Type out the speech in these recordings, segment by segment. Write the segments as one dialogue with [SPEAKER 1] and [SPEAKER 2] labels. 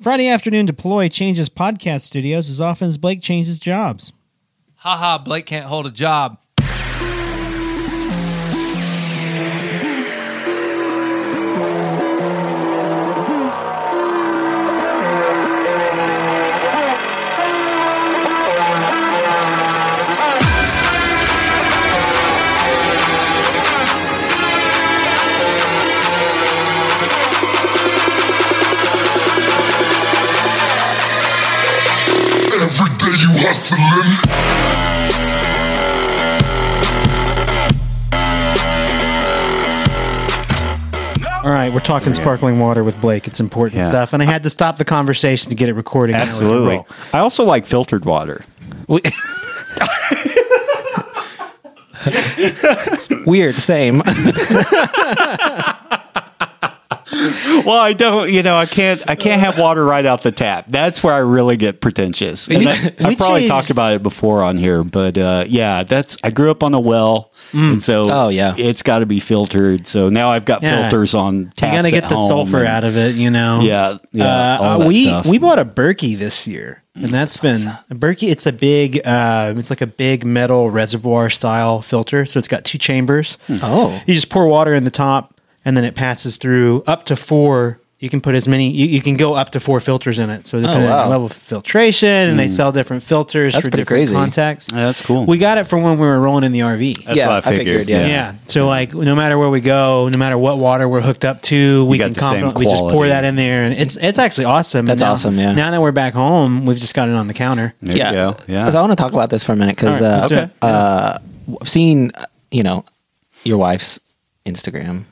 [SPEAKER 1] Friday afternoon, Deploy changes podcast studios as often as Blake changes jobs.
[SPEAKER 2] Haha, Blake can't hold a job.
[SPEAKER 3] Every day you hustling.
[SPEAKER 1] All right, we're talking sparkling water with Blake. It's important
[SPEAKER 4] Yeah.
[SPEAKER 1] stuff, and I had to stop the conversation to get it recorded. and I was like,
[SPEAKER 4] Absolutely. I also like filtered water.
[SPEAKER 5] We- Weird, same.
[SPEAKER 4] Well, I don't. You know, I can't. I can't have water right out the tap. That's where I really get pretentious. And I,
[SPEAKER 1] we
[SPEAKER 4] I probably talked
[SPEAKER 1] changed-
[SPEAKER 4] about it before on here, but uh, yeah, that's. I grew up on a well,
[SPEAKER 1] Mm.
[SPEAKER 4] and so
[SPEAKER 5] Oh, yeah.
[SPEAKER 4] it's got to be filtered. So now I've got
[SPEAKER 1] Yeah.
[SPEAKER 4] filters on.
[SPEAKER 1] You
[SPEAKER 4] Taps
[SPEAKER 1] gotta
[SPEAKER 4] at
[SPEAKER 1] get the
[SPEAKER 4] home
[SPEAKER 1] sulfur
[SPEAKER 4] and-
[SPEAKER 1] out of it, you know.
[SPEAKER 4] Yeah, yeah. all
[SPEAKER 1] uh,
[SPEAKER 4] that
[SPEAKER 1] we
[SPEAKER 4] stuff.
[SPEAKER 1] we bought a Berkey this year, and that's been a Berkey. It's a big, uh, it's like a big metal reservoir style filter. So it's got two chambers.
[SPEAKER 4] Hmm.
[SPEAKER 5] Oh.
[SPEAKER 1] you just pour water in the top, and then it passes through up to four. You can put as many. You, you can go up to four filters in it. So depending on
[SPEAKER 5] wow.
[SPEAKER 1] the level of filtration, and they sell different filters
[SPEAKER 5] That's
[SPEAKER 1] for
[SPEAKER 5] pretty
[SPEAKER 1] different
[SPEAKER 5] crazy.
[SPEAKER 1] contacts.
[SPEAKER 4] Yeah, that's cool.
[SPEAKER 1] We got it for when we were rolling in the RV.
[SPEAKER 4] that's
[SPEAKER 5] Yeah,
[SPEAKER 4] what I
[SPEAKER 5] I
[SPEAKER 4] figured.
[SPEAKER 5] figured, yeah.
[SPEAKER 1] Yeah. So like, no matter where we go, no matter what water we're hooked up to, we
[SPEAKER 4] got
[SPEAKER 1] can
[SPEAKER 4] the same
[SPEAKER 1] confidently just pour
[SPEAKER 4] quality.
[SPEAKER 1] that in there, and it's it's actually awesome.
[SPEAKER 5] That's
[SPEAKER 1] And now-
[SPEAKER 5] awesome, yeah.
[SPEAKER 1] Now that we're back home, we've just got it on the counter.
[SPEAKER 4] There you go.
[SPEAKER 5] so-
[SPEAKER 4] Yeah.
[SPEAKER 5] So I want to talk about this for a minute because
[SPEAKER 1] All right, let's do
[SPEAKER 5] uh,
[SPEAKER 1] it.
[SPEAKER 5] uh, I've seen uh, you know your wife's Instagram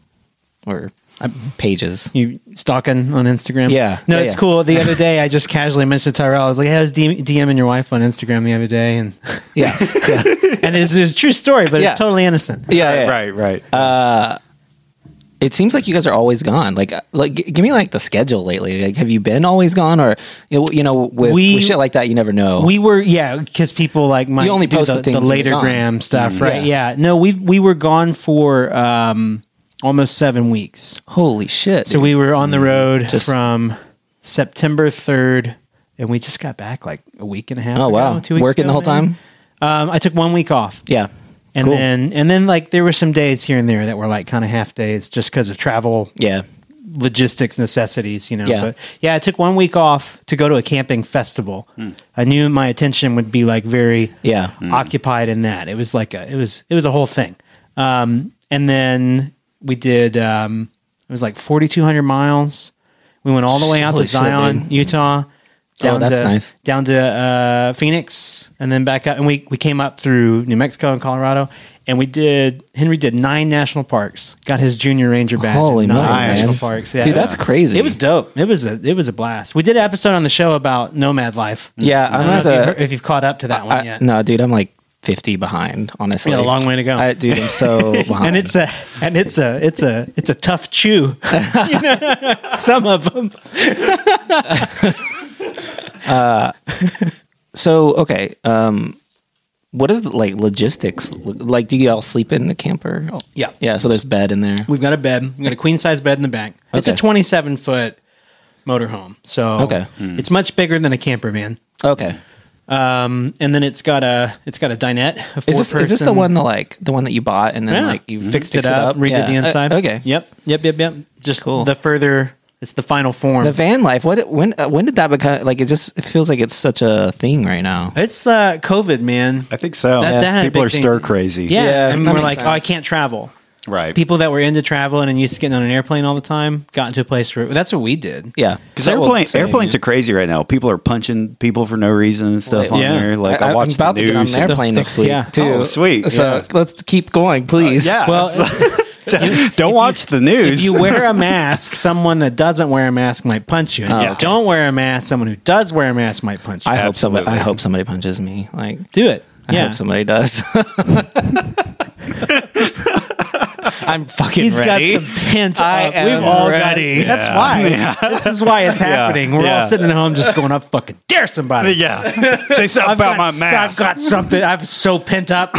[SPEAKER 5] or uh, pages.
[SPEAKER 1] You stalking on Instagram?
[SPEAKER 5] Yeah.
[SPEAKER 1] No,
[SPEAKER 5] Yeah,
[SPEAKER 1] it's
[SPEAKER 5] yeah.
[SPEAKER 1] cool. The other day, I just casually mentioned to Tyrell. I was like, "Hey, I was DM- DMing your wife on Instagram the other day," and
[SPEAKER 5] Yeah, yeah,
[SPEAKER 1] and it's, a true story, but
[SPEAKER 5] Yeah.
[SPEAKER 1] it's totally innocent.
[SPEAKER 5] yeah, yeah.
[SPEAKER 4] Right, right.
[SPEAKER 5] It seems like you guys are always gone. Like, uh, like g- give me like the schedule lately. Like, have you been always gone, or you know, you know with,
[SPEAKER 1] We-
[SPEAKER 5] with shit like that, you never know.
[SPEAKER 1] We were yeah, because people like my
[SPEAKER 5] You only
[SPEAKER 1] do
[SPEAKER 5] post
[SPEAKER 1] the,
[SPEAKER 5] the things
[SPEAKER 1] the
[SPEAKER 5] when you're
[SPEAKER 1] later
[SPEAKER 5] gone. Mm-hmm.
[SPEAKER 1] gram stuff, right?
[SPEAKER 5] Yeah.
[SPEAKER 1] Yeah. No, we we were gone for um, almost seven weeks.
[SPEAKER 5] Holy shit!
[SPEAKER 1] So we were on the road
[SPEAKER 5] Mm-hmm. Just-
[SPEAKER 1] from September 3rd, and we just got back like a week and a half.
[SPEAKER 5] oh
[SPEAKER 1] ago,
[SPEAKER 5] wow,
[SPEAKER 1] two weeks
[SPEAKER 5] working the
[SPEAKER 1] ago,
[SPEAKER 5] whole
[SPEAKER 1] maybe.
[SPEAKER 5] time.
[SPEAKER 1] Um, I took one week off,
[SPEAKER 5] Yeah,
[SPEAKER 1] and
[SPEAKER 5] Cool.
[SPEAKER 1] then and then like there were some days here and there that were like kind of half days just because of travel
[SPEAKER 5] yeah.
[SPEAKER 1] logistics necessities, you know.
[SPEAKER 5] Yeah.
[SPEAKER 1] But yeah, I took one week off to go to a camping festival. I knew my attention would be like very
[SPEAKER 5] Yeah.
[SPEAKER 1] occupied in that. It was like a it was it was a whole thing. Um, and then we did um, it was like forty two hundred miles. We went all the way out
[SPEAKER 5] Holy
[SPEAKER 1] to
[SPEAKER 5] shit,
[SPEAKER 1] Zion,
[SPEAKER 5] dude.
[SPEAKER 1] Utah. Down
[SPEAKER 5] that's
[SPEAKER 1] to,
[SPEAKER 5] nice.
[SPEAKER 1] Down to uh, Phoenix, and then back up, and we we came up through New Mexico and Colorado, and we did. Henry did nine national parks, got his junior ranger badge.
[SPEAKER 5] Holy
[SPEAKER 1] in nine
[SPEAKER 5] moly, man.
[SPEAKER 1] national parks. Yeah,
[SPEAKER 5] Dude,
[SPEAKER 1] it was-
[SPEAKER 5] that's crazy.
[SPEAKER 1] It was dope. It was a it was a blast. We did an episode on the show about nomad life.
[SPEAKER 5] Yeah,
[SPEAKER 1] I don't know
[SPEAKER 5] I'm
[SPEAKER 1] if
[SPEAKER 5] gonna
[SPEAKER 1] you've,
[SPEAKER 5] have
[SPEAKER 1] heard,
[SPEAKER 5] to.
[SPEAKER 1] if you've caught up to that one
[SPEAKER 5] I,
[SPEAKER 1] yet.
[SPEAKER 5] no, dude, I'm like 50 behind. Honestly,
[SPEAKER 1] You got a long way to go.
[SPEAKER 5] I, dude, I'm so behind.
[SPEAKER 1] and it's a and it's a it's a it's a tough chew. You know, Some of them.
[SPEAKER 5] So okay, um, what is the, like logistics? look- Like, do you all sleep in the camper?
[SPEAKER 1] Oh, Yeah.
[SPEAKER 5] yeah. So there's bed in there.
[SPEAKER 1] We've got a bed. We've got a queen size bed in the back. It's a
[SPEAKER 5] Okay.
[SPEAKER 1] 27 foot motorhome. So
[SPEAKER 5] Okay.
[SPEAKER 1] it's much bigger than a camper van.
[SPEAKER 5] Okay,
[SPEAKER 1] Um, and then it's got a it's got a dinette. A
[SPEAKER 5] is this is this the
[SPEAKER 1] four-person-
[SPEAKER 5] one that like the one that you bought and then
[SPEAKER 1] Yeah.
[SPEAKER 5] like you
[SPEAKER 1] fixed it up, redid
[SPEAKER 5] Yeah.
[SPEAKER 1] the
[SPEAKER 5] Uh,
[SPEAKER 1] inside.
[SPEAKER 5] okay,
[SPEAKER 1] Yep. Yep. Yep. Yep. Just
[SPEAKER 5] Cool.
[SPEAKER 1] the further it's the final form.
[SPEAKER 5] The van life. What when uh, when did that become like? It just it feels like it's such a thing right now.
[SPEAKER 1] it's uh, COVID, man.
[SPEAKER 4] I think so.
[SPEAKER 1] That- that had a
[SPEAKER 4] People
[SPEAKER 1] big
[SPEAKER 4] are
[SPEAKER 1] thing
[SPEAKER 4] stir
[SPEAKER 1] to-
[SPEAKER 4] crazy.
[SPEAKER 1] Yeah,
[SPEAKER 5] Yeah,
[SPEAKER 1] and
[SPEAKER 5] that
[SPEAKER 1] we're
[SPEAKER 5] makes
[SPEAKER 1] like,
[SPEAKER 5] sense.
[SPEAKER 1] oh, I can't travel.
[SPEAKER 4] Right.
[SPEAKER 1] People that were into traveling and used to getting on an airplane all the time got into a place where that's what we did.
[SPEAKER 5] Yeah,
[SPEAKER 4] Because
[SPEAKER 5] So, well,
[SPEAKER 4] airplane,
[SPEAKER 5] same,
[SPEAKER 4] airplanes
[SPEAKER 5] yeah.
[SPEAKER 4] are crazy right now. People are punching people for no reason and stuff
[SPEAKER 5] Well,
[SPEAKER 4] on
[SPEAKER 1] yeah.
[SPEAKER 4] there. Like I,
[SPEAKER 5] I, am
[SPEAKER 4] watched
[SPEAKER 5] about
[SPEAKER 4] the
[SPEAKER 5] to get on
[SPEAKER 4] news.
[SPEAKER 5] an airplane
[SPEAKER 1] the-
[SPEAKER 5] next week
[SPEAKER 1] yeah.
[SPEAKER 5] too.
[SPEAKER 4] Oh, sweet,
[SPEAKER 5] So
[SPEAKER 4] yeah. Uh,
[SPEAKER 5] let's keep going, please.
[SPEAKER 4] yeah.
[SPEAKER 1] Well,
[SPEAKER 4] it's like- don't watch the news.
[SPEAKER 1] If you wear a mask, someone that doesn't wear a mask might punch you. And if you
[SPEAKER 4] okay.
[SPEAKER 1] don't wear a mask, someone who does wear a mask might punch you.
[SPEAKER 5] I hope somebody. I
[SPEAKER 4] Absolutely.
[SPEAKER 5] hope somebody punches me. Like,
[SPEAKER 1] Do it.
[SPEAKER 5] I
[SPEAKER 1] yeah.
[SPEAKER 5] hope somebody does. I'm fucking
[SPEAKER 1] He's got
[SPEAKER 5] ready.
[SPEAKER 1] some pent
[SPEAKER 5] I
[SPEAKER 1] up. We've
[SPEAKER 5] am
[SPEAKER 1] all got
[SPEAKER 5] ready.
[SPEAKER 1] it. That's why. This is why it's happening. We're
[SPEAKER 4] Yeah.
[SPEAKER 1] all sitting at home just going, I fucking dare somebody.
[SPEAKER 4] yeah, say something
[SPEAKER 1] I've
[SPEAKER 4] about
[SPEAKER 1] got,
[SPEAKER 4] my
[SPEAKER 1] I've
[SPEAKER 4] mask.
[SPEAKER 1] got something. I'm so pent up.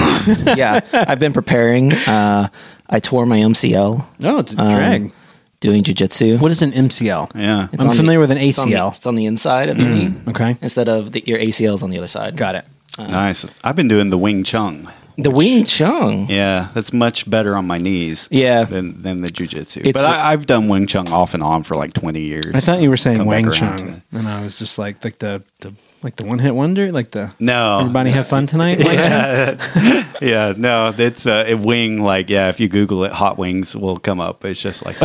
[SPEAKER 5] yeah, I've been preparing. Uh, I tore my MCL.
[SPEAKER 1] No, it's
[SPEAKER 5] Um, doing jujitsu.
[SPEAKER 1] What is an MCL?
[SPEAKER 4] Yeah.
[SPEAKER 5] It's
[SPEAKER 1] I'm
[SPEAKER 5] on
[SPEAKER 1] familiar
[SPEAKER 5] the-
[SPEAKER 1] with an
[SPEAKER 5] It's on the,
[SPEAKER 1] ACL.
[SPEAKER 5] it's on the inside of your knee
[SPEAKER 1] Okay.
[SPEAKER 5] instead of the, your ACL is on the other side.
[SPEAKER 1] Got it.
[SPEAKER 4] nice. I've been doing the Wing Chun.
[SPEAKER 5] The Wing Chun.
[SPEAKER 4] Yeah, that's much better on my knees.
[SPEAKER 5] Yeah.
[SPEAKER 4] Than, than the jujitsu.
[SPEAKER 5] It's
[SPEAKER 4] But
[SPEAKER 5] what-
[SPEAKER 4] I, I've done Wing Chun off and on for like 20 years.
[SPEAKER 1] I thought you were saying
[SPEAKER 4] Come
[SPEAKER 1] Wang
[SPEAKER 4] back around to
[SPEAKER 1] Chung,
[SPEAKER 4] it.
[SPEAKER 1] and I was just like, like the, the like the one hit wonder, like the
[SPEAKER 4] No.
[SPEAKER 1] everybody have fun tonight. Like that?
[SPEAKER 4] Yeah, no, it's uh, a wing. Like, yeah, if you Google it, hot wings will come up. It's just like,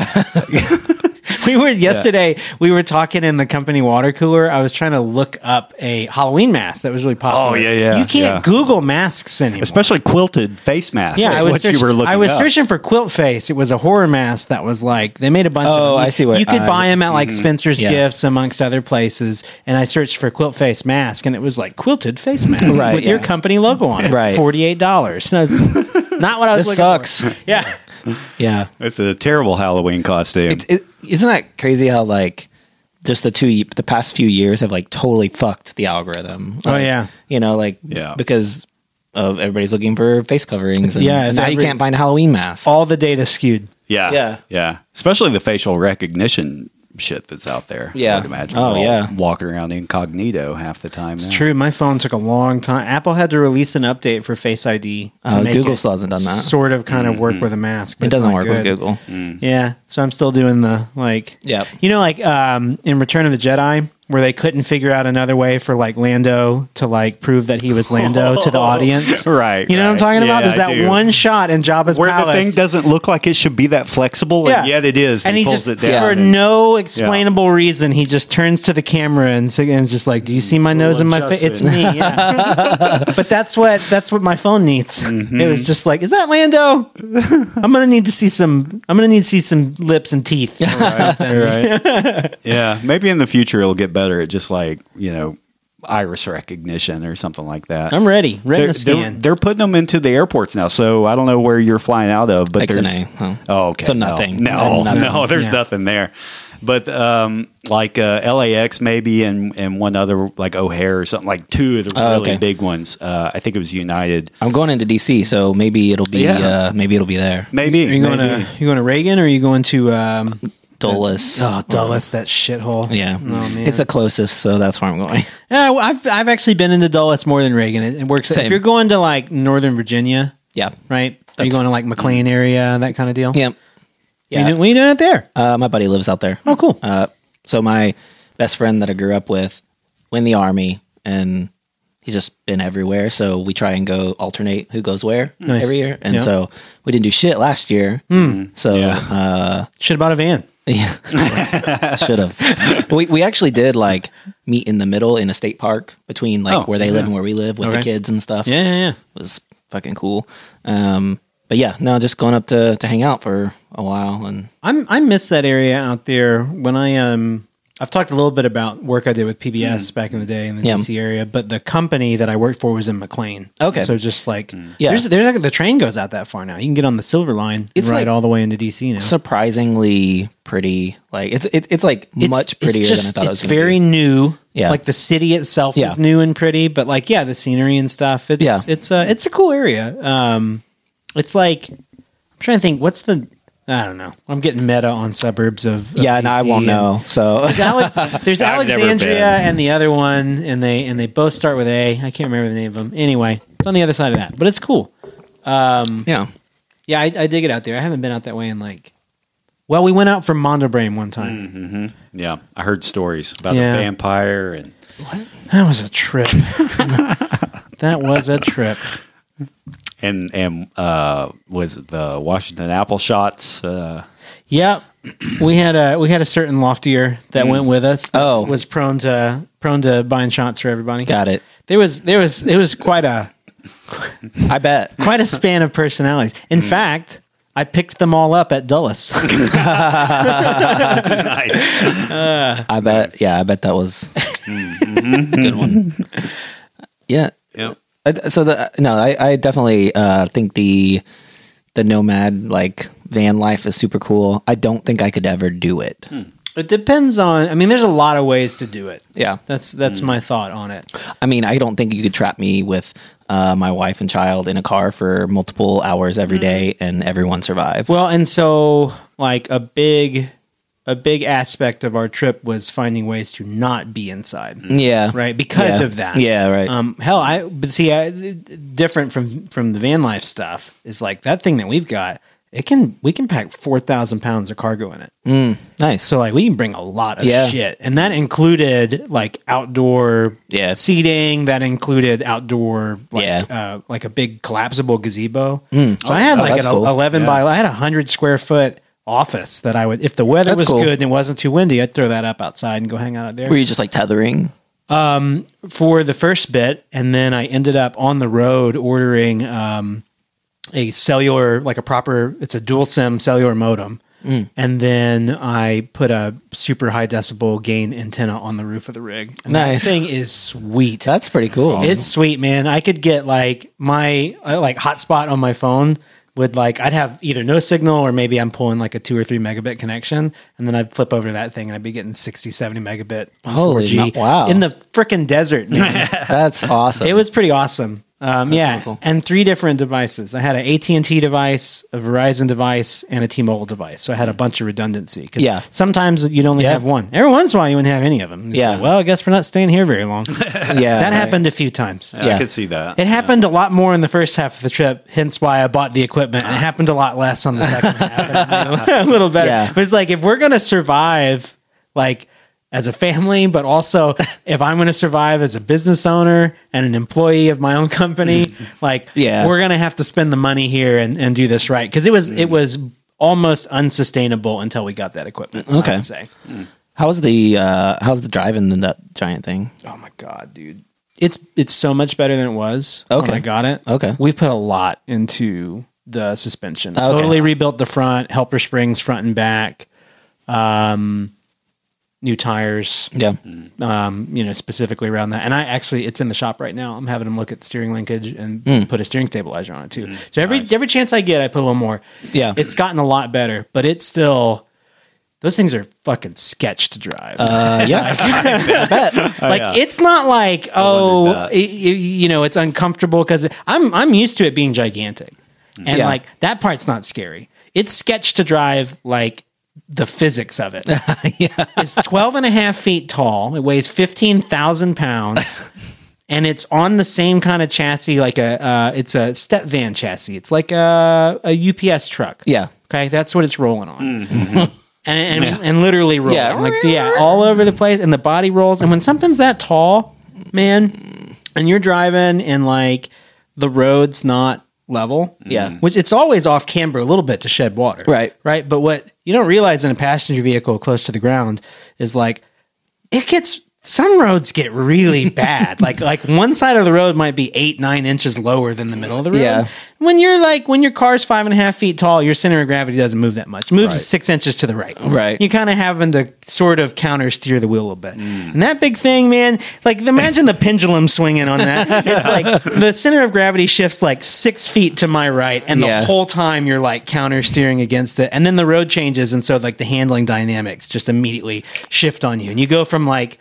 [SPEAKER 1] we were yesterday. We were talking in the company water cooler. I was trying to look up a Halloween mask that was really popular.
[SPEAKER 4] Oh, yeah, yeah,
[SPEAKER 1] You can't
[SPEAKER 4] yeah.
[SPEAKER 1] Google masks anymore,
[SPEAKER 4] especially quilted face masks.
[SPEAKER 1] Yeah,
[SPEAKER 4] is
[SPEAKER 1] I was
[SPEAKER 4] what
[SPEAKER 1] searching,
[SPEAKER 4] you were looking.
[SPEAKER 1] I was
[SPEAKER 4] up.
[SPEAKER 1] searching for Quilt Face. It was a horror mask that was like they made a bunch.
[SPEAKER 5] Oh,
[SPEAKER 1] of them.
[SPEAKER 5] I see what-
[SPEAKER 1] you could
[SPEAKER 5] I-
[SPEAKER 1] buy them at like Spencer's
[SPEAKER 5] Yeah.
[SPEAKER 1] Gifts amongst other places. And I searched for Quilt Face mask, and it was like quilted face mask
[SPEAKER 5] Right,
[SPEAKER 1] with your
[SPEAKER 5] yeah.
[SPEAKER 1] company logo on it.
[SPEAKER 5] Right.
[SPEAKER 1] forty eight dollars. Not what I was.
[SPEAKER 5] This
[SPEAKER 1] looking for.
[SPEAKER 5] sucks.
[SPEAKER 1] Yeah,
[SPEAKER 5] Yeah.
[SPEAKER 4] It's a terrible Halloween costume.
[SPEAKER 5] It's, it, isn't that crazy how like just the two the past few years have like totally fucked the algorithm?
[SPEAKER 1] Oh,
[SPEAKER 5] Like,
[SPEAKER 1] yeah.
[SPEAKER 5] you know like
[SPEAKER 4] Yeah.
[SPEAKER 5] because of everybody's looking for face coverings. And
[SPEAKER 1] Yeah, if
[SPEAKER 5] now you
[SPEAKER 1] every-
[SPEAKER 5] can't find a Halloween mask.
[SPEAKER 1] all the data skewed.
[SPEAKER 4] yeah,
[SPEAKER 5] yeah.
[SPEAKER 4] yeah. Especially the facial recognition shit that's out there.
[SPEAKER 5] Yeah.
[SPEAKER 4] I would imagine.
[SPEAKER 5] Oh,
[SPEAKER 4] We're all
[SPEAKER 5] yeah.
[SPEAKER 4] walking around incognito half the time.
[SPEAKER 1] It's true. My phone took a long time. Apple had to release an update for Face ID. To
[SPEAKER 5] Oh, Google still hasn't done that.
[SPEAKER 1] Sort of, kind of
[SPEAKER 4] Mm-hmm.
[SPEAKER 1] work with a mask. But
[SPEAKER 5] it
[SPEAKER 1] it's
[SPEAKER 5] doesn't
[SPEAKER 1] not
[SPEAKER 5] work with
[SPEAKER 1] good.
[SPEAKER 5] Google.
[SPEAKER 4] Mm.
[SPEAKER 1] Yeah. So I'm still doing the like
[SPEAKER 5] Yep.
[SPEAKER 1] You know like um in Return of the Jedi where they couldn't figure out another way for like Lando to like prove that he was Lando to the audience.
[SPEAKER 4] Right,
[SPEAKER 1] You know what I'm
[SPEAKER 4] right.
[SPEAKER 1] talking about?
[SPEAKER 4] Yeah,
[SPEAKER 1] There's
[SPEAKER 4] I
[SPEAKER 1] that
[SPEAKER 4] do.
[SPEAKER 1] one shot in Jabba's
[SPEAKER 4] Where
[SPEAKER 1] palace.
[SPEAKER 4] the thing doesn't look like it should be that flexible, and yet it is.
[SPEAKER 1] And he,
[SPEAKER 4] pulls
[SPEAKER 1] just,
[SPEAKER 4] it down.
[SPEAKER 1] for
[SPEAKER 4] and-
[SPEAKER 1] no explainable reason, he just turns to the camera and sig- and is just like, "Do you see my nose and my face? It's me." Yeah. but that's what that's what my phone needs.
[SPEAKER 4] Mm-hmm.
[SPEAKER 1] It was just like, "Is that Lando? I'm gonna need to see some. I'm gonna need to see some lips and teeth."
[SPEAKER 4] right? yeah, maybe in the future it'll get better at just like you know iris recognition or something like that.
[SPEAKER 1] I'm ready. Retina
[SPEAKER 4] they're, they're,
[SPEAKER 1] scan.
[SPEAKER 4] they're putting them into the airports now, so I don't know where you're flying out of, but
[SPEAKER 5] X and
[SPEAKER 4] there's
[SPEAKER 5] A, huh?
[SPEAKER 4] oh, okay,
[SPEAKER 5] So
[SPEAKER 4] no.
[SPEAKER 5] nothing.
[SPEAKER 4] No,
[SPEAKER 5] Nothing.
[SPEAKER 4] no, there's
[SPEAKER 1] Yeah.
[SPEAKER 4] nothing there. But um, like uh, LAX maybe, and and one other like O'Hare or something like two of the
[SPEAKER 5] Oh,
[SPEAKER 4] really
[SPEAKER 5] okay.
[SPEAKER 4] big ones. Uh, I think it was United.
[SPEAKER 5] I'm going into DC, so maybe it'll be
[SPEAKER 4] Yeah.
[SPEAKER 5] uh, maybe it'll be there.
[SPEAKER 4] Maybe
[SPEAKER 1] are you going
[SPEAKER 4] maybe.
[SPEAKER 1] to you going to Reagan or are you going to um,
[SPEAKER 5] Dulles.
[SPEAKER 1] oh Dulles that shithole?
[SPEAKER 5] Yeah,
[SPEAKER 1] Oh, man.
[SPEAKER 5] it's the closest, so that's where I'm going.
[SPEAKER 1] Yeah, well, I've I've actually been into Dulles more than Reagan. It, it works.
[SPEAKER 5] Same.
[SPEAKER 1] If you're going to like Northern Virginia,
[SPEAKER 5] Yeah,
[SPEAKER 1] right? are you
[SPEAKER 5] That's- Mm.
[SPEAKER 1] going to like McLean area, that kind of deal?
[SPEAKER 5] yeah,
[SPEAKER 1] You
[SPEAKER 5] yeah.
[SPEAKER 1] do- what are you doing out there?
[SPEAKER 5] Uh, my buddy lives out there.
[SPEAKER 1] Oh, cool.
[SPEAKER 5] Uh, so my best friend that I grew up with went in the army, and he's just been everywhere. So we try and go alternate who goes where
[SPEAKER 1] Nice.
[SPEAKER 5] every year, and
[SPEAKER 1] Yeah. Hmm.
[SPEAKER 5] so we didn't do shit last year. So uh,
[SPEAKER 1] Shit about a van.
[SPEAKER 5] should have. we we actually did like meet in the middle in a state park between like
[SPEAKER 4] Oh,
[SPEAKER 5] where they live and where we live with
[SPEAKER 1] Okay.
[SPEAKER 5] the kids and stuff.
[SPEAKER 1] Yeah, yeah, yeah.
[SPEAKER 5] was fucking cool. Um, but yeah, no, just going up to to hang out for a while and
[SPEAKER 1] I'm I miss that area out there when I um I've talked a little bit about work I did with PBS back in the day in the
[SPEAKER 5] Mm. Yeah.
[SPEAKER 1] DC area, but the company that I worked for was in McLean.
[SPEAKER 5] Okay. Mm.
[SPEAKER 1] so just like
[SPEAKER 5] Yeah.
[SPEAKER 1] there's there's like, the train goes out that far now. You can get on the Silver Line and
[SPEAKER 5] It's
[SPEAKER 1] ride
[SPEAKER 5] like-
[SPEAKER 1] all the way into DC now.
[SPEAKER 5] surprisingly pretty. Like it's it, it's like
[SPEAKER 1] It's-
[SPEAKER 5] much
[SPEAKER 1] it's
[SPEAKER 5] prettier
[SPEAKER 1] just-
[SPEAKER 5] than I thought
[SPEAKER 1] It's
[SPEAKER 5] it was. gonna
[SPEAKER 1] very
[SPEAKER 5] be.
[SPEAKER 1] new.
[SPEAKER 5] Yeah.
[SPEAKER 1] like the city itself
[SPEAKER 5] Yeah.
[SPEAKER 1] is new and pretty, but like yeah, the scenery and stuff. It's
[SPEAKER 5] Yeah.
[SPEAKER 1] it's a it's a cool area. Um, it's like I'm trying to think. What's the I don't know. I'm getting meta on suburbs of, of
[SPEAKER 5] yeah, and I
[SPEAKER 1] DC
[SPEAKER 5] won't
[SPEAKER 1] and-
[SPEAKER 5] know. So
[SPEAKER 1] Alex, there's
[SPEAKER 4] I've never been.
[SPEAKER 1] Alexandria and the other one, and they and they both start with A. I can't remember the name of them. Anyway, it's on the other side of that, but it's cool.
[SPEAKER 5] yeah,
[SPEAKER 1] Yeah, I, I dig it out there. I haven't been out that way in like. Well, we went out from Mondobrain one time.
[SPEAKER 4] Yeah, I heard stories about
[SPEAKER 1] Yeah.
[SPEAKER 4] the vampire and
[SPEAKER 1] That was a trip. that was a trip.
[SPEAKER 4] and and uh, was it the Washington Apple shots. Uh,
[SPEAKER 1] Yep. We had a we had a certain loftier that went with us. that
[SPEAKER 5] Oh.
[SPEAKER 1] was prone to prone to buying shots for everybody.
[SPEAKER 5] got it.
[SPEAKER 1] There was there was it was quite a
[SPEAKER 5] I bet.
[SPEAKER 1] quite a span of personalities. In
[SPEAKER 5] Mm.
[SPEAKER 1] fact, I picked them all up at Dulles.
[SPEAKER 4] nice.
[SPEAKER 5] I bet. Yeah, I bet that was a Mm-hmm. good one. Yeah.
[SPEAKER 4] Yep.
[SPEAKER 5] I- So the no, I, I definitely uh, think the the nomad like van life is super cool. I don't think I could ever do it.
[SPEAKER 1] It depends on. I mean, there's a lot of ways to do it.
[SPEAKER 5] Yeah.
[SPEAKER 1] That's
[SPEAKER 5] Mm.
[SPEAKER 1] that's my thought on it.
[SPEAKER 5] I mean, I don't think you could trap me with uh, my wife and child in a car for Hmm. multiple hours every day and everyone survive.
[SPEAKER 1] Well, and so like a big a big aspect of our trip was finding ways to not be inside.
[SPEAKER 5] Yeah.
[SPEAKER 1] Right, because
[SPEAKER 5] Yeah.
[SPEAKER 1] of that.
[SPEAKER 5] Yeah, right.
[SPEAKER 1] Um, hell, I but see, I, different from from the van life stuff is like that thing that we've got. It can we can pack four thousand pounds of cargo in it.
[SPEAKER 5] nice.
[SPEAKER 1] So like we can bring a lot of
[SPEAKER 5] Yeah.
[SPEAKER 1] shit, and that included like outdoor
[SPEAKER 5] Yeah.
[SPEAKER 1] seating. That included outdoor like
[SPEAKER 5] Yeah.
[SPEAKER 1] uh, like a big collapsible gazebo. So I had
[SPEAKER 5] Oh,
[SPEAKER 1] like an
[SPEAKER 5] that's cool.
[SPEAKER 1] eleven by I had a hundred square foot office that I would if the weather
[SPEAKER 5] That's
[SPEAKER 1] was
[SPEAKER 5] cool.
[SPEAKER 1] good and it wasn't too windy, I'd throw that up outside and go hang out out there
[SPEAKER 5] Were you just like tethering?
[SPEAKER 1] for the first bit, and then I ended up on the road ordering um, a cellular, like a proper, it's a dual SIM cellular modem.
[SPEAKER 5] Mm.
[SPEAKER 1] And then I put a super high decibel gain antenna on the roof of the rig. And
[SPEAKER 5] Nice.
[SPEAKER 1] That thing is sweet.
[SPEAKER 5] That's pretty cool.
[SPEAKER 1] It's sweet, man. I could get like my uh, like hotspot on my phone would like I'd have either no signal or maybe I'm pulling like a 2 or 3 megabit connection and then I'd flip over to that thing and I'd be getting 60 70 megabit on
[SPEAKER 5] Holy
[SPEAKER 1] 4G
[SPEAKER 5] mo- wow.
[SPEAKER 1] in the freaking desert. man.
[SPEAKER 5] That's awesome.
[SPEAKER 1] it was pretty awesome. Um, yeah,
[SPEAKER 5] really cool.
[SPEAKER 1] and three different devices. I had an AT and T device, a Verizon device, and a T-Mobile device. So I had a bunch of redundancy. 'cause
[SPEAKER 5] Hmm. Yeah.
[SPEAKER 1] sometimes you'd only
[SPEAKER 5] Yeah.
[SPEAKER 1] have one. Every once in a while, you wouldn't have any of them. It's
[SPEAKER 5] Yeah.
[SPEAKER 1] like, well, I guess we're not staying here very long.
[SPEAKER 5] yeah.
[SPEAKER 1] that
[SPEAKER 5] right.
[SPEAKER 1] happened a few times.
[SPEAKER 5] Yeah.
[SPEAKER 4] I could see that.
[SPEAKER 1] It happened a lot more in the first half of the trip, hence why I bought the equipment. It happened a lot less on the second half, a little better.
[SPEAKER 5] Yeah.
[SPEAKER 1] But it's like if we're gonna survive, like as a family, but also if I'm gonna survive as a business owner and an employee of my own company, like
[SPEAKER 5] Yeah.
[SPEAKER 1] we're gonna have to spend the money here and, and do this right because it was
[SPEAKER 5] Mm.
[SPEAKER 1] it was almost unsustainable until we got that equipment. I
[SPEAKER 5] Okay.
[SPEAKER 1] would say.
[SPEAKER 5] How's the uh how's the driving in that giant thing?
[SPEAKER 1] Oh my god, dude. It's it's so much better than it was
[SPEAKER 5] Okay.
[SPEAKER 1] when I got it.
[SPEAKER 5] Okay.
[SPEAKER 1] We've put a lot into the suspension.
[SPEAKER 5] Okay.
[SPEAKER 1] Totally rebuilt the front, helper springs front and back. Um new tires,
[SPEAKER 5] Yeah.
[SPEAKER 1] um, you know, specifically around that. And I actually it's in the shop right now. I'm having them look at the steering linkage and
[SPEAKER 5] Hmm.
[SPEAKER 1] put a steering stabilizer on it too. So every every chance I get, I put a little more.
[SPEAKER 5] Yeah.
[SPEAKER 1] It's gotten a lot better, but it's still those things are fucking sketch to drive
[SPEAKER 5] Uh, yeah.
[SPEAKER 1] like
[SPEAKER 4] yeah.
[SPEAKER 1] it's not like oh
[SPEAKER 4] that.
[SPEAKER 1] i- i- you know it's uncomfortable because I'm I'm used to it being gigantic, and
[SPEAKER 5] Yeah.
[SPEAKER 1] like that part's not scary. It's sketch to drive like the physics of it. It's 12 and a half feet tall. It weighs 15,000 pounds. And it's on the same kind of chassis, like a uh, it's a step van chassis. It's like a, a UPS truck.
[SPEAKER 5] Yeah.
[SPEAKER 1] Okay, that's what it's rolling on. And, and, and literally rolling.
[SPEAKER 5] Yeah.
[SPEAKER 1] Like, yeah, all over the place. And the body rolls. And when something's that tall, man, and you're driving and like the road's not level.
[SPEAKER 5] Yeah.
[SPEAKER 1] Which it's always off camber a little bit to shed water.
[SPEAKER 5] Right.
[SPEAKER 1] Right. But what you don't realize in a passenger vehicle close to the ground is like it gets some roads get really bad. like like one side of the road might be eight, nine inches lower than the middle of the road.
[SPEAKER 5] Yeah.
[SPEAKER 1] When you're like when your car's five and a half feet tall, your center of gravity doesn't move that much. It moves six inches to the right.
[SPEAKER 5] Right.
[SPEAKER 1] You kind of having to sort of counter steer the wheel a little bit.
[SPEAKER 5] Mm.
[SPEAKER 1] And that big thing, man, like imagine the pendulum swinging on that. It's like the center of gravity shifts like six feet to my right, and
[SPEAKER 5] Yeah.
[SPEAKER 1] the whole time you're like counter steering against it. And then the road changes, and so like the handling dynamics just immediately shift on you. And you go from like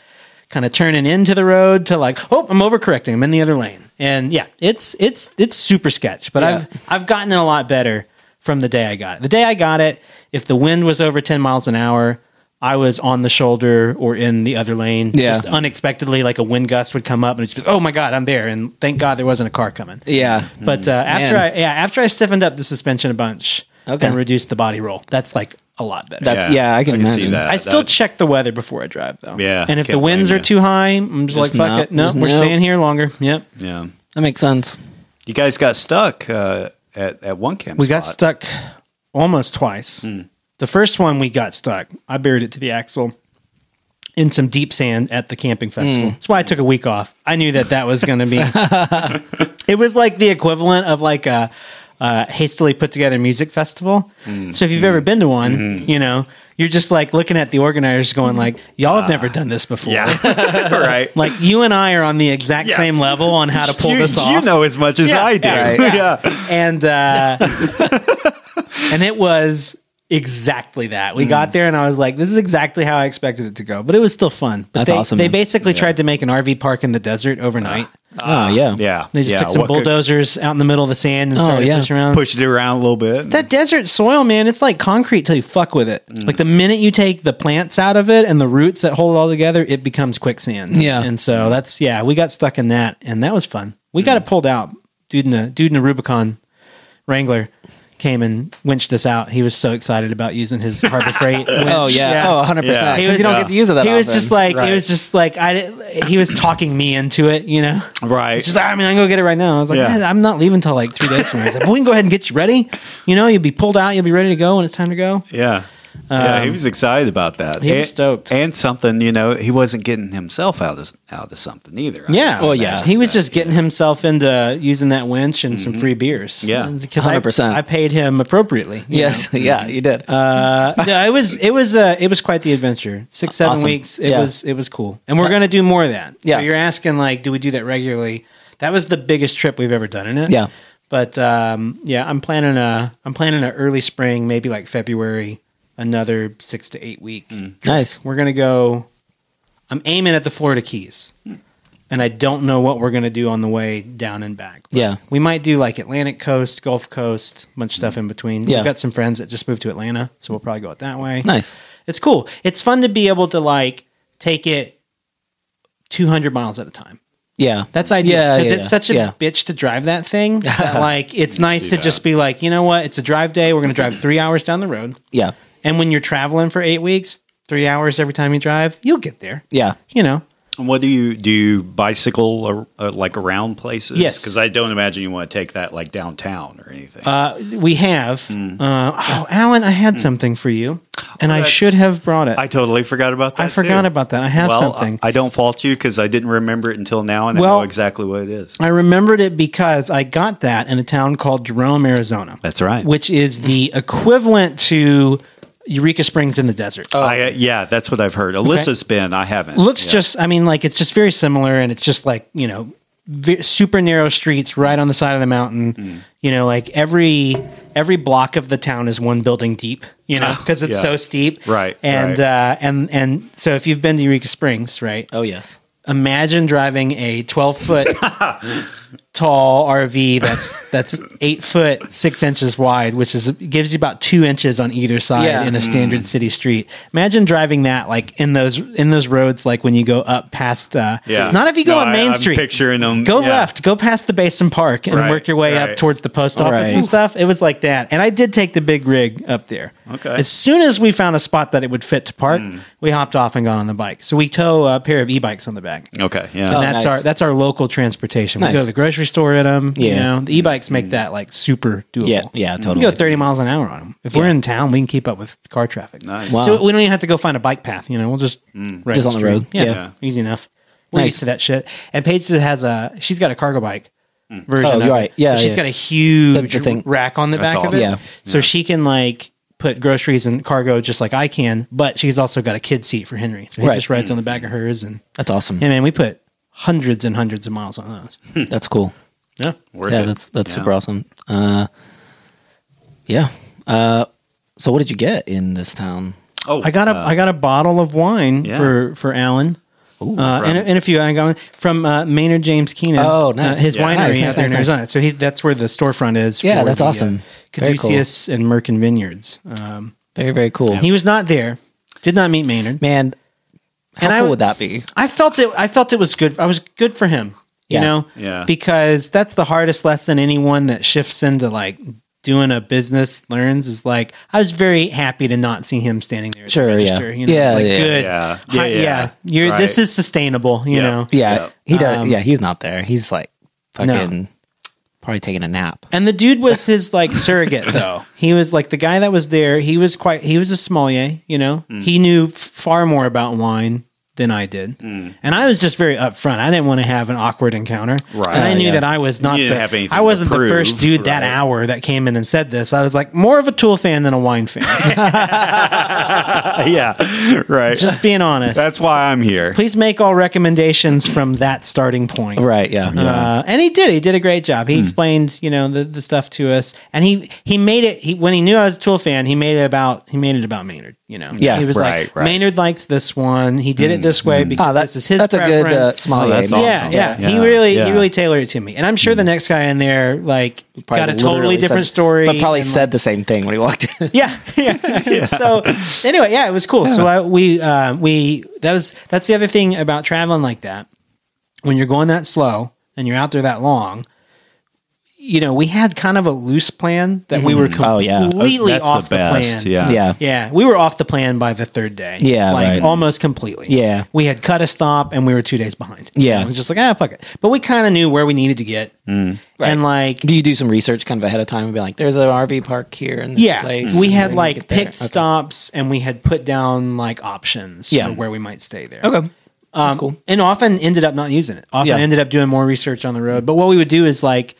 [SPEAKER 1] kind of turning into the road to like, oh, I'm overcorrecting. I'm in the other lane. And yeah, it's it's it's super sketch, but
[SPEAKER 5] Yeah.
[SPEAKER 1] I've I've gotten it a lot better from the day I got it. The day I got it, if the wind was over 10 miles an hour, I was on the shoulder or in the other lane.
[SPEAKER 5] Yeah.
[SPEAKER 1] Just unexpectedly, like a wind gust would come up and it's just, oh my God, I'm there. And thank God there wasn't a car coming.
[SPEAKER 5] yeah.
[SPEAKER 1] But uh, after I yeah, after I stiffened up the suspension a bunch
[SPEAKER 5] Okay.
[SPEAKER 1] and reduced the body roll, that's like a lot better.
[SPEAKER 5] That's yeah, I can imagine.
[SPEAKER 4] see that.
[SPEAKER 1] I still
[SPEAKER 4] That-
[SPEAKER 1] check the weather before I drive though.
[SPEAKER 4] Yeah,
[SPEAKER 1] And if the
[SPEAKER 4] can't
[SPEAKER 1] winds
[SPEAKER 4] blame
[SPEAKER 1] are
[SPEAKER 4] you.
[SPEAKER 1] too high, I'm just,
[SPEAKER 5] Just
[SPEAKER 1] like, fuck
[SPEAKER 5] no,
[SPEAKER 1] it. No,
[SPEAKER 5] just
[SPEAKER 1] we're
[SPEAKER 5] no.
[SPEAKER 1] staying here longer. Yep.
[SPEAKER 4] yeah.
[SPEAKER 5] That makes sense.
[SPEAKER 4] You guys got stuck uh, at, at one camp.
[SPEAKER 1] We got
[SPEAKER 4] spot. Hmm.
[SPEAKER 1] stuck almost twice. The first one we got stuck. I buried it to the axle in some deep sand at the camping
[SPEAKER 4] Hmm.
[SPEAKER 1] festival. That's why I took a week off. I knew that that was going to be. it was like the equivalent of like a, a hastily put together music festival.
[SPEAKER 4] Hmm.
[SPEAKER 1] So if you've ever been to one, you know you're just like looking at the organizers, going like, "Y'all have never done this before."
[SPEAKER 4] Ah. Yeah. right.
[SPEAKER 1] Like you and I are on the exact
[SPEAKER 4] Yes.
[SPEAKER 1] same level on how to pull
[SPEAKER 4] you,
[SPEAKER 1] this off.
[SPEAKER 4] You know as much as
[SPEAKER 1] Yeah,
[SPEAKER 4] I do.
[SPEAKER 1] yeah,
[SPEAKER 4] Yeah.
[SPEAKER 1] and uh, and it was exactly that.
[SPEAKER 5] Mm.
[SPEAKER 1] We got there and I was like, this is exactly how I expected it to go, but it was still fun. But
[SPEAKER 5] That's
[SPEAKER 1] they,
[SPEAKER 5] awesome,
[SPEAKER 1] They
[SPEAKER 5] man.
[SPEAKER 1] basically tried to make an RV park in the desert overnight.
[SPEAKER 5] oh yeah, Oh,
[SPEAKER 4] Yeah.
[SPEAKER 1] They just
[SPEAKER 4] yeah.
[SPEAKER 1] took some
[SPEAKER 4] What could-
[SPEAKER 1] bulldozers out in the middle of the sand and started
[SPEAKER 5] yeah.
[SPEAKER 1] pushing around.
[SPEAKER 4] pushed it around a little bit.
[SPEAKER 1] That desert soil, man, it's like concrete till you fuck with it. Like the minute you take the plants out of it and the roots that hold it all together, it becomes quicksand.
[SPEAKER 5] Yeah.
[SPEAKER 1] And so that's yeah, we got stuck in that and that was fun. We got it pulled out. Dude in a dude in a Rubicon Wrangler came and winched us out. He was so excited about using his Harbor Freight.
[SPEAKER 5] Oh
[SPEAKER 1] winch.
[SPEAKER 5] yeah. Oh, 100 percent.
[SPEAKER 4] Yeah.
[SPEAKER 5] Because you don't get to use it that
[SPEAKER 1] He
[SPEAKER 5] often.
[SPEAKER 1] was just like it was just like I did, he was talking me into it, you know.
[SPEAKER 4] Right.
[SPEAKER 1] She's like, I mean, I can go get it right now. I was like,
[SPEAKER 4] Yeah.
[SPEAKER 1] "Man, I'm not leaving till like three days from now. He's like, well, we can go ahead and get you ready. You know, you'll be pulled out, you'll be ready to go when it's time to go.
[SPEAKER 4] Yeah. yeah, he was excited about that.
[SPEAKER 1] um, he was
[SPEAKER 4] And-
[SPEAKER 1] stoked.
[SPEAKER 4] and something you know he wasn't getting himself out of out of something either. I
[SPEAKER 1] Yeah.
[SPEAKER 5] Well, yeah. Mm-hmm.
[SPEAKER 1] He was just getting himself into using that winch and some free beers.
[SPEAKER 4] Yeah.
[SPEAKER 1] Because
[SPEAKER 5] 100%.
[SPEAKER 1] I, I paid him appropriately. you Uh,
[SPEAKER 5] yes, yeah, you did.
[SPEAKER 1] know? yeah, it was it was uh, it was quite the adventure. Six seven
[SPEAKER 5] Awesome.
[SPEAKER 1] weeks. It
[SPEAKER 5] Yeah.
[SPEAKER 1] was it was cool, and we're gonna do more of that.
[SPEAKER 5] Yeah.
[SPEAKER 1] So you're asking like, do we do that regularly? That was the biggest trip we've ever done in it.
[SPEAKER 5] Yeah.
[SPEAKER 1] But um, yeah, I'm planning a I'm planning a early spring, maybe like February, another six to eight week.
[SPEAKER 5] nice.
[SPEAKER 1] We're gonna go. I'm aiming at the Florida Keys, and I don't know what we're gonna do on the way down and back. But
[SPEAKER 5] Yeah.
[SPEAKER 1] we might do like Atlantic Coast, Gulf Coast, bunch of stuff in between.
[SPEAKER 5] Yeah.
[SPEAKER 1] We've got some friends that just moved to Atlanta, so we'll probably go it that way.
[SPEAKER 5] Nice.
[SPEAKER 1] It's cool. It's fun to be able to like take it 200 miles at a time.
[SPEAKER 5] Yeah.
[SPEAKER 1] That's ideal
[SPEAKER 5] Yeah,
[SPEAKER 1] because
[SPEAKER 5] yeah,
[SPEAKER 1] it's
[SPEAKER 5] yeah.
[SPEAKER 1] such a
[SPEAKER 5] Yeah.
[SPEAKER 1] bitch to drive that thing. that, like it's nice to just be like, you know what? It's a drive day. We're going to drive three hours down the road.
[SPEAKER 5] yeah.
[SPEAKER 1] And when you're traveling for eight weeks, three hours every time you drive, you'll get there.
[SPEAKER 5] Yeah.
[SPEAKER 1] You know,
[SPEAKER 4] And What do you do? You bicycle or, uh, like around places?
[SPEAKER 1] Yes.
[SPEAKER 4] because I don't imagine you want to take that like downtown or anything.
[SPEAKER 1] uh, we have.
[SPEAKER 4] Mm.
[SPEAKER 1] Uh, oh, Alan, I had something for you, and I
[SPEAKER 4] that's-
[SPEAKER 1] should have brought it.
[SPEAKER 4] Mm. I
[SPEAKER 1] I,
[SPEAKER 4] totally forgot about that.
[SPEAKER 1] forgot
[SPEAKER 4] too.
[SPEAKER 1] about that. I have
[SPEAKER 4] well,
[SPEAKER 1] something.
[SPEAKER 4] I, I don't fault you because I didn't remember it until now, and I
[SPEAKER 1] Well-
[SPEAKER 4] know exactly what it is.
[SPEAKER 1] I remembered it because I got that in a town called Jerome, Arizona.
[SPEAKER 4] That's right.
[SPEAKER 1] Which is the equivalent to Eureka Springs in the desert.
[SPEAKER 4] I, uh, yeah, that's what I've heard. Alyssa's been. I haven't.
[SPEAKER 1] Looks
[SPEAKER 4] Yeah.
[SPEAKER 1] just, I mean, like it's just very similar, and it's just like you know, ve- super narrow streets right on the side of the mountain.
[SPEAKER 4] Mm.
[SPEAKER 1] You know, like every every block of the town is one building deep. You know, because it's
[SPEAKER 4] Ah, yeah.
[SPEAKER 1] so steep.
[SPEAKER 4] Right,
[SPEAKER 1] And
[SPEAKER 4] right.
[SPEAKER 1] Uh, and and so if you've been to Eureka Springs, right?
[SPEAKER 5] Oh yes.
[SPEAKER 1] imagine driving a 12 foot tall RV that's that's eight foot six inches wide, which is gives you about two inches on either side
[SPEAKER 5] Yeah.
[SPEAKER 1] in a standard
[SPEAKER 4] Mm.
[SPEAKER 1] city street. Imagine driving that like in those in those roads, like when you go up past. Uh,
[SPEAKER 4] Yeah.
[SPEAKER 1] Not if you go
[SPEAKER 4] No,
[SPEAKER 1] on
[SPEAKER 4] I-
[SPEAKER 1] Main
[SPEAKER 4] I'm
[SPEAKER 1] Street.
[SPEAKER 4] picturing them,
[SPEAKER 1] Go
[SPEAKER 4] yeah.
[SPEAKER 1] left. Go past the Basin Park and
[SPEAKER 4] Right,
[SPEAKER 1] work your way up
[SPEAKER 4] right.
[SPEAKER 1] towards the post office
[SPEAKER 5] Right.
[SPEAKER 1] and stuff. It was like that, and I did take the big rig up there.
[SPEAKER 4] Okay. Mm.
[SPEAKER 1] As soon as we found a spot that it would fit to park, we hopped off and got on the bike. So we tow a pair of e-bikes on the back.
[SPEAKER 4] okay. Yeah,
[SPEAKER 5] Oh.
[SPEAKER 1] And that's
[SPEAKER 5] nice.
[SPEAKER 1] our that's our local transportation. We
[SPEAKER 5] Nice.
[SPEAKER 1] go to the grocery store in them. You
[SPEAKER 5] Yeah. Mm.
[SPEAKER 1] know, the e-bikes make that like super doable.
[SPEAKER 5] Yeah, yeah,
[SPEAKER 1] We go
[SPEAKER 5] totally.
[SPEAKER 1] 30 miles an hour on them. If we're
[SPEAKER 5] Yeah.
[SPEAKER 1] in town, we can keep up with car traffic.
[SPEAKER 4] Nice. Mm.
[SPEAKER 1] So
[SPEAKER 5] Wow.
[SPEAKER 1] we don't even have to go find a bike path. You know, we'll just ride
[SPEAKER 5] Just on the
[SPEAKER 1] street.
[SPEAKER 5] road.
[SPEAKER 1] Yeah,
[SPEAKER 5] Yeah.
[SPEAKER 1] easy enough. We're
[SPEAKER 5] Nice.
[SPEAKER 1] used to that shit. And Paige has a she's got a cargo bike
[SPEAKER 4] Mm.
[SPEAKER 1] version.
[SPEAKER 5] Oh,
[SPEAKER 1] of
[SPEAKER 5] right.
[SPEAKER 1] It.
[SPEAKER 5] Yeah,
[SPEAKER 1] so she's
[SPEAKER 5] yeah.
[SPEAKER 1] got a huge
[SPEAKER 5] The- the thing.
[SPEAKER 1] rack on the
[SPEAKER 4] That's
[SPEAKER 1] back of
[SPEAKER 4] awesome.
[SPEAKER 1] it.
[SPEAKER 5] Yeah.
[SPEAKER 1] So she can like put groceries and cargo just like I can. But she's also got a kid seat for Henry, so he
[SPEAKER 5] Right.
[SPEAKER 1] just rides on the back of hers and.
[SPEAKER 5] That's awesome.
[SPEAKER 1] Yeah, man, we put hundreds and hundreds of miles on those.
[SPEAKER 5] That's cool.
[SPEAKER 1] Yeah.
[SPEAKER 4] worth
[SPEAKER 5] yeah,
[SPEAKER 4] it.
[SPEAKER 5] that's that's
[SPEAKER 4] Yeah.
[SPEAKER 5] super awesome. Uh, yeah. Uh, so what did you get in this town?
[SPEAKER 4] Oh,
[SPEAKER 1] I got a I
[SPEAKER 4] uh,
[SPEAKER 1] got a bottle of wine
[SPEAKER 4] Yeah.
[SPEAKER 1] for for Alan. uh,
[SPEAKER 4] from-
[SPEAKER 1] and, a- and a few I got one from uh, Maynard James Keenan.
[SPEAKER 5] Oh, nice.
[SPEAKER 1] Uh, his
[SPEAKER 5] Yeah.
[SPEAKER 1] winery
[SPEAKER 5] Nice,
[SPEAKER 1] is
[SPEAKER 5] nice,
[SPEAKER 1] there in
[SPEAKER 5] nice, nice.
[SPEAKER 1] Arizona. So he, that's where the storefront is.
[SPEAKER 5] Yeah,
[SPEAKER 1] for
[SPEAKER 5] that's
[SPEAKER 1] the, uh,
[SPEAKER 5] awesome. Very cool.
[SPEAKER 1] Caduceus and Merkin Vineyards. Um,
[SPEAKER 5] Very very cool.
[SPEAKER 1] he was not there. Did not meet Maynard.
[SPEAKER 5] Man, how
[SPEAKER 1] And I w-
[SPEAKER 5] cool would that be?
[SPEAKER 1] I felt it. I felt it was good. I was good for him.
[SPEAKER 5] Yeah.
[SPEAKER 1] You know,
[SPEAKER 4] Yeah.
[SPEAKER 1] Because that's the hardest lesson anyone that shifts into like doing a business learns is like I was very happy to not see him standing there. at the
[SPEAKER 5] Sure, yeah.
[SPEAKER 1] register, You know,
[SPEAKER 5] Yeah,
[SPEAKER 1] it's like,
[SPEAKER 5] yeah,
[SPEAKER 1] good.
[SPEAKER 4] yeah.
[SPEAKER 1] Hi-
[SPEAKER 4] Yeah,
[SPEAKER 1] yeah,
[SPEAKER 4] yeah.
[SPEAKER 1] You're this
[SPEAKER 4] Right.
[SPEAKER 1] is sustainable. You
[SPEAKER 4] Yeah.
[SPEAKER 1] know.
[SPEAKER 5] Yeah,
[SPEAKER 4] Yeah.
[SPEAKER 5] he does.
[SPEAKER 1] Um,
[SPEAKER 5] yeah, he's not there. He's like fucking probably taking a nap.
[SPEAKER 1] And the dude was his like surrogate though. He was like the
[SPEAKER 4] Mm.
[SPEAKER 1] guy that was there. He was quite. He was a sommelier. You know. He knew f- far more about wine than I did.
[SPEAKER 4] Mm.
[SPEAKER 1] And I was just very upfront. I didn't want to have an awkward encounter.
[SPEAKER 4] Right.
[SPEAKER 1] And I
[SPEAKER 5] Oh,
[SPEAKER 1] knew
[SPEAKER 5] yeah.
[SPEAKER 1] that I was not
[SPEAKER 4] You didn't have
[SPEAKER 1] the
[SPEAKER 4] anything
[SPEAKER 1] I wasn't
[SPEAKER 4] to
[SPEAKER 1] the first
[SPEAKER 4] prove,
[SPEAKER 1] dude that
[SPEAKER 4] right.
[SPEAKER 1] hour that came in and said this. I was like more of a Tool fan than a wine fan.
[SPEAKER 4] yeah, right.
[SPEAKER 1] just being honest.
[SPEAKER 4] That's why I'm here.
[SPEAKER 1] Please make all recommendations from that starting point.
[SPEAKER 5] Right. Yeah.
[SPEAKER 1] Uh, and he did. He did a great job.
[SPEAKER 4] Hmm.
[SPEAKER 1] He explained, you know, the, the stuff to us, and he he made it. He when he knew I was a Tool fan, he made it about he made it about Maynard. You know,
[SPEAKER 5] Yeah.
[SPEAKER 1] He was
[SPEAKER 4] Right,
[SPEAKER 1] like
[SPEAKER 4] right.
[SPEAKER 1] Maynard likes this one. He did it this way because
[SPEAKER 5] Ah, that-
[SPEAKER 1] this is his.
[SPEAKER 5] that's a good uh,
[SPEAKER 1] preference.
[SPEAKER 5] small.
[SPEAKER 4] Oh, that's awesome.
[SPEAKER 1] Yeah, yeah,
[SPEAKER 4] Yeah.
[SPEAKER 1] He really
[SPEAKER 4] Yeah. Hmm.
[SPEAKER 1] he really tailored it to me, and I'm sure the next guy in there like
[SPEAKER 5] Probably
[SPEAKER 1] got a
[SPEAKER 5] literally
[SPEAKER 1] totally
[SPEAKER 5] said-
[SPEAKER 1] different story,
[SPEAKER 5] but probably
[SPEAKER 1] and,
[SPEAKER 5] said the same thing when he walked in.
[SPEAKER 1] yeah, yeah. So anyway, yeah, it was cool. So I, we uh, we that was that's the other thing about traveling like that. When you're going that slow and you're out there that long, you know, we had kind of a loose plan that we were
[SPEAKER 5] Oh,
[SPEAKER 1] completely
[SPEAKER 5] yeah.
[SPEAKER 4] That's
[SPEAKER 1] off the,
[SPEAKER 4] the best.
[SPEAKER 1] plan.
[SPEAKER 4] Yeah.
[SPEAKER 5] yeah.
[SPEAKER 1] Yeah, we were off the plan by the third day.
[SPEAKER 5] Yeah,
[SPEAKER 1] like
[SPEAKER 5] right.
[SPEAKER 1] almost completely.
[SPEAKER 5] Yeah.
[SPEAKER 1] we had cut a stop and we were two days behind.
[SPEAKER 5] Yeah.
[SPEAKER 1] it was just like ah fuck it. But we kind of knew where we needed to get, and like
[SPEAKER 5] Do you do some research kind of ahead of time and be like, "There's an RV park here in this
[SPEAKER 1] yeah,
[SPEAKER 5] place."
[SPEAKER 1] we
[SPEAKER 5] and
[SPEAKER 1] had
[SPEAKER 5] then
[SPEAKER 1] like
[SPEAKER 5] get there."
[SPEAKER 1] picked
[SPEAKER 5] Okay.
[SPEAKER 1] stops, and we had put down like options
[SPEAKER 5] Yeah.
[SPEAKER 1] for where we might stay there.
[SPEAKER 5] Okay. That's cool.
[SPEAKER 1] and often ended up not using it. Often
[SPEAKER 5] Yeah.
[SPEAKER 1] ended up doing more research on the road. But what we would do is like,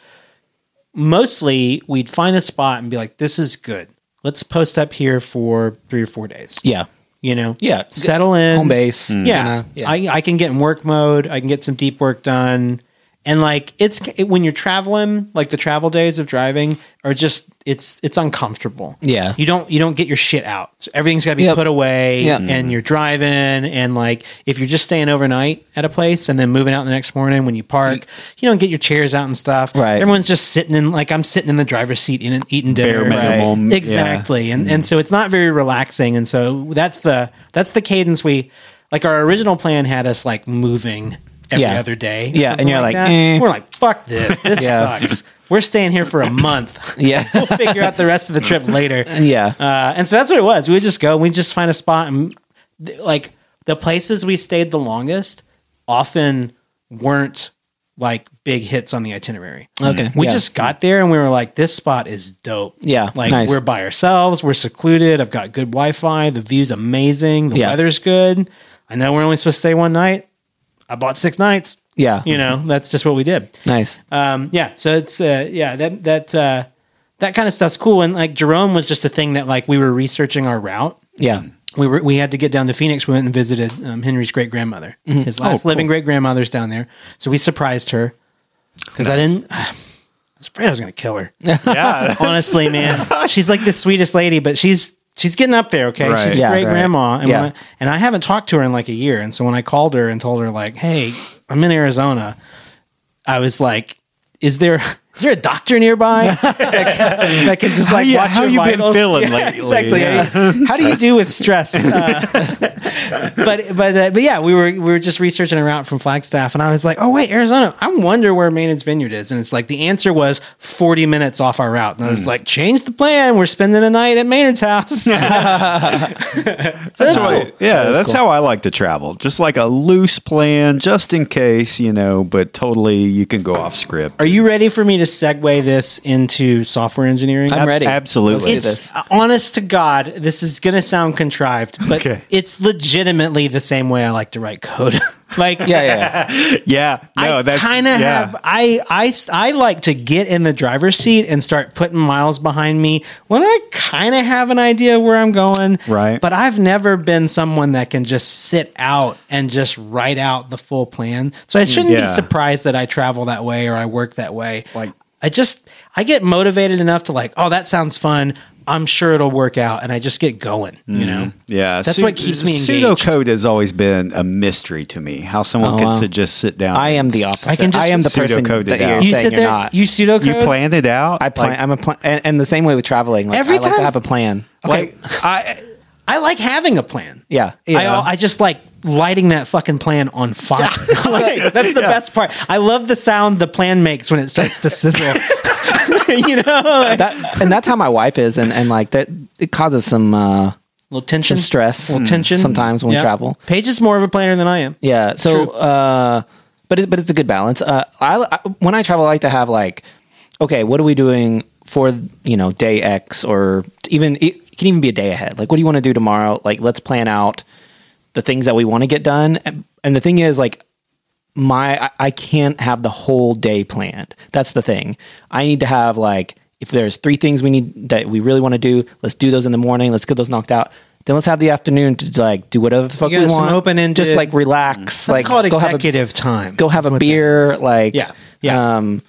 [SPEAKER 1] mostly we'd find a spot and be like, "This is good. Let's post up here for three or four days."
[SPEAKER 5] Yeah.
[SPEAKER 1] You know,
[SPEAKER 5] Yeah.
[SPEAKER 1] settle in
[SPEAKER 5] Home base.
[SPEAKER 1] Yeah,
[SPEAKER 5] Mm-hmm. kinda. Yeah.
[SPEAKER 1] I, I can get in work mode. I can get some deep work done. And like it's it, when you're traveling, like the travel days of driving are just it's it's uncomfortable.
[SPEAKER 5] Yeah.
[SPEAKER 1] you don't you don't get your shit out. So everything's got to be
[SPEAKER 5] Yep.
[SPEAKER 1] put away,
[SPEAKER 5] Yep. Mm-hmm.
[SPEAKER 1] and you're driving. And like if you're just staying overnight at a place and then moving out the next morning when you park, you, don't get your chairs out and stuff.
[SPEAKER 5] Right.
[SPEAKER 1] everyone's just sitting in like I'm sitting in the driver's seat in, eating dinner.
[SPEAKER 4] Bare minimum, yeah.
[SPEAKER 1] exactly exactly. and
[SPEAKER 5] Hmm.
[SPEAKER 1] and so it's not very relaxing and so that's the that's the cadence we like our original plan had us like moving every
[SPEAKER 5] Yeah.
[SPEAKER 1] other day or
[SPEAKER 5] Yeah, and
[SPEAKER 1] something
[SPEAKER 5] you're like,
[SPEAKER 1] that.
[SPEAKER 5] eh.
[SPEAKER 1] we're like fuck this this
[SPEAKER 5] Yeah.
[SPEAKER 1] sucks we're staying here for a month we'll
[SPEAKER 5] yeah.
[SPEAKER 1] figure out the rest of the trip later
[SPEAKER 5] yeah.
[SPEAKER 1] uh, and so that's what it was. We would just go, we just find a spot, and th- like the places we stayed the longest often weren't like big hits on the itinerary. Mm-hmm.
[SPEAKER 5] Okay,
[SPEAKER 1] we
[SPEAKER 5] yeah.
[SPEAKER 1] just got there and we were like, this spot is dope.
[SPEAKER 5] Yeah,
[SPEAKER 1] like
[SPEAKER 5] nice.
[SPEAKER 1] we're by ourselves, we're secluded. I've got good Wi-Fi, the view's amazing, the
[SPEAKER 5] Yeah.
[SPEAKER 1] weather's good. I know we're only supposed to stay one night. I bought six nights.
[SPEAKER 5] yeah.
[SPEAKER 1] You know, that's just what we did
[SPEAKER 5] Nice.
[SPEAKER 1] um, yeah so it's uh, yeah that that uh, that kind of stuff's cool and like jerome was just a thing that like we were researching our route
[SPEAKER 5] Yeah.
[SPEAKER 1] we were we had to get down to phoenix we went and visited um, henry's great grandmother his last living great grandmother's down there so we surprised her because i didn't i was afraid i was gonna kill her
[SPEAKER 4] yeah.
[SPEAKER 1] honestly man she's like the sweetest lady but she's she's getting up there okay
[SPEAKER 4] Right.
[SPEAKER 1] she's
[SPEAKER 5] Yeah,
[SPEAKER 1] a great
[SPEAKER 5] right.
[SPEAKER 1] grandma and,
[SPEAKER 5] Yeah.
[SPEAKER 1] when I, and i haven't talked to her in like a year and so when i called her and told her like hey i'm in arizona i was like is there is there a doctor nearby that, can- that can just like
[SPEAKER 4] you-
[SPEAKER 1] watch
[SPEAKER 4] how
[SPEAKER 1] your
[SPEAKER 4] you been
[SPEAKER 1] vitals?
[SPEAKER 4] feeling
[SPEAKER 1] Yeah,
[SPEAKER 4] lately?
[SPEAKER 1] Exactly. How do you do with stress? Uh, but but uh, but yeah, we were we were just researching a route from Flagstaff, and I was like, oh wait, Arizona. I wonder where Maynard's Vineyard is, and it's like the answer was forty minutes off our route, and I
[SPEAKER 5] Hmm.
[SPEAKER 1] was like, change the plan. We're spending the night at Maynard's house. so that's
[SPEAKER 4] That's how I-
[SPEAKER 1] cool.
[SPEAKER 4] yeah, that's how I like to travel. Just like a loose plan, just in case, you know, but totally you can go off script.
[SPEAKER 1] Are you ready for me to segue this into software engineering?
[SPEAKER 5] I'm ready.
[SPEAKER 4] absolutely.
[SPEAKER 5] Let's do
[SPEAKER 1] It's
[SPEAKER 5] this.
[SPEAKER 1] honest to God, this is gonna sound contrived, but
[SPEAKER 4] Okay.
[SPEAKER 1] it's legitimately the same way I like to write code. like,
[SPEAKER 5] Yeah. Yeah.
[SPEAKER 4] yeah. No,
[SPEAKER 1] I
[SPEAKER 4] that's
[SPEAKER 1] kind of
[SPEAKER 4] yeah.
[SPEAKER 1] have. I, I s- I like to get in the driver's seat and start putting miles behind me when I kind of have an idea where I'm going.
[SPEAKER 4] Right.
[SPEAKER 1] But I've never been someone that can just sit out and just write out the full plan. So I shouldn't
[SPEAKER 4] Mm, yeah.
[SPEAKER 1] be surprised that I travel that way or I work that way.
[SPEAKER 4] Like-
[SPEAKER 1] I just I get motivated enough to like, oh, that sounds fun. I'm sure it'll work out, and I just get going.
[SPEAKER 4] Mm.
[SPEAKER 1] You know.
[SPEAKER 4] Yeah,
[SPEAKER 1] That's what keeps me engaged.
[SPEAKER 4] Pseudocode has always been a mystery to me. How someone
[SPEAKER 5] Oh,
[SPEAKER 4] could
[SPEAKER 5] wow.
[SPEAKER 4] su- just sit down.
[SPEAKER 5] I am
[SPEAKER 4] and
[SPEAKER 5] the
[SPEAKER 4] s-
[SPEAKER 5] opposite. I,
[SPEAKER 1] I can just
[SPEAKER 5] am the person
[SPEAKER 4] pseudocode it
[SPEAKER 5] that
[SPEAKER 4] out.
[SPEAKER 5] you're
[SPEAKER 1] You
[SPEAKER 5] saying
[SPEAKER 1] sit
[SPEAKER 5] you're
[SPEAKER 1] there,
[SPEAKER 5] not.
[SPEAKER 1] you pseudocode.
[SPEAKER 4] You plan it out.
[SPEAKER 5] I plan.
[SPEAKER 4] Like,
[SPEAKER 5] I'm a plan, and, and the same way with traveling. Like,
[SPEAKER 1] Every
[SPEAKER 5] I like
[SPEAKER 1] time-
[SPEAKER 5] to have a plan.
[SPEAKER 4] like I.
[SPEAKER 1] I like having a plan.
[SPEAKER 5] Yeah.
[SPEAKER 4] Yeah.
[SPEAKER 1] I, I just like lighting that fucking plan on fire. Like, that's the best part. I love the sound the plan makes when it starts to sizzle. you know, like,
[SPEAKER 5] That, and that's how my wife is, and, and like that, it causes some uh,
[SPEAKER 1] little tension,
[SPEAKER 5] some stress,
[SPEAKER 1] little tension
[SPEAKER 5] sometimes when
[SPEAKER 1] Yeah.
[SPEAKER 5] we travel.
[SPEAKER 1] Paige is more of a planner than I am.
[SPEAKER 5] Yeah. So, uh, but it, but it's a good balance. Uh, I, I when I travel, I like to have like, okay, what are we doing for you know day X or even it can even be a day ahead. Like, what do you want to do tomorrow? Like, let's plan out the things that we want to get done. And- And the thing is, like, my I, I can't have the whole day planned. That's the thing. I need to have like if there's three things we need that we really want to do, let's do those in the morning. Let's get those knocked out. Then let's have the afternoon to like do whatever the fuck
[SPEAKER 1] You
[SPEAKER 5] we
[SPEAKER 1] got some
[SPEAKER 5] want.
[SPEAKER 1] open-ended-
[SPEAKER 5] just like relax.
[SPEAKER 1] Mm. Let's
[SPEAKER 5] like
[SPEAKER 1] call it
[SPEAKER 5] go have a-
[SPEAKER 1] executive time.
[SPEAKER 5] go have
[SPEAKER 1] is
[SPEAKER 5] a
[SPEAKER 1] what that
[SPEAKER 5] beer.
[SPEAKER 1] is.
[SPEAKER 5] Like,
[SPEAKER 1] Yeah. Yeah.
[SPEAKER 5] Um,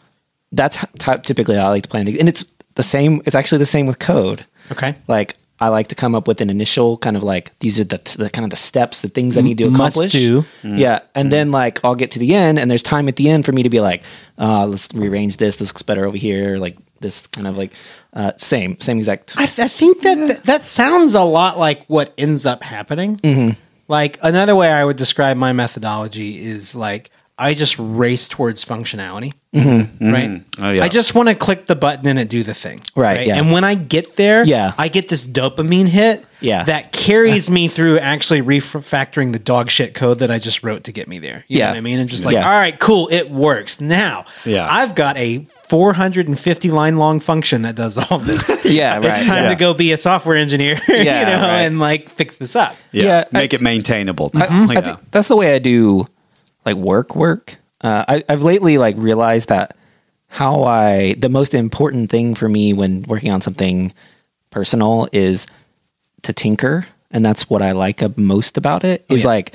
[SPEAKER 5] that's h- ty- typically how I like to plan things, and it's the same. It's actually the same with code.
[SPEAKER 1] Okay.
[SPEAKER 5] Like, I like to come up with an initial kind of like these are the, the kind of the steps, the things I need to
[SPEAKER 1] must
[SPEAKER 5] accomplish.
[SPEAKER 1] do. Mm.
[SPEAKER 5] Yeah, and then like I'll get to the end, and there's time at the end for me to be like, uh, let's rearrange this. This looks better over here. Like this kind of like uh, same same exact.
[SPEAKER 1] I, I think that, that that sounds a lot like what ends up happening.
[SPEAKER 5] Mm-hmm.
[SPEAKER 1] Like another way I would describe my methodology is like I just race towards functionality,
[SPEAKER 5] Mm-hmm.
[SPEAKER 1] right?
[SPEAKER 4] Oh, yeah.
[SPEAKER 1] I just want to click the button and it do the thing,
[SPEAKER 5] Right, yeah.
[SPEAKER 1] And when I get there,
[SPEAKER 5] Yeah.
[SPEAKER 1] I get this dopamine hit,
[SPEAKER 5] Yeah.
[SPEAKER 1] that carries me through actually refactoring the dog shit code that I just wrote to get me there. You
[SPEAKER 5] Yeah.
[SPEAKER 1] know what I mean? And just like,
[SPEAKER 5] Yeah.
[SPEAKER 1] all right, cool, it works. Now,
[SPEAKER 4] Yeah.
[SPEAKER 1] I've got a 450 line long function that does all this.
[SPEAKER 5] yeah, right.
[SPEAKER 1] it's time
[SPEAKER 4] yeah.
[SPEAKER 1] to go be a software engineer,
[SPEAKER 5] Yeah,
[SPEAKER 1] you know,
[SPEAKER 5] right.
[SPEAKER 1] and like fix this up.
[SPEAKER 4] Yeah,
[SPEAKER 5] Yeah, I-
[SPEAKER 4] make it maintainable.
[SPEAKER 5] I think that's the way I do like work work. Uh, I, I've lately like realized that how I the most important thing for me when working on something personal is to tinker, and that's what I like ab- most about it. Is like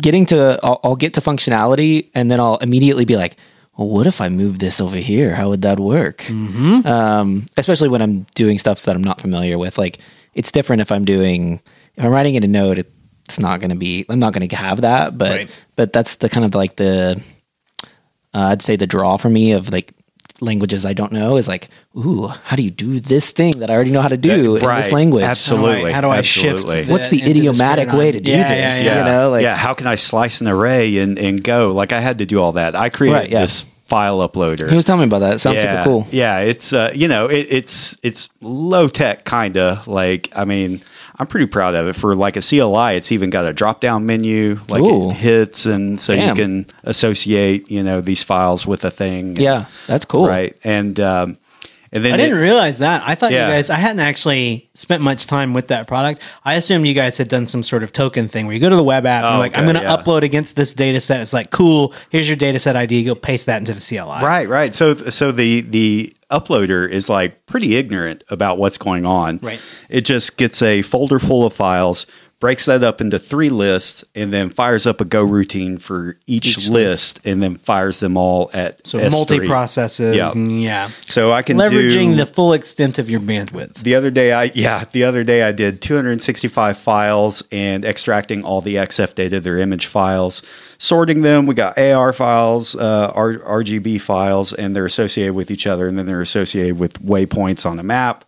[SPEAKER 5] getting to I'll, I'll get to functionality, and then I'll immediately be like. Well, what if I move this over here? How would that work? Um, especially when I'm doing stuff that I'm not familiar with. Like it's different if I'm doing if I'm writing in a note. It, it's not going to be. I'm not going to have that. But
[SPEAKER 1] Right.
[SPEAKER 5] but that's the kind of like the uh, I'd say the draw for me of like languages I don't know is like ooh how do you do this thing that I already know how to do in this language?
[SPEAKER 4] Absolutely.
[SPEAKER 1] How do I, how do I shift?
[SPEAKER 4] Absolutely.
[SPEAKER 1] the-
[SPEAKER 5] What's the
[SPEAKER 1] into this
[SPEAKER 5] idiomatic way to do
[SPEAKER 1] paradigm? Yeah,
[SPEAKER 5] this?
[SPEAKER 1] yeah, yeah.
[SPEAKER 5] You know, like-
[SPEAKER 4] yeah, how can I slice an array and, and go? Like I had to do all that. I created
[SPEAKER 5] Right, yeah.
[SPEAKER 4] this file uploader.
[SPEAKER 5] He was telling me about that. It sounds
[SPEAKER 4] yeah,
[SPEAKER 5] super cool.
[SPEAKER 4] Yeah, it's uh, you know, it, it's it's low tech kinda. Like I mean, I'm pretty proud of it. For like a CLI, it's even got a drop down menu, like
[SPEAKER 5] Ooh.
[SPEAKER 4] it hits and so
[SPEAKER 5] Damn.
[SPEAKER 4] you can associate, you know, these files with a thing.
[SPEAKER 5] Yeah, that's cool.
[SPEAKER 4] Right. And um and then
[SPEAKER 1] I didn't
[SPEAKER 4] it-
[SPEAKER 1] realize that. I thought
[SPEAKER 4] Yeah.
[SPEAKER 1] you guys, I hadn't actually spent much time with that product. I assumed you guys had done some sort of token thing where you go to the web app and you're like, I'm
[SPEAKER 4] Oh, okay,
[SPEAKER 1] going to
[SPEAKER 4] yeah.
[SPEAKER 1] upload against this data set. It's like, cool, here's your data set ID. Go paste that into the CLI.
[SPEAKER 4] Right, right. So, so the the uploader is like pretty ignorant about what's going on.
[SPEAKER 1] Right.
[SPEAKER 4] It just gets a folder full of files, breaks that up into three lists, and then fires up a Go routine for each, list, and then fires them all at
[SPEAKER 1] So
[SPEAKER 4] S3.
[SPEAKER 1] multi processes.
[SPEAKER 4] Yeah.
[SPEAKER 1] Yeah.
[SPEAKER 4] So I can
[SPEAKER 1] Leveraging
[SPEAKER 4] do,
[SPEAKER 1] the full extent of your bandwidth.
[SPEAKER 4] the other day, I yeah, the other day I did 265 files and extracting all the XF data, their image files, sorting them. We got AR files, uh, R- RGB files, and they're associated with each other, and then they're associated with waypoints on a map.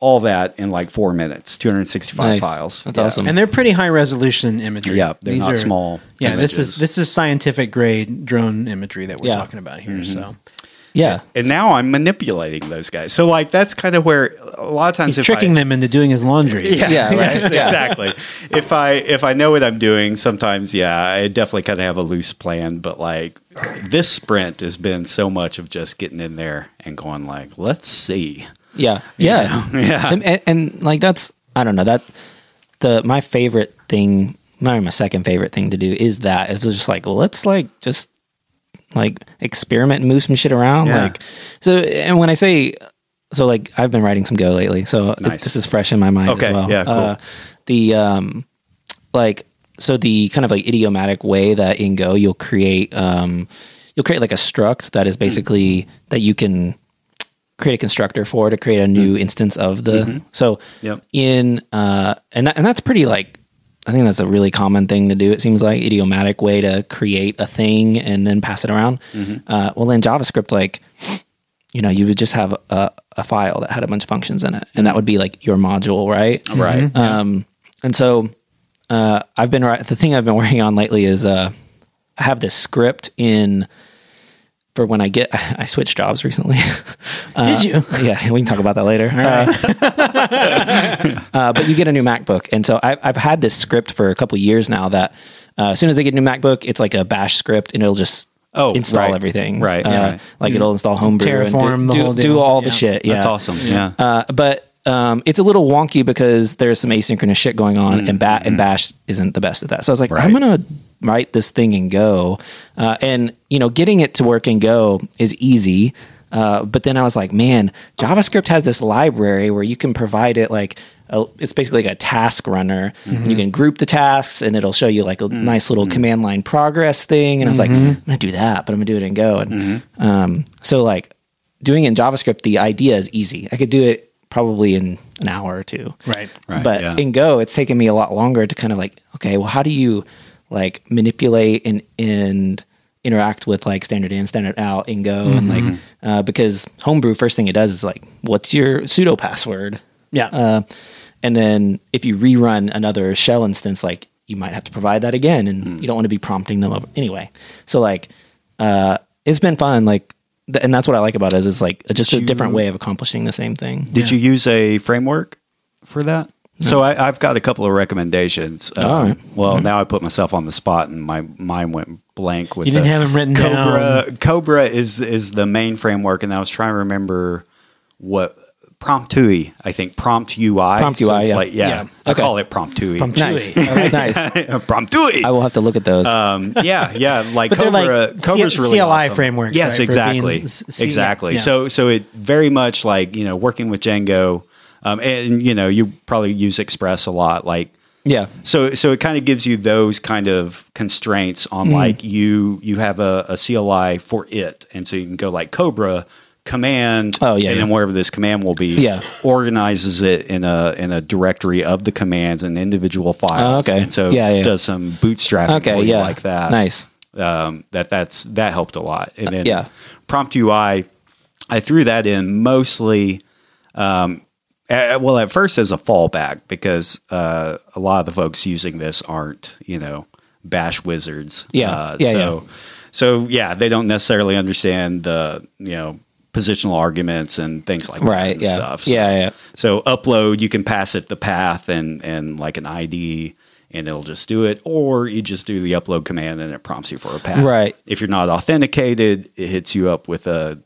[SPEAKER 4] All that in like four minutes. 265
[SPEAKER 5] Nice.
[SPEAKER 4] files.
[SPEAKER 5] That's
[SPEAKER 4] Yeah.
[SPEAKER 5] awesome.
[SPEAKER 1] And they're pretty high resolution imagery.
[SPEAKER 4] Yeah, they're not small
[SPEAKER 1] Yeah, this
[SPEAKER 4] images.
[SPEAKER 1] is this is scientific grade drone imagery that we're
[SPEAKER 5] Yeah.
[SPEAKER 1] talking about here.
[SPEAKER 4] Mm-hmm.
[SPEAKER 1] So
[SPEAKER 5] yeah.
[SPEAKER 4] And now I'm manipulating those guys. So like that's kind of where a lot of times
[SPEAKER 1] he's
[SPEAKER 4] if
[SPEAKER 1] tricking
[SPEAKER 4] I,
[SPEAKER 1] them into doing his laundry.
[SPEAKER 4] Yeah,
[SPEAKER 5] Yeah, right.
[SPEAKER 4] yes,
[SPEAKER 5] Yeah.
[SPEAKER 4] exactly. if I if I know what I'm doing, sometimes yeah, I definitely kind of have a loose plan. But like this sprint has been so much of just getting in there and going like, let's see.
[SPEAKER 5] Yeah, yeah,
[SPEAKER 4] Yeah.
[SPEAKER 5] And, and, and, like that's I don't know that the my favorite thing, not my second favorite thing to do is that it's just like well, let's like just like experiment and move some shit around.
[SPEAKER 4] Yeah.
[SPEAKER 5] Like so, and when I say so, like I've been writing some Go lately, so it-
[SPEAKER 4] Nice.
[SPEAKER 5] this is fresh in my mind
[SPEAKER 4] Okay,
[SPEAKER 5] as well.
[SPEAKER 4] yeah, cool.
[SPEAKER 5] Uh, the um, like so the kind of like idiomatic way that in Go you'll create um, you'll create like a struct that is basically that you can create a constructor for to create a new instance of the so
[SPEAKER 4] Yep.
[SPEAKER 5] in uh and that, and that's pretty like I think that's a really common thing to do. It seems like idiomatic way to create a thing and then pass it around. Uh, well, in JavaScript, like you know, you would just have a, a file that had a bunch of functions in it, and that would be like your module, right?
[SPEAKER 4] Right.
[SPEAKER 5] Um, and so uh, I've been ri- the thing I've been working on lately is uh, I have this script in for when I get I switched jobs recently. Uh,
[SPEAKER 1] Did you?
[SPEAKER 5] yeah, we can talk about that later. Uh, uh, but you get a new MacBook, and so I, I've had this script for a couple years now. That uh, as soon as I get a new MacBook, it's like a Bash script, and it'll just
[SPEAKER 4] Oh,
[SPEAKER 5] install
[SPEAKER 4] right.
[SPEAKER 5] everything.
[SPEAKER 4] Right,
[SPEAKER 5] Uh,
[SPEAKER 4] yeah.
[SPEAKER 5] Like it'll install Homebrew, and do-
[SPEAKER 1] Terraform, the
[SPEAKER 5] do,
[SPEAKER 1] whole
[SPEAKER 5] do
[SPEAKER 1] deal.
[SPEAKER 5] all the
[SPEAKER 1] Yeah.
[SPEAKER 5] shit. Yeah,
[SPEAKER 4] That's awesome. Yeah.
[SPEAKER 5] uh, but um, it's a little wonky because there's some asynchronous shit going on, and Bat and Bash isn't the best at that. So I was like,
[SPEAKER 4] Right.
[SPEAKER 5] I'm gonna write this thing in Go, uh, and you know, getting it to work in Go is easy. Uh, but then I was like, man, JavaScript has this library where you can provide it like a, it's basically like a task runner. And you can group the tasks, and it'll show you like a nice little command line progress thing. And I was like, I'm gonna do that, but I'm gonna do it in Go. And um, so like doing it in JavaScript, the idea is easy. I could do it probably in an hour or two.
[SPEAKER 1] Right.
[SPEAKER 4] Right,
[SPEAKER 5] but
[SPEAKER 4] yeah.
[SPEAKER 5] in Go, it's taken me a lot longer to kind of like, okay, well, how do you like manipulate and and interact with like standard in, standard out in Go, and like
[SPEAKER 4] Mm-hmm.
[SPEAKER 5] uh, because Homebrew first thing it does is like, what's your pseudo password?
[SPEAKER 1] Yeah.
[SPEAKER 5] Uh, and then if you rerun another shell instance, like you might have to provide that again, and
[SPEAKER 4] Hmm.
[SPEAKER 5] you don't want to be prompting them over anyway. So like, uh, it's been fun. Like, th- and that's what I like about it is it's like just a different way of accomplishing the same thing.
[SPEAKER 4] Did you use a framework for that? So I, I've got a couple of recommendations. Um,
[SPEAKER 5] All right. Mm-hmm.
[SPEAKER 4] Well, now I put myself on the spot, and my mind went blank with.
[SPEAKER 1] You didn't
[SPEAKER 4] the-
[SPEAKER 1] have them written
[SPEAKER 4] Cobra. Cobra is is the main framework, and I was trying to remember what Promptui. I think Prompt UI.
[SPEAKER 5] Prompt UI,
[SPEAKER 4] it's
[SPEAKER 5] yeah.
[SPEAKER 4] Like, yeah,
[SPEAKER 5] Yeah.
[SPEAKER 4] I
[SPEAKER 5] Okay.
[SPEAKER 4] call it Promptui.
[SPEAKER 1] Prompt-
[SPEAKER 5] Nice,
[SPEAKER 1] Chewy.
[SPEAKER 5] All right, nice.
[SPEAKER 4] Promptui.
[SPEAKER 5] I will have to look at those.
[SPEAKER 4] um, yeah, yeah, like
[SPEAKER 1] But they're
[SPEAKER 4] Cobra.
[SPEAKER 1] like C-
[SPEAKER 4] Cobra's really
[SPEAKER 1] CLI
[SPEAKER 4] awesome.
[SPEAKER 1] frameworks, right,
[SPEAKER 4] Yes,
[SPEAKER 1] for
[SPEAKER 4] exactly,
[SPEAKER 1] being s- s-
[SPEAKER 4] exactly.
[SPEAKER 1] yeah.
[SPEAKER 4] So, so it very much like you know working with Django, um, and you know you probably use Express a lot. Like
[SPEAKER 5] yeah,
[SPEAKER 4] so, so it kind of gives you those kind of constraints
[SPEAKER 5] Mm.
[SPEAKER 4] on like you you have a, a CLI for it, and so you can go like Cobra command
[SPEAKER 5] Oh, yeah,
[SPEAKER 4] and then
[SPEAKER 5] yeah.
[SPEAKER 4] wherever this command will be
[SPEAKER 5] Yeah.
[SPEAKER 4] organizes it in a in a directory of the commands and individual files
[SPEAKER 5] Oh, okay.
[SPEAKER 4] and so
[SPEAKER 5] Yeah, yeah.
[SPEAKER 4] does some bootstrapping
[SPEAKER 5] okay,
[SPEAKER 4] for you
[SPEAKER 5] yeah,
[SPEAKER 4] like that
[SPEAKER 5] Nice.
[SPEAKER 4] um, that that's that helped a lot. And then
[SPEAKER 5] yeah.
[SPEAKER 4] prompt UI, I threw that in mostly. Um, at, well, at first as a fallback because uh, a lot of the folks using this aren't you know bash wizards.
[SPEAKER 5] Yeah.
[SPEAKER 4] Uh,
[SPEAKER 5] Yeah,
[SPEAKER 4] so so yeah, they don't necessarily understand the you know positional arguments and things like that
[SPEAKER 5] Right.
[SPEAKER 4] and
[SPEAKER 5] Yeah.
[SPEAKER 4] stuff. So-
[SPEAKER 5] yeah. Yeah.
[SPEAKER 4] so upload, you can pass it the path and and like an ID, and it'll just do it. Or you just do the upload command, and it prompts you for a path.
[SPEAKER 5] Right.
[SPEAKER 4] If you're not authenticated, it hits you up with a,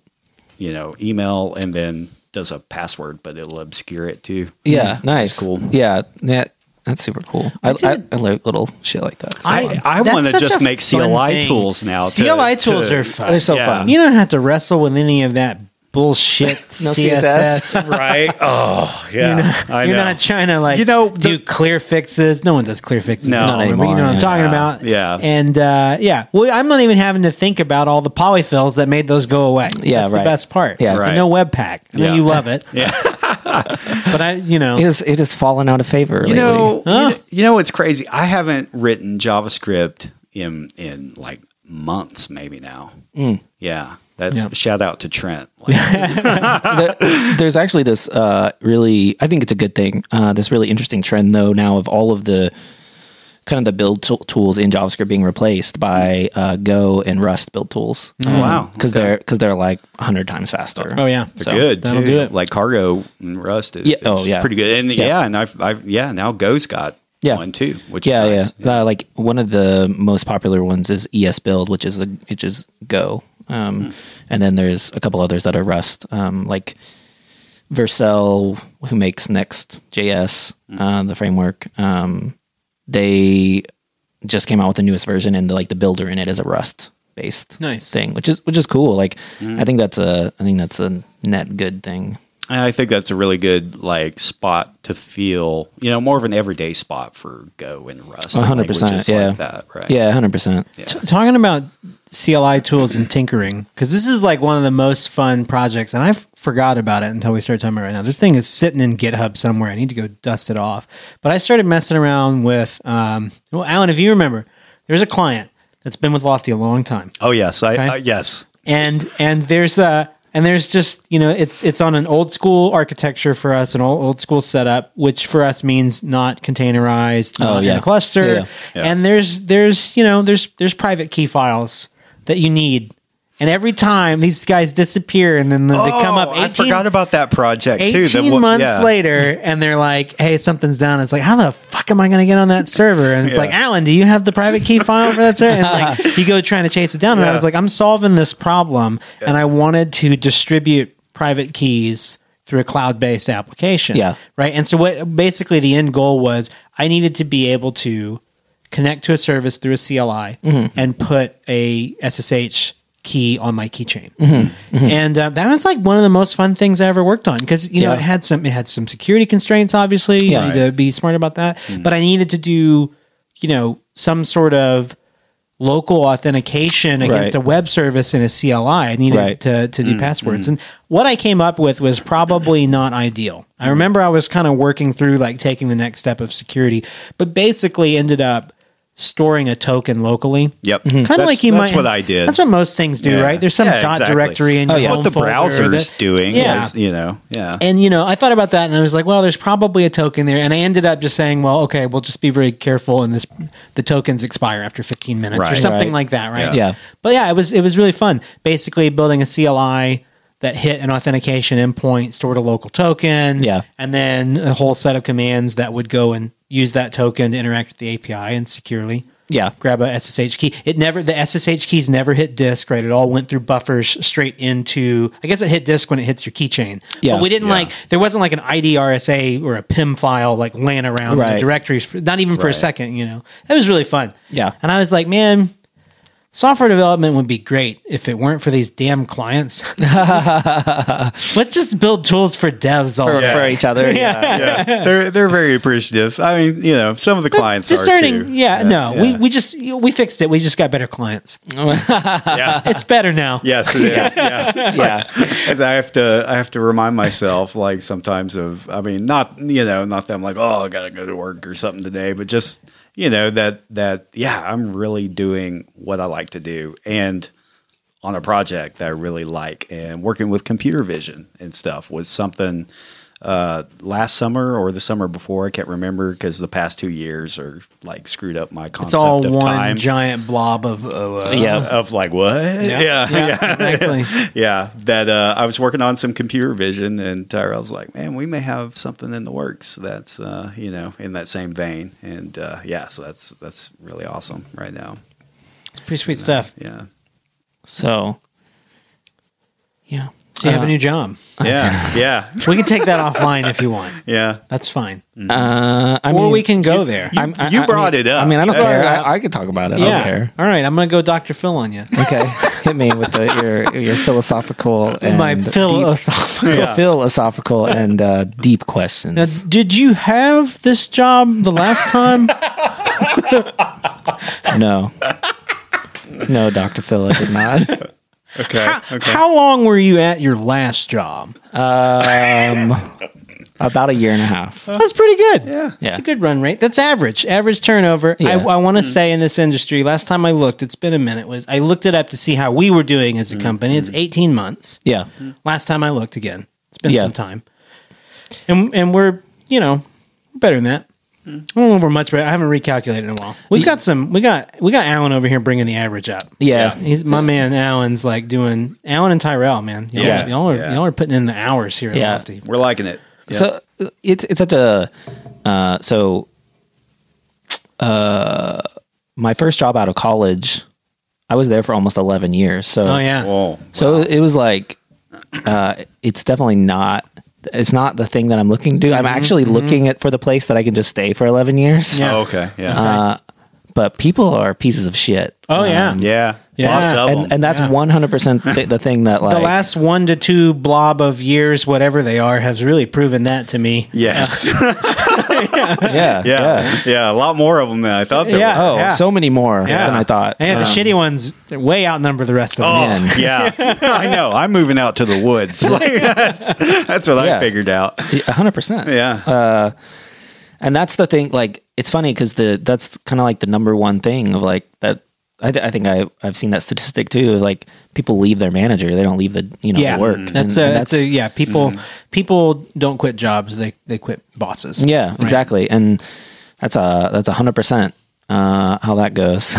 [SPEAKER 4] you know, email, and then does a password, but it'll obscure it too.
[SPEAKER 5] Yeah. Nice.
[SPEAKER 4] cool.
[SPEAKER 5] Yeah. That, that's super cool. I, I, I, like little shit like that.
[SPEAKER 4] I I
[SPEAKER 1] That's
[SPEAKER 4] want to
[SPEAKER 1] such
[SPEAKER 4] just
[SPEAKER 1] a
[SPEAKER 4] make
[SPEAKER 1] fun
[SPEAKER 4] CLI
[SPEAKER 1] thing.
[SPEAKER 4] tools now. to-
[SPEAKER 1] CLI tools
[SPEAKER 4] to-
[SPEAKER 1] are fun.
[SPEAKER 5] They're so
[SPEAKER 4] Yeah.
[SPEAKER 5] fun.
[SPEAKER 1] You don't have to wrestle with any of that bullshit CSS.
[SPEAKER 4] right. Oh yeah, I
[SPEAKER 1] You're
[SPEAKER 4] know.
[SPEAKER 1] not trying to like
[SPEAKER 4] You know,
[SPEAKER 1] do
[SPEAKER 4] the-
[SPEAKER 1] clear fixes. No one does clear fixes.
[SPEAKER 4] No.
[SPEAKER 1] anymore,
[SPEAKER 4] Not
[SPEAKER 1] but you
[SPEAKER 5] anymore,
[SPEAKER 1] know what I'm
[SPEAKER 5] yeah.
[SPEAKER 1] talking
[SPEAKER 4] Yeah.
[SPEAKER 1] about.
[SPEAKER 4] Yeah.
[SPEAKER 1] And uh, yeah, well, I'm not even having to think about all the polyfills that made those go away.
[SPEAKER 5] Yeah,
[SPEAKER 1] That's the
[SPEAKER 5] right.
[SPEAKER 1] best part.
[SPEAKER 5] Yeah.
[SPEAKER 1] And
[SPEAKER 4] Right.
[SPEAKER 1] No webpack. I know
[SPEAKER 4] Yeah.
[SPEAKER 1] you love it,
[SPEAKER 4] yeah.
[SPEAKER 1] but I, you know,
[SPEAKER 5] It is. It has fallen out of favor.
[SPEAKER 4] You
[SPEAKER 5] lately.
[SPEAKER 4] know, you
[SPEAKER 1] Huh?
[SPEAKER 4] know, you know what's crazy? I haven't written JavaScript in in like months, maybe now. Yeah, that's
[SPEAKER 1] Hmm. Yeah.
[SPEAKER 4] shout out to Trent. Like,
[SPEAKER 5] There- there's actually this uh, really. I think it's a good thing. Uh, this really interesting trend though now of all of the kind of the build tool tools in JavaScript being replaced by uh, Go and Rust build tools. Oh,
[SPEAKER 4] wow.
[SPEAKER 5] Because
[SPEAKER 4] Okay.
[SPEAKER 5] they're because they're like hundred times faster.
[SPEAKER 1] oh yeah,
[SPEAKER 4] they're good
[SPEAKER 1] that'll
[SPEAKER 4] too.
[SPEAKER 1] do it.
[SPEAKER 4] Like Cargo and Rust is,
[SPEAKER 5] Yeah,
[SPEAKER 4] is
[SPEAKER 5] oh, yeah.
[SPEAKER 4] pretty good. And yeah,
[SPEAKER 5] Yeah.
[SPEAKER 4] and I've, I've yeah now Go's got
[SPEAKER 5] Yeah.
[SPEAKER 4] one too, which
[SPEAKER 5] yeah,
[SPEAKER 4] is nice.
[SPEAKER 5] yeah. Uh, like one of the most popular ones is ES Build, which is a, which is Go,
[SPEAKER 4] Hmm.
[SPEAKER 5] um, and then there's a couple others that are Rust, um, like Vercel, who makes Next JS,
[SPEAKER 4] Hmm.
[SPEAKER 5] uh, the framework. Um, they just came out with the newest version, and the, like the builder in it is a Rust based
[SPEAKER 1] Nice.
[SPEAKER 5] thing, which is which is cool. Like
[SPEAKER 4] Hmm.
[SPEAKER 5] I think that's a I think that's a net good thing.
[SPEAKER 4] And I think that's a really good like spot to feel, you know, more of an everyday spot for Go and Rust.
[SPEAKER 5] A hundred
[SPEAKER 4] languages like
[SPEAKER 5] percent, yeah.
[SPEAKER 4] that, right?
[SPEAKER 5] Yeah, hundred percent.
[SPEAKER 1] T- talking about CLI tools and tinkering, because this is like one of the most fun projects, and I f- forgot about it until we started talking about it right now. This thing is sitting in GitHub somewhere. I need to go dust it off. But I started messing around with, um, well, Alan, if you remember, there's a client that's been with Lofty a long time
[SPEAKER 4] Oh yes, I uh, yes.
[SPEAKER 1] and and there's uh and there's just you know it's it's on an old school architecture for us an old, old school setup which for us means not containerized not in
[SPEAKER 5] Oh, yeah.
[SPEAKER 1] a cluster
[SPEAKER 5] Yeah.
[SPEAKER 4] Yeah.
[SPEAKER 1] and there's there's you know there's there's private key files that you need and every time these guys disappear and then they come up
[SPEAKER 4] Oh,
[SPEAKER 1] 18,
[SPEAKER 4] I forgot about that project too.
[SPEAKER 1] 18
[SPEAKER 4] The one-
[SPEAKER 1] months
[SPEAKER 4] yeah.
[SPEAKER 1] later and they're like hey something's down it's like how the fuck am i going to get on that server and it's
[SPEAKER 4] Yeah.
[SPEAKER 1] like alan do you have the private key file for that server and like you go trying to chase it down and i
[SPEAKER 4] Yeah.
[SPEAKER 1] was like i'm solving this problem and i wanted to distribute private keys through a cloud based application.
[SPEAKER 5] Yeah.
[SPEAKER 1] Right. And so, what basically the end goal was I needed to be able to connect to a service through a CLI
[SPEAKER 5] Mm-hmm.
[SPEAKER 1] and put a SSH key on my keychain.
[SPEAKER 5] Mm-hmm.
[SPEAKER 1] And uh, that was like one of the most fun things I ever worked on because, you know,
[SPEAKER 5] Yeah.
[SPEAKER 1] it had some, it had some security constraints, obviously. You
[SPEAKER 5] Yeah. Mm-hmm.
[SPEAKER 1] need to be smart about that. But I needed to do, you know, some sort of local authentication against
[SPEAKER 5] Right.
[SPEAKER 1] a web service in a CLI. I needed
[SPEAKER 5] Right.
[SPEAKER 1] to, to
[SPEAKER 4] Mm,
[SPEAKER 1] do passwords. And what I came up with was probably not ideal.
[SPEAKER 4] Mm.
[SPEAKER 1] I remember I was kind of working through like taking the next step of security, but basically ended up storing a token locally.
[SPEAKER 4] Yep.
[SPEAKER 1] Kind of
[SPEAKER 4] That's-
[SPEAKER 1] like you
[SPEAKER 4] that's
[SPEAKER 1] might.
[SPEAKER 4] what I did.
[SPEAKER 1] That's what most things do,
[SPEAKER 4] Yeah.
[SPEAKER 1] right? There's some
[SPEAKER 4] Yeah,
[SPEAKER 1] dot
[SPEAKER 4] exactly.
[SPEAKER 1] directory in your
[SPEAKER 5] yeah.
[SPEAKER 1] home
[SPEAKER 4] what the
[SPEAKER 1] folder
[SPEAKER 4] browser's
[SPEAKER 1] that-
[SPEAKER 4] doing.
[SPEAKER 1] Yeah.
[SPEAKER 4] is, you know, yeah.
[SPEAKER 1] And you know, I thought about that, and I was like, "Well, there's probably a token there." And I ended up just saying, "Well, okay, we'll just be very careful, and this the tokens expire after 15 minutes or
[SPEAKER 4] Right.
[SPEAKER 1] something
[SPEAKER 5] Right.
[SPEAKER 1] like that, right?"
[SPEAKER 5] Yeah. Yeah.
[SPEAKER 1] But yeah, it was it was really fun. Basically, building a CLI that hit an authentication endpoint, stored a local token,
[SPEAKER 5] Yeah.
[SPEAKER 1] and then a whole set of commands that would go and use that token to interact with the API and securely
[SPEAKER 5] Yeah.
[SPEAKER 1] grab a SSH key. It never the SSH keys never hit disk, right? It all went through buffers straight into. I guess it hit disk when it hits your keychain.
[SPEAKER 5] Yeah.
[SPEAKER 1] but we didn't like there wasn't like an IDRSA or a PIM file like laying around the
[SPEAKER 5] Right.
[SPEAKER 1] directories, for, not even for a
[SPEAKER 4] Right.
[SPEAKER 1] second. You know, that was really fun.
[SPEAKER 5] Yeah.
[SPEAKER 1] and I was like, man. Software development would be great if it weren't for these damn clients. Let's just build tools for devs all
[SPEAKER 5] for,
[SPEAKER 1] day.
[SPEAKER 5] for each other. Yeah.
[SPEAKER 4] yeah. They're they're very appreciative. I mean, you know, some of the clients are
[SPEAKER 1] Discerning,
[SPEAKER 4] too.
[SPEAKER 1] yeah, no,
[SPEAKER 4] yeah.
[SPEAKER 1] we we just we fixed it. We just got better clients.
[SPEAKER 4] Yeah.
[SPEAKER 1] It's better now.
[SPEAKER 4] Yes, it is. Yeah.
[SPEAKER 5] Yeah.
[SPEAKER 4] And I have to I have to remind myself like sometimes of I mean, not you know, not that I'm like, oh, I gotta go to work or something today, but just you know, that that yeah, I'm really doing what I like to do and on a project that I really like and working with computer vision and stuff was something uh, last summer or the summer before, I can't remember because the past two years are like screwed up my concept
[SPEAKER 1] It's all
[SPEAKER 4] of
[SPEAKER 1] one
[SPEAKER 4] time
[SPEAKER 1] giant blob of. Uh, uh,
[SPEAKER 5] Yeah.
[SPEAKER 4] of like what? yeah,
[SPEAKER 1] exactly.
[SPEAKER 4] yeah, that uh, I was working on some computer vision, and Tyrell's like, "Man, we may have something in the works that's uh, you know in that same vein." And uh, yeah, so that's that's really awesome right now.
[SPEAKER 1] It's pretty sweet stuff.
[SPEAKER 4] Yeah,
[SPEAKER 5] So, yeah.
[SPEAKER 1] So you have
[SPEAKER 5] Uh,
[SPEAKER 1] a new job.
[SPEAKER 4] yeah, yeah,
[SPEAKER 1] We can take that offline if you want.
[SPEAKER 4] yeah.
[SPEAKER 1] That's fine.
[SPEAKER 5] Uh, I
[SPEAKER 1] or
[SPEAKER 5] mean,
[SPEAKER 1] we can go there.
[SPEAKER 5] I'm- I-
[SPEAKER 4] You
[SPEAKER 5] I-
[SPEAKER 4] brought
[SPEAKER 5] I mean-
[SPEAKER 4] it up.
[SPEAKER 5] I mean, I don't
[SPEAKER 4] That's-
[SPEAKER 5] care. I, I could talk about it. I don't
[SPEAKER 1] yeah.
[SPEAKER 5] care.
[SPEAKER 1] All right. I'm going to go Dr. Phil on you.
[SPEAKER 5] Okay, hit me with the, your your philosophical and
[SPEAKER 1] My
[SPEAKER 5] deep-
[SPEAKER 1] philosophical.
[SPEAKER 5] philosophical and uh, deep questions.
[SPEAKER 1] Now, did you have this job the last time?
[SPEAKER 5] no, no, Doctor Phil, I did not.
[SPEAKER 4] Okay, okay.
[SPEAKER 1] How long were you at your last job?
[SPEAKER 5] Um, About a year and a half.
[SPEAKER 1] That's pretty good.
[SPEAKER 4] Yeah.
[SPEAKER 1] It's a good run rate. That's average. Average turnover. I,
[SPEAKER 5] Yeah.
[SPEAKER 1] I want to say in this industry, last time I looked, it's been a minute, was I looked it up to see how we were doing as a company. It's 18 months.
[SPEAKER 5] Yeah,
[SPEAKER 1] Last time I looked again. It's been
[SPEAKER 5] Yeah.
[SPEAKER 1] some time. And and we're, you know, better than that.
[SPEAKER 5] Mm-hmm.
[SPEAKER 1] I don't know if we're much better. I haven't recalculated in a while. We've got some we got we got Alan over here bringing the average up.
[SPEAKER 5] yeah,
[SPEAKER 1] He's my man Alan's like doing Alan and Tyrell, man. Y'all,
[SPEAKER 4] Yeah.
[SPEAKER 1] y'all are
[SPEAKER 4] Yeah.
[SPEAKER 1] y'all are putting in the hours here at
[SPEAKER 5] Yeah.
[SPEAKER 1] Lofty.
[SPEAKER 4] We're liking it. Yeah.
[SPEAKER 5] So uh, it's it's such a uh, so uh, my first job out of college, I was there for almost eleven years. So
[SPEAKER 1] Oh yeah.
[SPEAKER 4] Whoa.
[SPEAKER 5] So it was like, uh, it's definitely not. It's not the thing that I'm looking to. do. I'm actually looking at for the place that I can just stay for 11 years.
[SPEAKER 1] Mm-hmm. Yeah. Um,
[SPEAKER 4] Oh, okay. Yeah.
[SPEAKER 5] But people are pieces of shit.
[SPEAKER 1] Oh yeah.
[SPEAKER 4] um, yeah.
[SPEAKER 1] Yeah.
[SPEAKER 4] Lots of
[SPEAKER 5] And,
[SPEAKER 4] them.
[SPEAKER 5] and that's
[SPEAKER 1] Yeah.
[SPEAKER 5] 100% th- the thing that like
[SPEAKER 1] the last one to two blob of years, whatever they are, has really proven that to me.
[SPEAKER 4] yes.
[SPEAKER 5] yeah, yeah.
[SPEAKER 4] yeah. Yeah. A lot more of them than I thought there
[SPEAKER 1] Yeah.
[SPEAKER 4] were.
[SPEAKER 5] Oh, so many more than I thought. um,
[SPEAKER 1] And the shitty ones they way outnumber the rest of them.
[SPEAKER 4] Oh, yeah. I know. I'm moving out to the woods. Like, that's, that's what I
[SPEAKER 5] Yeah.
[SPEAKER 4] figured out.
[SPEAKER 5] Yeah, 100%.
[SPEAKER 4] Yeah.
[SPEAKER 1] Uh,
[SPEAKER 5] and that's the thing like it's funny because the that's kind of like the number one thing of like that I, th- I think I, I've seen that statistic too. Like people leave their manager, they don't leave the you know
[SPEAKER 1] Yeah, Mm-hmm.
[SPEAKER 5] the
[SPEAKER 1] That's
[SPEAKER 5] work. Mm-hmm. And- mm-hmm.
[SPEAKER 1] a
[SPEAKER 5] and
[SPEAKER 1] that's a yeah. People people don't quit jobs; they they quit bosses.
[SPEAKER 5] yeah, exactly. And that's a that's a hundred percent uh, how that goes.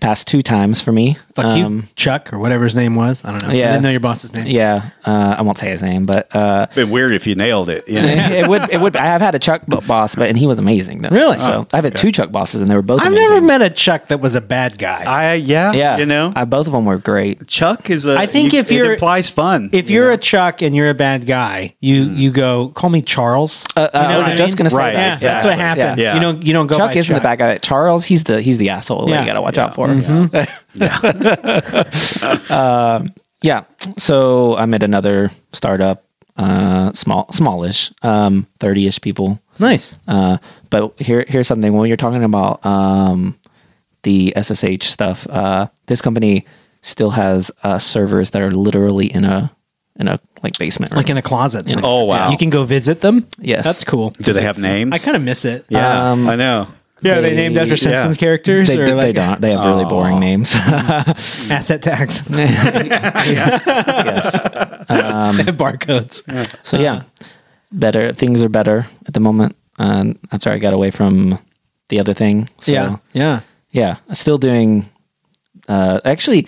[SPEAKER 5] Past two times for me,
[SPEAKER 1] Fuck you,
[SPEAKER 5] Um,
[SPEAKER 1] Chuck, or whatever his name was. I don't know. I
[SPEAKER 5] Yeah.
[SPEAKER 1] didn't know your boss's name.
[SPEAKER 5] Yeah, uh, I won't say his name, but uh,
[SPEAKER 4] It'd be weird if you nailed it. You know?
[SPEAKER 5] it would it would. I have had a Chuck bo- boss, but and he was amazing. Though.
[SPEAKER 1] Really?
[SPEAKER 5] So I have had two Chuck bosses, and they were both.
[SPEAKER 1] I've
[SPEAKER 5] amazing. Uh,
[SPEAKER 1] never met a Chuck that was a bad guy.
[SPEAKER 4] I yeah,
[SPEAKER 5] Yeah,
[SPEAKER 4] You know,
[SPEAKER 5] I, both of them were great.
[SPEAKER 4] Chuck is a.
[SPEAKER 1] I think
[SPEAKER 4] you-
[SPEAKER 1] if you're-
[SPEAKER 4] it implies fun,
[SPEAKER 1] if you're a Chuck and you're a bad guy, you you go call me Charles.
[SPEAKER 5] Mm. Uh, uh,
[SPEAKER 1] You know
[SPEAKER 5] I was
[SPEAKER 1] what I
[SPEAKER 5] just
[SPEAKER 1] mean?
[SPEAKER 5] gonna say
[SPEAKER 4] Right,
[SPEAKER 5] that.
[SPEAKER 1] yeah, that's
[SPEAKER 4] exactly.
[SPEAKER 1] what happens.
[SPEAKER 4] Yeah.
[SPEAKER 1] You don't you don't go.
[SPEAKER 5] Chuck
[SPEAKER 1] by
[SPEAKER 5] isn't the bad guy. Charles, he's the he's the asshole. that
[SPEAKER 1] Yeah. Mm-hmm.
[SPEAKER 5] you got to watch out for. Yeah. Um, yeah. So I'm at another startup, uh, small, smallish, um, thirty-ish people.
[SPEAKER 1] Nice.
[SPEAKER 5] Uh, but here, here's something. When you're talking about um, the SSH stuff, uh, this company still has uh, servers that are literally in a in a like basement.
[SPEAKER 1] Like
[SPEAKER 5] room.
[SPEAKER 1] in a closet. somewhere.
[SPEAKER 4] Oh, wow.
[SPEAKER 1] You can go visit them.
[SPEAKER 5] Yes.
[SPEAKER 1] that's cool.
[SPEAKER 4] do they have names?
[SPEAKER 1] I kind of miss it. Uh,
[SPEAKER 4] yeah, I know.
[SPEAKER 1] Yeah, are they,
[SPEAKER 5] They-
[SPEAKER 1] named after Simpsons
[SPEAKER 4] yeah.
[SPEAKER 1] characters
[SPEAKER 5] they,
[SPEAKER 1] or
[SPEAKER 5] they
[SPEAKER 1] like Oh.
[SPEAKER 5] don't. They have really boring names.
[SPEAKER 1] asset tags,
[SPEAKER 5] yes.
[SPEAKER 1] barcodes.
[SPEAKER 5] So yeah, Um, better things are better at the moment. Um, after I got away from the other thing, so,
[SPEAKER 1] yeah, yeah.
[SPEAKER 5] yeah, still doing. Uh, actually,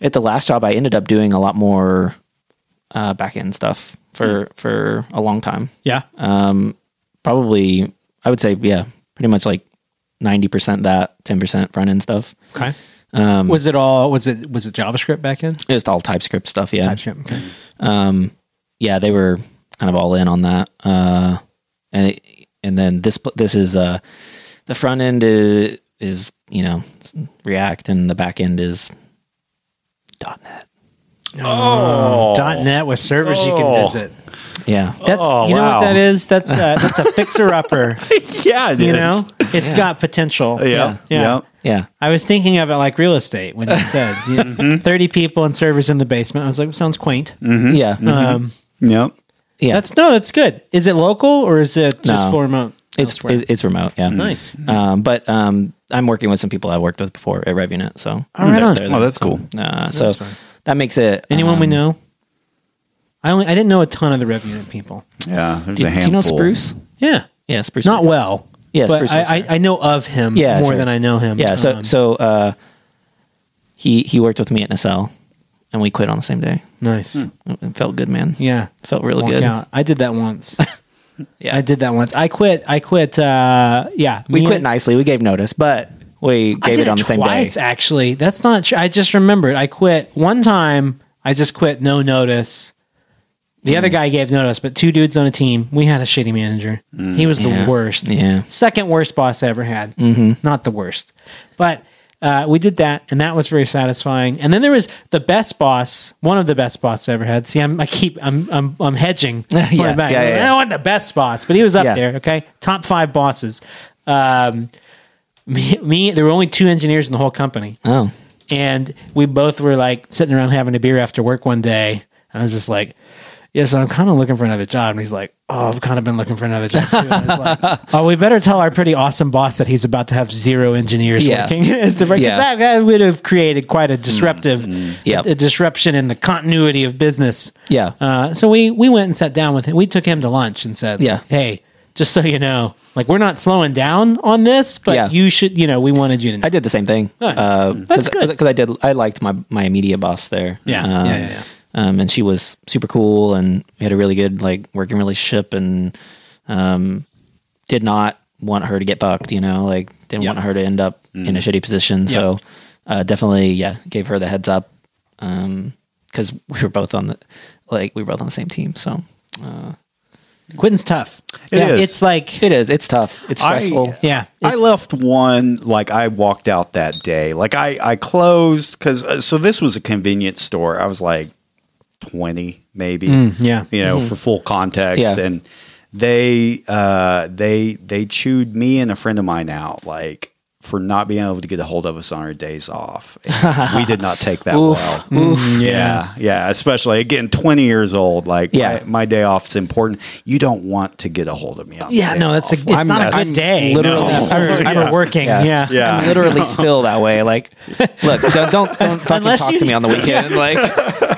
[SPEAKER 5] at the last job, I ended up doing a lot more uh, back end stuff for for a long time.
[SPEAKER 1] Yeah.
[SPEAKER 5] Probably, I would say, yeah, pretty much like ninety percent that, ten percent front end stuff.
[SPEAKER 1] okay. was it all? Was it was it JavaScript back in?
[SPEAKER 5] Just all TypeScript stuff. Yeah,
[SPEAKER 1] TypeScript. Okay.
[SPEAKER 5] yeah, they were kind of all in on that. Uh, and and then this this is uh, the front end is, is you know React and the back end is .NET.
[SPEAKER 1] Dot .NET with servers you can visit.
[SPEAKER 5] Yeah,
[SPEAKER 1] That's you know
[SPEAKER 4] wow.
[SPEAKER 1] what that is. That's uh, that's a fixer upper.
[SPEAKER 4] yeah, it
[SPEAKER 1] you
[SPEAKER 4] is.
[SPEAKER 1] know, it's got potential.
[SPEAKER 4] Yeah,
[SPEAKER 1] Yeah.
[SPEAKER 4] yeah.
[SPEAKER 5] yeah,
[SPEAKER 1] I was thinking of it like real estate when you said you know, 30 people and servers in the basement. I was like, sounds quaint.
[SPEAKER 4] Mm-hmm.
[SPEAKER 5] yeah,
[SPEAKER 1] Um,
[SPEAKER 4] Yep.
[SPEAKER 5] yeah.
[SPEAKER 1] That's no, that's good. Is it local or is it just
[SPEAKER 5] No.
[SPEAKER 1] for remote?
[SPEAKER 5] it's
[SPEAKER 1] elsewhere?
[SPEAKER 5] it, it's remote. Yeah,
[SPEAKER 1] nice.
[SPEAKER 5] Um, but um, I'm working with some people I worked with before at Revunet, so
[SPEAKER 1] right on.
[SPEAKER 4] Oh, that's cool.
[SPEAKER 5] Uh, so that makes it
[SPEAKER 1] Anyone we
[SPEAKER 5] um,
[SPEAKER 1] know? I only I didn't know a ton of the Revenant people.
[SPEAKER 4] Yeah, there's
[SPEAKER 5] Do,
[SPEAKER 4] a
[SPEAKER 5] do you know
[SPEAKER 4] handful.
[SPEAKER 5] Spruce?
[SPEAKER 1] Yeah,
[SPEAKER 5] Yeah, Spruce.
[SPEAKER 1] not well.
[SPEAKER 5] Yeah, it's
[SPEAKER 1] but
[SPEAKER 5] pretty
[SPEAKER 1] I, I,
[SPEAKER 5] similar.
[SPEAKER 1] I know of him
[SPEAKER 5] Yeah,
[SPEAKER 1] more
[SPEAKER 5] sure.
[SPEAKER 1] than I know him.
[SPEAKER 5] Yeah. So
[SPEAKER 1] Um,
[SPEAKER 5] so uh, he he worked with me at NSL, and we quit on the same day.
[SPEAKER 1] nice.
[SPEAKER 5] It felt good, man.
[SPEAKER 1] Yeah,
[SPEAKER 5] It felt really
[SPEAKER 1] Work
[SPEAKER 5] Hmm. good.
[SPEAKER 1] out. I did that once.
[SPEAKER 5] Yeah,
[SPEAKER 1] I did that once. I quit. I quit. Uh, yeah,
[SPEAKER 5] We
[SPEAKER 1] me
[SPEAKER 5] quit
[SPEAKER 1] and-
[SPEAKER 5] nicely. We gave notice, but we
[SPEAKER 1] I
[SPEAKER 5] gave
[SPEAKER 1] did
[SPEAKER 5] it on the same day.
[SPEAKER 1] twice, Actually, that's not true. I just remembered. I quit one time. I just quit, no notice. The
[SPEAKER 5] Hmm.
[SPEAKER 1] other guy gave notice, but two dudes on a team. We had a shitty manager. He was
[SPEAKER 5] Hmm. Yeah.
[SPEAKER 1] the worst.
[SPEAKER 5] Yeah. Mm-hmm.
[SPEAKER 1] second worst boss I ever had. Not the worst, but uh, we did that, and that was very satisfying. And then there was the best boss, one of the best bosses I ever had. See, I'm, I keep I'm I'm, I'm hedging.
[SPEAKER 5] Yeah,
[SPEAKER 1] going back.
[SPEAKER 5] yeah, yeah,
[SPEAKER 1] I
[SPEAKER 5] yeah.
[SPEAKER 1] wasn't the best boss, but he was up
[SPEAKER 5] Yeah.
[SPEAKER 1] there. Okay, top five bosses. Um, me, me, there were only two engineers in the whole company,
[SPEAKER 5] Oh,
[SPEAKER 1] and we both were like sitting around having a beer after work one day. I was just like, "Yeah, so I'm kind of looking for another job," and he's like, "Oh, I've kind of been looking for another job too." And I was like, "Oh, we better tell our pretty awesome boss that he's about to have zero engineers
[SPEAKER 5] Yeah.
[SPEAKER 1] working." It's the- 'cause
[SPEAKER 5] Yeah.
[SPEAKER 1] that,
[SPEAKER 5] Mm.
[SPEAKER 1] that would have created quite a disruptive,
[SPEAKER 5] Yep.
[SPEAKER 1] a, a disruption in the continuity of business.
[SPEAKER 5] Yeah.
[SPEAKER 1] Uh, so we we went and sat down with him. We took him to lunch and said,
[SPEAKER 5] Yeah.
[SPEAKER 1] hey." Just so you know, like we're not slowing down on this, but
[SPEAKER 5] Yeah.
[SPEAKER 1] you should, you know, we wanted you to. know.
[SPEAKER 5] I did the same thing. Uh,
[SPEAKER 1] That's good.
[SPEAKER 5] Because I did. I liked my my media boss there.
[SPEAKER 1] Yeah.
[SPEAKER 5] Um,
[SPEAKER 1] Yeah, yeah, yeah.
[SPEAKER 5] Um, and she was super cool, and we had a really good like working relationship, and um, did not want her to get bucked. You know, like didn't
[SPEAKER 1] Yeah.
[SPEAKER 5] want her to end up in a shitty position. So uh, definitely, yeah, gave her the heads up because we were both on the like we were both on the same team. So
[SPEAKER 1] Quitting's tough.
[SPEAKER 4] It
[SPEAKER 1] yeah,
[SPEAKER 4] is.
[SPEAKER 1] It's like
[SPEAKER 5] it is. It's tough. It's
[SPEAKER 4] I-
[SPEAKER 5] stressful.
[SPEAKER 1] yeah.
[SPEAKER 4] I
[SPEAKER 1] it's-
[SPEAKER 4] left one like I walked out that day. Like I I closed because uh, so this was a convenience store. I was like twenty maybe,
[SPEAKER 1] Mm, yeah. Mm-hmm.
[SPEAKER 4] you know, for full context.
[SPEAKER 5] Yeah.
[SPEAKER 4] And they uh, they they chewed me and a friend of mine out like for not being able to get a hold of us on our days off. And we did not take that well.
[SPEAKER 1] Mm,
[SPEAKER 4] Yeah, yeah. Especially again, twenty years old. Like,
[SPEAKER 5] Yeah.
[SPEAKER 4] my, my day off is important. You don't want to get a hold of me. On the
[SPEAKER 1] Yeah,
[SPEAKER 4] day
[SPEAKER 1] no, that's a,
[SPEAKER 4] off.
[SPEAKER 1] it's not a
[SPEAKER 4] not-
[SPEAKER 1] good
[SPEAKER 4] I'm
[SPEAKER 1] day.
[SPEAKER 4] literally-
[SPEAKER 1] no. for, for working. Yeah,
[SPEAKER 5] Yeah.
[SPEAKER 4] Yeah.
[SPEAKER 5] I'm literally still that way. Like, look, don't don't, don't fucking
[SPEAKER 1] Unless
[SPEAKER 5] talk
[SPEAKER 1] you-
[SPEAKER 5] to me on the weekend. Like,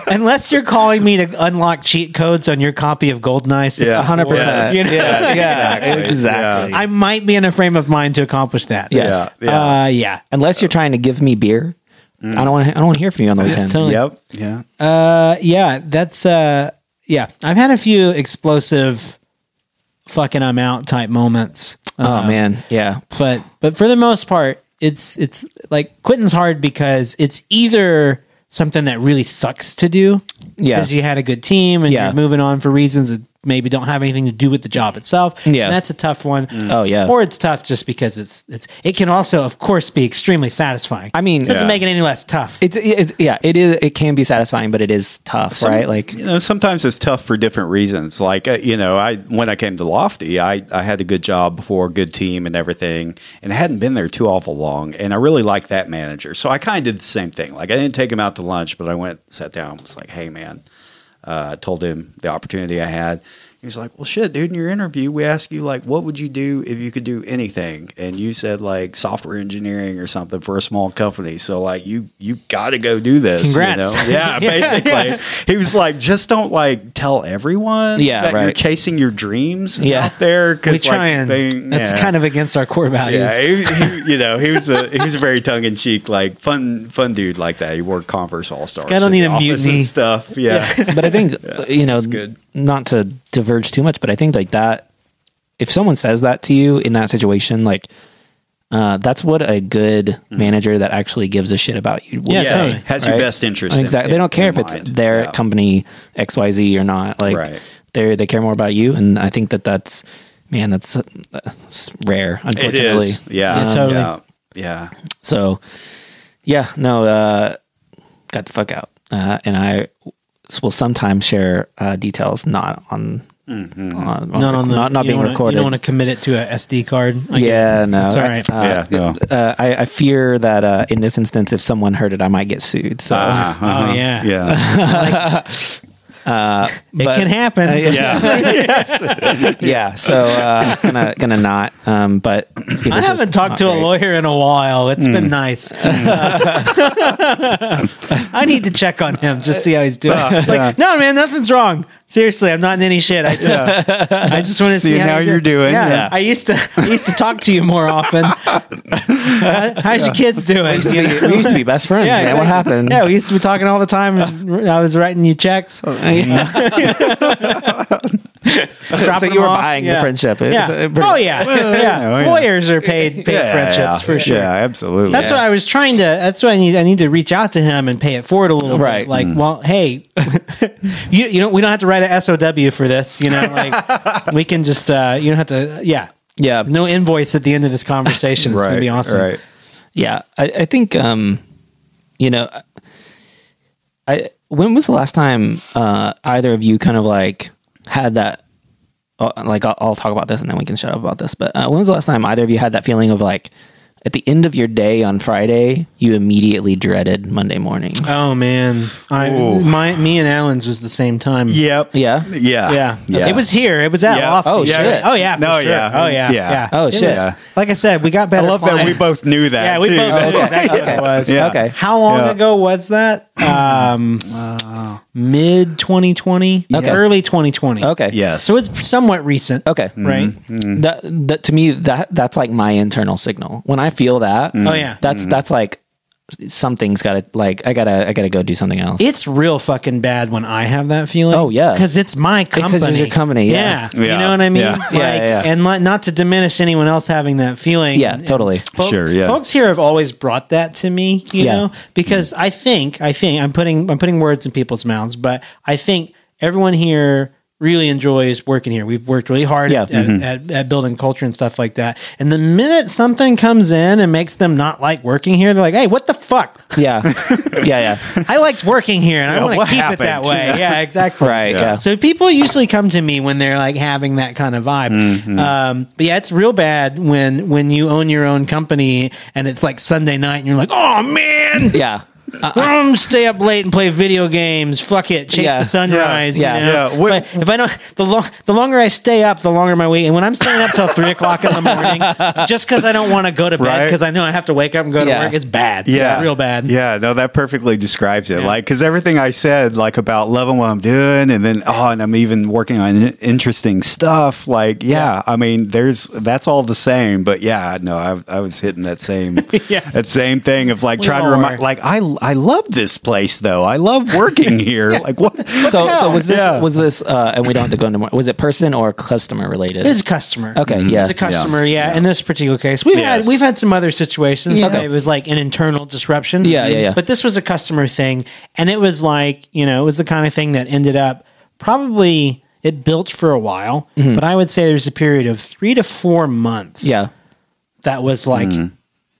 [SPEAKER 1] Unless you're calling me to unlock cheat codes on your copy of Goldeneye, 64.
[SPEAKER 4] Yeah.
[SPEAKER 5] 100. percent
[SPEAKER 1] You know?
[SPEAKER 5] Yeah, yeah,
[SPEAKER 4] Exactly.
[SPEAKER 5] exactly.
[SPEAKER 1] I might be in a frame of mind to accomplish that.
[SPEAKER 5] Yes.
[SPEAKER 1] Uh, yeah.
[SPEAKER 5] Unless you're trying to give me beer I don't want. I don't want to hear from you on the weekend.
[SPEAKER 1] totally.
[SPEAKER 4] Yep. Yeah.
[SPEAKER 1] Uh, yeah, that's uh, yeah. I've had a few explosive, fucking I'm out type moments.
[SPEAKER 5] oh
[SPEAKER 1] Uh,
[SPEAKER 5] man, yeah,
[SPEAKER 1] but but for the most part, it's it's like quitting's hard because it's either something that really sucks to do,
[SPEAKER 5] Yeah.
[SPEAKER 1] because you had a good team and
[SPEAKER 5] Yeah.
[SPEAKER 1] you're moving on for reasons that maybe don't have anything to do with the job itself.
[SPEAKER 5] Yeah.
[SPEAKER 1] And that's a tough one.
[SPEAKER 5] Oh, yeah.
[SPEAKER 1] or it's tough just because it's it's it can also, of course, be extremely satisfying.
[SPEAKER 5] I mean-
[SPEAKER 1] it doesn't
[SPEAKER 4] Yeah.
[SPEAKER 1] make it any less tough.
[SPEAKER 5] it's, it's yeah, it is. It can be satisfying, but it is tough, right? Like
[SPEAKER 4] you know, sometimes it's tough for different reasons. Like uh, you know, I when I came to Lofty, I I had a good job before, good team, and everything, and I hadn't been there too awful long, and I really liked that manager. So I kind of did the same thing. Like I didn't take him out to lunch, but I went sat down. was like, hey man, uh, told him the opportunity I had. He was like, well, shit, dude. In your interview, we asked you like, what would you do if you could do anything, and you said like software engineering or something for a small company. So like, you you got to go do this. you
[SPEAKER 1] Congrats.
[SPEAKER 4] know? Yeah,
[SPEAKER 1] Yeah,
[SPEAKER 4] basically.
[SPEAKER 1] yeah.
[SPEAKER 4] He was like, just don't like tell everyone
[SPEAKER 5] Yeah,
[SPEAKER 4] that you're
[SPEAKER 5] right.
[SPEAKER 4] chasing your dreams
[SPEAKER 5] Yeah.
[SPEAKER 4] out there.
[SPEAKER 1] we
[SPEAKER 4] Cause
[SPEAKER 1] try and that's kind of against our core values.
[SPEAKER 4] yeah, he, he, you know, he was a he was a very tongue in cheek, like fun fun dude like that. He wore Converse All Stars.
[SPEAKER 1] guy don't need a mutiny.
[SPEAKER 4] and stuff. Yeah,
[SPEAKER 5] but I think uh, you know,
[SPEAKER 4] good.
[SPEAKER 5] not to diverge too much, but I think like that. If someone says that to you in that situation, like uh, that's what a good manager that actually gives a shit about you. will
[SPEAKER 1] Yeah,
[SPEAKER 5] say,
[SPEAKER 1] totally.
[SPEAKER 4] Mm. has your
[SPEAKER 5] right?
[SPEAKER 4] best interest. in-
[SPEAKER 5] Exactly.
[SPEAKER 4] in
[SPEAKER 5] they don't care if it's
[SPEAKER 4] mind.
[SPEAKER 5] their
[SPEAKER 4] Yeah.
[SPEAKER 5] company X Y Z or not. Like
[SPEAKER 4] Right.
[SPEAKER 5] they they care more about you, and I think that that's man, that's, uh, that's rare.
[SPEAKER 4] It
[SPEAKER 5] Unfortunately,
[SPEAKER 4] is. Yeah,
[SPEAKER 1] Yeah, totally.
[SPEAKER 4] Yeah. yeah.
[SPEAKER 5] so, yeah, no, uh, got the fuck out. Uh, and I will sometimes share uh, details not on,
[SPEAKER 4] Mm-hmm.
[SPEAKER 5] on, on
[SPEAKER 1] Not on the you
[SPEAKER 5] not, not
[SPEAKER 1] don't
[SPEAKER 5] being
[SPEAKER 1] wanna-
[SPEAKER 5] recorded.
[SPEAKER 1] You don't want to commit it to a SD card. I get
[SPEAKER 5] yeah,
[SPEAKER 1] it.
[SPEAKER 5] no,
[SPEAKER 1] it's all right.
[SPEAKER 5] Uh,
[SPEAKER 4] Yeah, no.
[SPEAKER 5] uh, I, I fear that uh, in this instance, if someone heard it, I might get sued. So,
[SPEAKER 4] Uh-huh.
[SPEAKER 1] oh yeah,
[SPEAKER 4] yeah.
[SPEAKER 1] it
[SPEAKER 5] but-
[SPEAKER 1] can happen.
[SPEAKER 5] yeah, so uh, gonna gonna not. Um, but it
[SPEAKER 1] I
[SPEAKER 5] was
[SPEAKER 1] haven't
[SPEAKER 5] just
[SPEAKER 1] talked
[SPEAKER 5] not
[SPEAKER 1] to a
[SPEAKER 5] great.
[SPEAKER 1] lawyer in a while. It's been nice. I need to check on him just see how he's doing. It's like, no, man, nothing's wrong. Seriously, I'm not in any shit. I just, I just want to see,
[SPEAKER 4] Seeing how you're doing.
[SPEAKER 1] Yeah,
[SPEAKER 5] Yeah.
[SPEAKER 1] I used to, I used to talk to you more often. How- How's your kids doing?
[SPEAKER 5] We used to be- we used to be best friends.
[SPEAKER 1] Yeah,
[SPEAKER 5] man. What
[SPEAKER 1] exactly.
[SPEAKER 5] happened?
[SPEAKER 1] Yeah, we used to be talking all the time. And I was writing you checks.
[SPEAKER 5] so
[SPEAKER 1] dropping
[SPEAKER 5] you were
[SPEAKER 1] them off.
[SPEAKER 5] buying
[SPEAKER 1] Yeah.
[SPEAKER 5] the friendship. It
[SPEAKER 1] Yeah.
[SPEAKER 5] was, uh, pretty-
[SPEAKER 1] oh yeah. yeah.
[SPEAKER 4] know, yeah.
[SPEAKER 1] Lawyers are paid paid
[SPEAKER 4] Yeah,
[SPEAKER 1] friendships
[SPEAKER 4] yeah.
[SPEAKER 1] for sure.
[SPEAKER 4] Yeah, absolutely.
[SPEAKER 1] That's what I was trying to. That's what I need. I need to reach out to him and pay it forward a little
[SPEAKER 5] Right.
[SPEAKER 1] bit. Like,
[SPEAKER 4] Mm.
[SPEAKER 1] well, hey, you you don't. We don't have to write a SOW for this. You know, like we can just. uh You don't have to. Yeah.
[SPEAKER 5] Yeah.
[SPEAKER 1] No invoice at the end of this conversation. It's gonna be awesome.
[SPEAKER 4] Right.
[SPEAKER 5] Yeah, I, I think um, you know, I when was the last time uh, either of you kind of like had that? Uh, like I'll, I'll talk about this and then we can shut up about this. But uh, when was the last time either of you had that feeling of like at the end of your day on Friday, you immediately dreaded Monday morning?
[SPEAKER 1] Oh man, I
[SPEAKER 4] Ooh.
[SPEAKER 1] my me and Alan's was the same time.
[SPEAKER 4] Yep.
[SPEAKER 5] Yeah.
[SPEAKER 4] Yeah.
[SPEAKER 1] Yeah. It was here. It was at
[SPEAKER 4] Yeah.
[SPEAKER 1] Lofty.
[SPEAKER 5] Oh,
[SPEAKER 1] Yeah.
[SPEAKER 5] shit.
[SPEAKER 1] Oh yeah. for
[SPEAKER 4] No,
[SPEAKER 1] sure.
[SPEAKER 4] yeah.
[SPEAKER 1] Oh yeah.
[SPEAKER 4] Yeah.
[SPEAKER 1] Yeah.
[SPEAKER 5] Oh,
[SPEAKER 1] It
[SPEAKER 5] shit.
[SPEAKER 1] was- like I said, we got
[SPEAKER 4] I
[SPEAKER 1] better.
[SPEAKER 4] love that we
[SPEAKER 1] clients.
[SPEAKER 4] both knew that.
[SPEAKER 1] Yeah, we
[SPEAKER 4] too.
[SPEAKER 1] both knew exactly what it was.
[SPEAKER 4] Yeah.
[SPEAKER 5] Okay.
[SPEAKER 1] How long
[SPEAKER 4] Yeah.
[SPEAKER 1] ago was that? Um, mid 2020,
[SPEAKER 5] Okay.
[SPEAKER 1] early 2020.
[SPEAKER 5] Okay. Oh.
[SPEAKER 4] Yes.
[SPEAKER 1] So it's somewhat recent.
[SPEAKER 5] Okay.
[SPEAKER 1] Right.
[SPEAKER 4] Mm-hmm.
[SPEAKER 5] That, that to me that that's like my internal signal. When I feel that,
[SPEAKER 1] Oh, yeah.
[SPEAKER 5] that's that's like something's got to like I gotta I gotta go do something else.
[SPEAKER 1] It's real fucking bad when I have that feeling.
[SPEAKER 5] Oh, yeah.
[SPEAKER 1] because it's my company.
[SPEAKER 5] it's your company, yeah.
[SPEAKER 1] You
[SPEAKER 4] Yeah.
[SPEAKER 1] know what I mean?
[SPEAKER 4] Yeah.
[SPEAKER 1] Like,
[SPEAKER 5] Yeah, yeah, yeah.
[SPEAKER 1] And li- not to diminish anyone else having that feeling.
[SPEAKER 5] yeah,
[SPEAKER 1] And-
[SPEAKER 5] totally.
[SPEAKER 1] Fol-
[SPEAKER 4] Sure, yeah.
[SPEAKER 1] Folks here have always brought that to me, you
[SPEAKER 5] Yeah.
[SPEAKER 1] know, because I think I think I'm putting I'm putting words in people's mouths, but I think everyone here really enjoys working here. We've worked really hard
[SPEAKER 5] Yeah.
[SPEAKER 1] at, at-
[SPEAKER 4] Mm-hmm.
[SPEAKER 1] at, at building culture and stuff like that. And the minute something comes in and makes them not like working here, they're like, "Hey, what the fuck?
[SPEAKER 5] Yeah. yeah, yeah.
[SPEAKER 1] I liked working here, and I want to
[SPEAKER 4] what
[SPEAKER 1] keep it that
[SPEAKER 4] happened?
[SPEAKER 1] way." Yeah, exactly.
[SPEAKER 5] Right, yeah.
[SPEAKER 1] So people usually come to me when they're like having that kind of vibe.
[SPEAKER 4] Mm-hmm.
[SPEAKER 1] Um, but yeah, it's real bad when when you own your own company and it's like Sunday night and you're like, "Oh man,
[SPEAKER 5] Yeah.
[SPEAKER 1] I'm gonna stay up late and play video games. Fuck it, chase
[SPEAKER 5] Yeah.
[SPEAKER 1] the sunrise.
[SPEAKER 5] Yeah.
[SPEAKER 1] you know?
[SPEAKER 4] Yeah. Wh-
[SPEAKER 1] But if I don't, the long, the longer I stay up, the longer my week. And when I'm staying up till three o'clock in the morning, just because I don't want to go to bed
[SPEAKER 4] Right.
[SPEAKER 1] because I know I have to wake up and go
[SPEAKER 5] Yeah.
[SPEAKER 1] to work, it's bad.
[SPEAKER 4] Yeah.
[SPEAKER 1] it's real bad.
[SPEAKER 4] Yeah. No, that perfectly describes it. Like, cause everything I said, like about loving what I'm doing and then, oh, and I'm even working on in- interesting stuff. Like, yeah, I mean, there's, that's all the same, but yeah, no, I, I was hitting that same,
[SPEAKER 1] Yeah.
[SPEAKER 4] that same thing of like trying to
[SPEAKER 1] all
[SPEAKER 4] remind,
[SPEAKER 1] are.
[SPEAKER 4] like, I, I love this place though. I love working here. Like what?
[SPEAKER 5] So, so was this
[SPEAKER 4] Yeah.
[SPEAKER 5] was this uh, and we don't have to go into more. Was it person or customer related?
[SPEAKER 1] It's a customer.
[SPEAKER 5] Okay,
[SPEAKER 4] Mm-hmm.
[SPEAKER 5] Mhm. yeah.
[SPEAKER 1] It's a customer, yeah, In this particular case. We've
[SPEAKER 4] Yes.
[SPEAKER 1] had we've had some other situations
[SPEAKER 5] Yeah.
[SPEAKER 1] where
[SPEAKER 5] Okay.
[SPEAKER 1] it was like an internal disruption.
[SPEAKER 5] Yeah, yeah, yeah.
[SPEAKER 1] But this was a customer thing. And it was like, you know, it was the kind of thing that ended up probably it built for a while, but I would say there's a period of three to four months
[SPEAKER 5] Mm-hmm. yeah,
[SPEAKER 1] that was like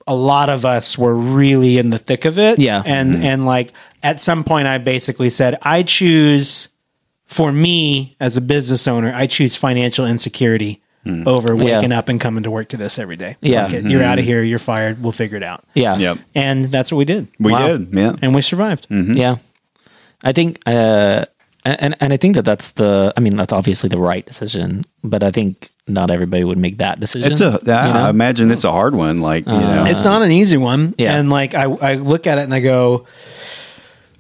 [SPEAKER 1] a lot of us were really in the thick of it.
[SPEAKER 5] Yeah.
[SPEAKER 1] And and like at some point I basically said, I choose for me as a business owner, I choose financial insecurity over
[SPEAKER 5] Yeah.
[SPEAKER 1] waking up and coming to work to this every day.
[SPEAKER 5] Yeah.
[SPEAKER 1] Fuck it. You're out of here, you're fired, we'll figure it out.
[SPEAKER 5] yeah,
[SPEAKER 4] Yep.
[SPEAKER 1] And that's what we did.
[SPEAKER 4] We
[SPEAKER 5] Wow.
[SPEAKER 4] did. Yeah.
[SPEAKER 1] And we survived.
[SPEAKER 5] yeah. I think, uh, and and I think that that's the. I mean, that's obviously the right decision, but I think not everybody would make that decision.
[SPEAKER 4] It's a. I
[SPEAKER 5] you know? Uh,
[SPEAKER 4] I imagine it's a hard one. Like, you know,
[SPEAKER 1] It's not an easy one.
[SPEAKER 5] Uh-huh. Yeah.
[SPEAKER 1] And like I, I look at it and I go,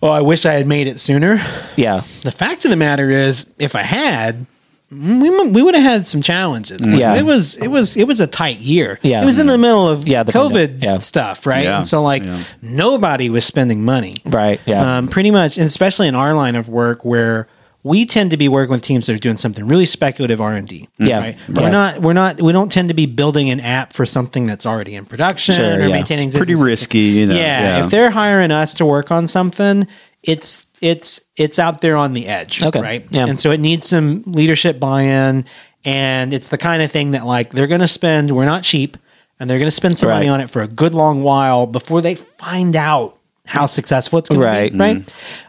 [SPEAKER 1] Oh, I wish I had made it sooner.
[SPEAKER 5] yeah,
[SPEAKER 1] the fact of the matter is, if I had, we m- we would have had some challenges. Like,
[SPEAKER 5] Yeah.
[SPEAKER 1] it was it was it was a tight year.
[SPEAKER 5] Yeah.
[SPEAKER 1] it was in the middle of
[SPEAKER 5] Yeah, the
[SPEAKER 1] COVID
[SPEAKER 5] pandemic. Yeah.
[SPEAKER 1] stuff, right?
[SPEAKER 4] Yeah.
[SPEAKER 1] And so like nobody was spending money,
[SPEAKER 5] right, yeah,
[SPEAKER 1] um, pretty much, and especially in our line of work where we tend to be working with teams that are doing something really speculative R and D.
[SPEAKER 5] Yeah.
[SPEAKER 1] But
[SPEAKER 5] Yeah.
[SPEAKER 1] we're not we're not we don't tend to be building an app for something that's already in production
[SPEAKER 5] Sure,
[SPEAKER 1] or
[SPEAKER 5] yeah.
[SPEAKER 1] maintaining.
[SPEAKER 4] it's pretty
[SPEAKER 1] existing-
[SPEAKER 4] risky, you know.
[SPEAKER 1] yeah, if they're hiring us to work on something, it's it's it's out there on the edge,
[SPEAKER 5] Okay,
[SPEAKER 1] right?
[SPEAKER 5] yeah.
[SPEAKER 1] And so it needs some leadership buy-in, and it's the kind of thing that like they're going to spend. We're not cheap, and they're going to spend some money
[SPEAKER 5] Right.
[SPEAKER 1] on it for a good long while before they find out how successful it's going
[SPEAKER 5] Right.
[SPEAKER 1] to be, right?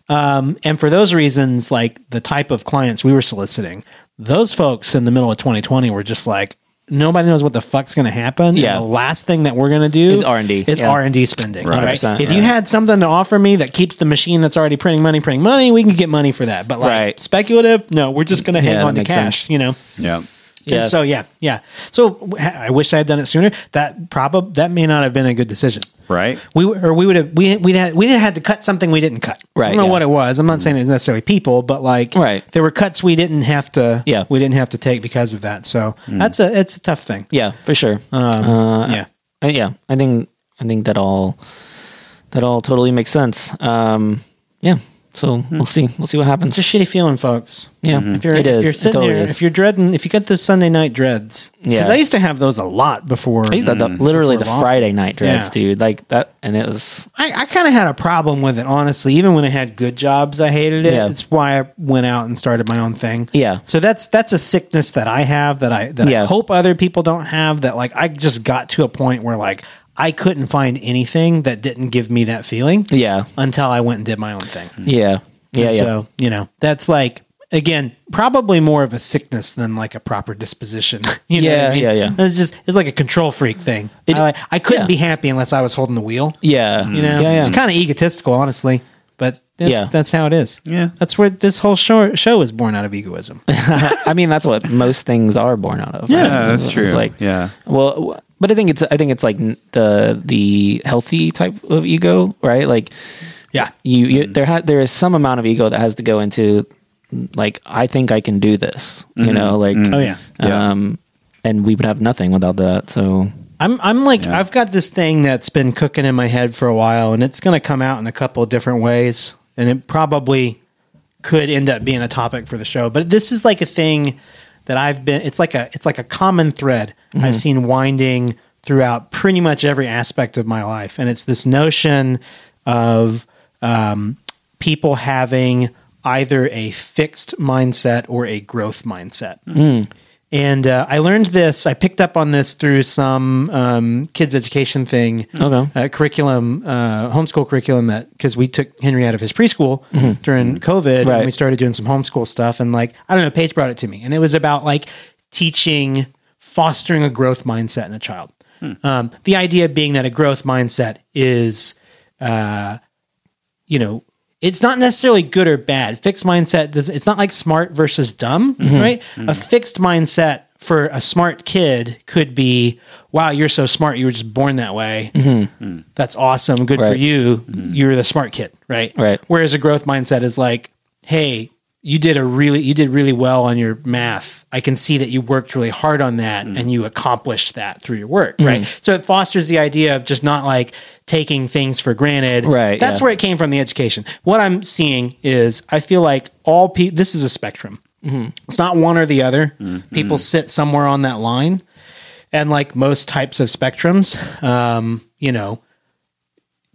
[SPEAKER 1] Um, and for those reasons, like the type of clients we were soliciting, those folks in the middle of 2020 were just like. Nobody knows what the fuck's going to happen.
[SPEAKER 5] Yeah.
[SPEAKER 1] And the last thing that we're going to do
[SPEAKER 5] Is R&D,
[SPEAKER 1] Is
[SPEAKER 5] yeah.
[SPEAKER 1] R and D spending. all right?
[SPEAKER 5] 100%,
[SPEAKER 1] If you
[SPEAKER 5] right.
[SPEAKER 1] had something to offer me that keeps the machine that's already printing money printing money, we can get money for that. But like
[SPEAKER 5] Right.
[SPEAKER 1] speculative, no, we're just going to hang
[SPEAKER 5] Yeah, that
[SPEAKER 1] on to
[SPEAKER 5] makes
[SPEAKER 1] cash.
[SPEAKER 5] sense.
[SPEAKER 1] You know.
[SPEAKER 4] yeah.
[SPEAKER 5] yeah.
[SPEAKER 1] And so yeah, yeah. So w- ha- I wish I had done it sooner. That probably that may not have been a good decision.
[SPEAKER 4] Right.
[SPEAKER 1] We w- or we would have we we had we didn't had to cut something we didn't cut. I
[SPEAKER 5] Right,
[SPEAKER 1] don't know
[SPEAKER 5] yeah.
[SPEAKER 1] what it was. I'm not saying it was necessarily people, but like
[SPEAKER 5] Right.
[SPEAKER 1] there were cuts we didn't have to
[SPEAKER 5] Yeah.
[SPEAKER 1] we didn't have to take because of that. So that's a it's a tough thing.
[SPEAKER 5] yeah, for sure.
[SPEAKER 1] yeah.
[SPEAKER 5] Uh, yeah, I think I think that all that all totally makes sense. Um, yeah, so
[SPEAKER 1] Hmm.
[SPEAKER 5] we'll see. We'll see what happens.
[SPEAKER 1] It's a shitty feeling, folks.
[SPEAKER 5] Yeah,
[SPEAKER 4] Mm-hmm.
[SPEAKER 1] If you're,
[SPEAKER 5] Mm. it is.
[SPEAKER 1] If you're
[SPEAKER 5] it
[SPEAKER 1] sitting
[SPEAKER 5] totally
[SPEAKER 1] there,
[SPEAKER 5] is.
[SPEAKER 1] if you're dreading, if you got those Sunday night dreads,
[SPEAKER 5] Yeah.
[SPEAKER 1] because I used to have those a lot before.
[SPEAKER 5] I used to have the,
[SPEAKER 4] Mm-hmm.
[SPEAKER 5] literally the
[SPEAKER 1] Before Lofty.
[SPEAKER 5] Friday night dreads,
[SPEAKER 1] Yeah.
[SPEAKER 5] dude. Like that, and it was
[SPEAKER 1] I, I kind of had a problem with it, honestly. Even when I had good jobs, I hated it.
[SPEAKER 5] Yeah.
[SPEAKER 1] It's why I went out and started my own thing.
[SPEAKER 5] Yeah.
[SPEAKER 1] So that's that's a sickness that I have that I that
[SPEAKER 5] Yeah.
[SPEAKER 1] I hope other people don't have. That like I just got to a point where like I couldn't find anything that didn't give me that feeling.
[SPEAKER 5] yeah,
[SPEAKER 4] Mm.
[SPEAKER 1] Until I went and did my own thing.
[SPEAKER 5] yeah, yeah,
[SPEAKER 1] And
[SPEAKER 5] yeah.
[SPEAKER 1] So, you know, that's like, again, probably more of a sickness than like a proper disposition. You know what I
[SPEAKER 5] Yeah,
[SPEAKER 1] mean?
[SPEAKER 5] yeah, yeah.
[SPEAKER 1] It's just, it's like a control freak thing.
[SPEAKER 5] It-
[SPEAKER 1] I, like, I couldn't
[SPEAKER 5] yeah.
[SPEAKER 1] be happy unless I was holding the wheel.
[SPEAKER 5] yeah,
[SPEAKER 1] You know,
[SPEAKER 5] yeah, yeah.
[SPEAKER 1] it's kind of egotistical, honestly, but that's,
[SPEAKER 5] Yeah.
[SPEAKER 1] that's how it is.
[SPEAKER 4] Yeah.
[SPEAKER 1] That's where this whole show, show is born out of egoism.
[SPEAKER 5] I mean, that's what most things are born out of. Yeah,
[SPEAKER 4] that's true.
[SPEAKER 5] Like,
[SPEAKER 4] Yeah.
[SPEAKER 5] Well, w- but I think it's I think it's like n- the the healthy type of ego, right? Like
[SPEAKER 1] yeah.
[SPEAKER 5] you, you
[SPEAKER 4] Mm-hmm.
[SPEAKER 5] there ha- there is some amount of ego that has to go into like I think I can do this, you know, like
[SPEAKER 1] Oh, yeah.
[SPEAKER 4] Mm-hmm. Mm. Yeah.
[SPEAKER 5] um, and we would have nothing without that. So
[SPEAKER 1] I'm I'm like I've got this thing that's been cooking in my head for a while, and it's going to come out in a couple of different ways, and it probably could end up being a topic for the show. But this is like a thing that I've been. It's like a it's like a common thread I've seen winding throughout pretty much every aspect of my life, and it's this notion of um, people having either a fixed mindset or a growth mindset. And uh, I learned this. I picked up on this through some um, kids education thing,
[SPEAKER 5] Okay.
[SPEAKER 1] uh, curriculum, uh, homeschool curriculum. That because we took Henry out of his preschool during COVID,
[SPEAKER 5] Right.
[SPEAKER 1] and we started doing some homeschool stuff. And like I don't know, Paige brought it to me, and it was about like teaching, fostering a growth mindset in a child. Um, the idea being that a growth mindset is you know, it's not necessarily good or bad. Fixed mindset does it's not like smart versus dumb, right? A fixed mindset for a smart kid could be, wow, you're so smart, you were just born that way. That's awesome, good for
[SPEAKER 5] Right. Mm.
[SPEAKER 1] you. You're the smart kid, right?
[SPEAKER 5] Right.
[SPEAKER 1] Whereas a growth mindset is like, hey, you did a really you did really well on your math. I can see that you worked really hard on that
[SPEAKER 5] Mm.
[SPEAKER 1] and you accomplished that through your work, right? So it fosters the idea of just not like taking things for granted.
[SPEAKER 5] Right,
[SPEAKER 1] That's
[SPEAKER 5] yeah.
[SPEAKER 1] where it came from the education. What I'm seeing is I feel like all people this is a spectrum.
[SPEAKER 5] Mm-hmm.
[SPEAKER 1] It's not one or the other. People sit somewhere on that line. And like most types of spectrums, um, you know,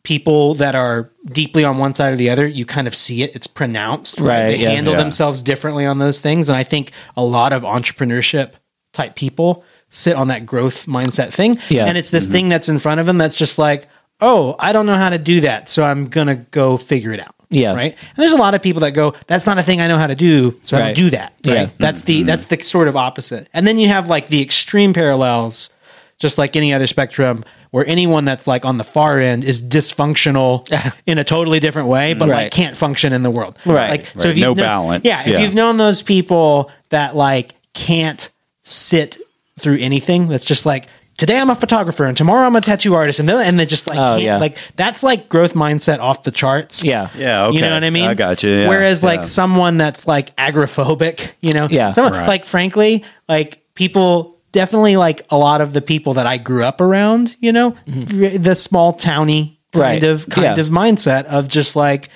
[SPEAKER 1] people that are deeply on one side or the other, you kind of see it. It's pronounced.
[SPEAKER 5] Right,
[SPEAKER 1] They
[SPEAKER 5] yeah.
[SPEAKER 1] handle
[SPEAKER 4] Yeah.
[SPEAKER 1] themselves differently on those things. And I think a lot of entrepreneurship type people sit on that growth mindset thing.
[SPEAKER 5] Yeah.
[SPEAKER 1] And it's this thing that's in front of them that's just like, oh, I don't know how to do that. So I'm going to go figure it out.
[SPEAKER 5] Yeah.
[SPEAKER 1] Right. And there's a lot of people that go, that's not a thing I know how to do. So I
[SPEAKER 5] Right.
[SPEAKER 1] don't do that. Right.
[SPEAKER 5] Yeah.
[SPEAKER 1] That's the that's the sort of opposite. And then you have like the extreme parallels, just like any other spectrum, where anyone that's like on the far end is dysfunctional in a totally different way, but like
[SPEAKER 5] Right.
[SPEAKER 1] can't function in the world.
[SPEAKER 5] Right.
[SPEAKER 1] Like so
[SPEAKER 4] Right.
[SPEAKER 1] if you've
[SPEAKER 4] No
[SPEAKER 1] kno-
[SPEAKER 4] balance.
[SPEAKER 1] Yeah. If
[SPEAKER 4] Yeah.
[SPEAKER 1] you've known those people that like can't sit through anything, that's just like Today I'm a photographer and tomorrow I'm a tattoo artist and then and they just like
[SPEAKER 5] Oh,
[SPEAKER 1] can't,
[SPEAKER 5] yeah.
[SPEAKER 1] like that's like growth mindset off the charts.
[SPEAKER 5] Yeah.
[SPEAKER 4] Yeah, okay.
[SPEAKER 1] You know what I mean?
[SPEAKER 4] I got you, yeah,
[SPEAKER 1] Whereas like
[SPEAKER 4] yeah.
[SPEAKER 1] someone that's like agoraphobic, you know?
[SPEAKER 5] Yeah.
[SPEAKER 1] Someone,
[SPEAKER 4] Right.
[SPEAKER 1] Like frankly, like people definitely like a lot of the people that I grew up around, you know, re- the small towny kind
[SPEAKER 5] Mm-hmm. Right.
[SPEAKER 1] of kind
[SPEAKER 5] Yeah.
[SPEAKER 1] of mindset of just like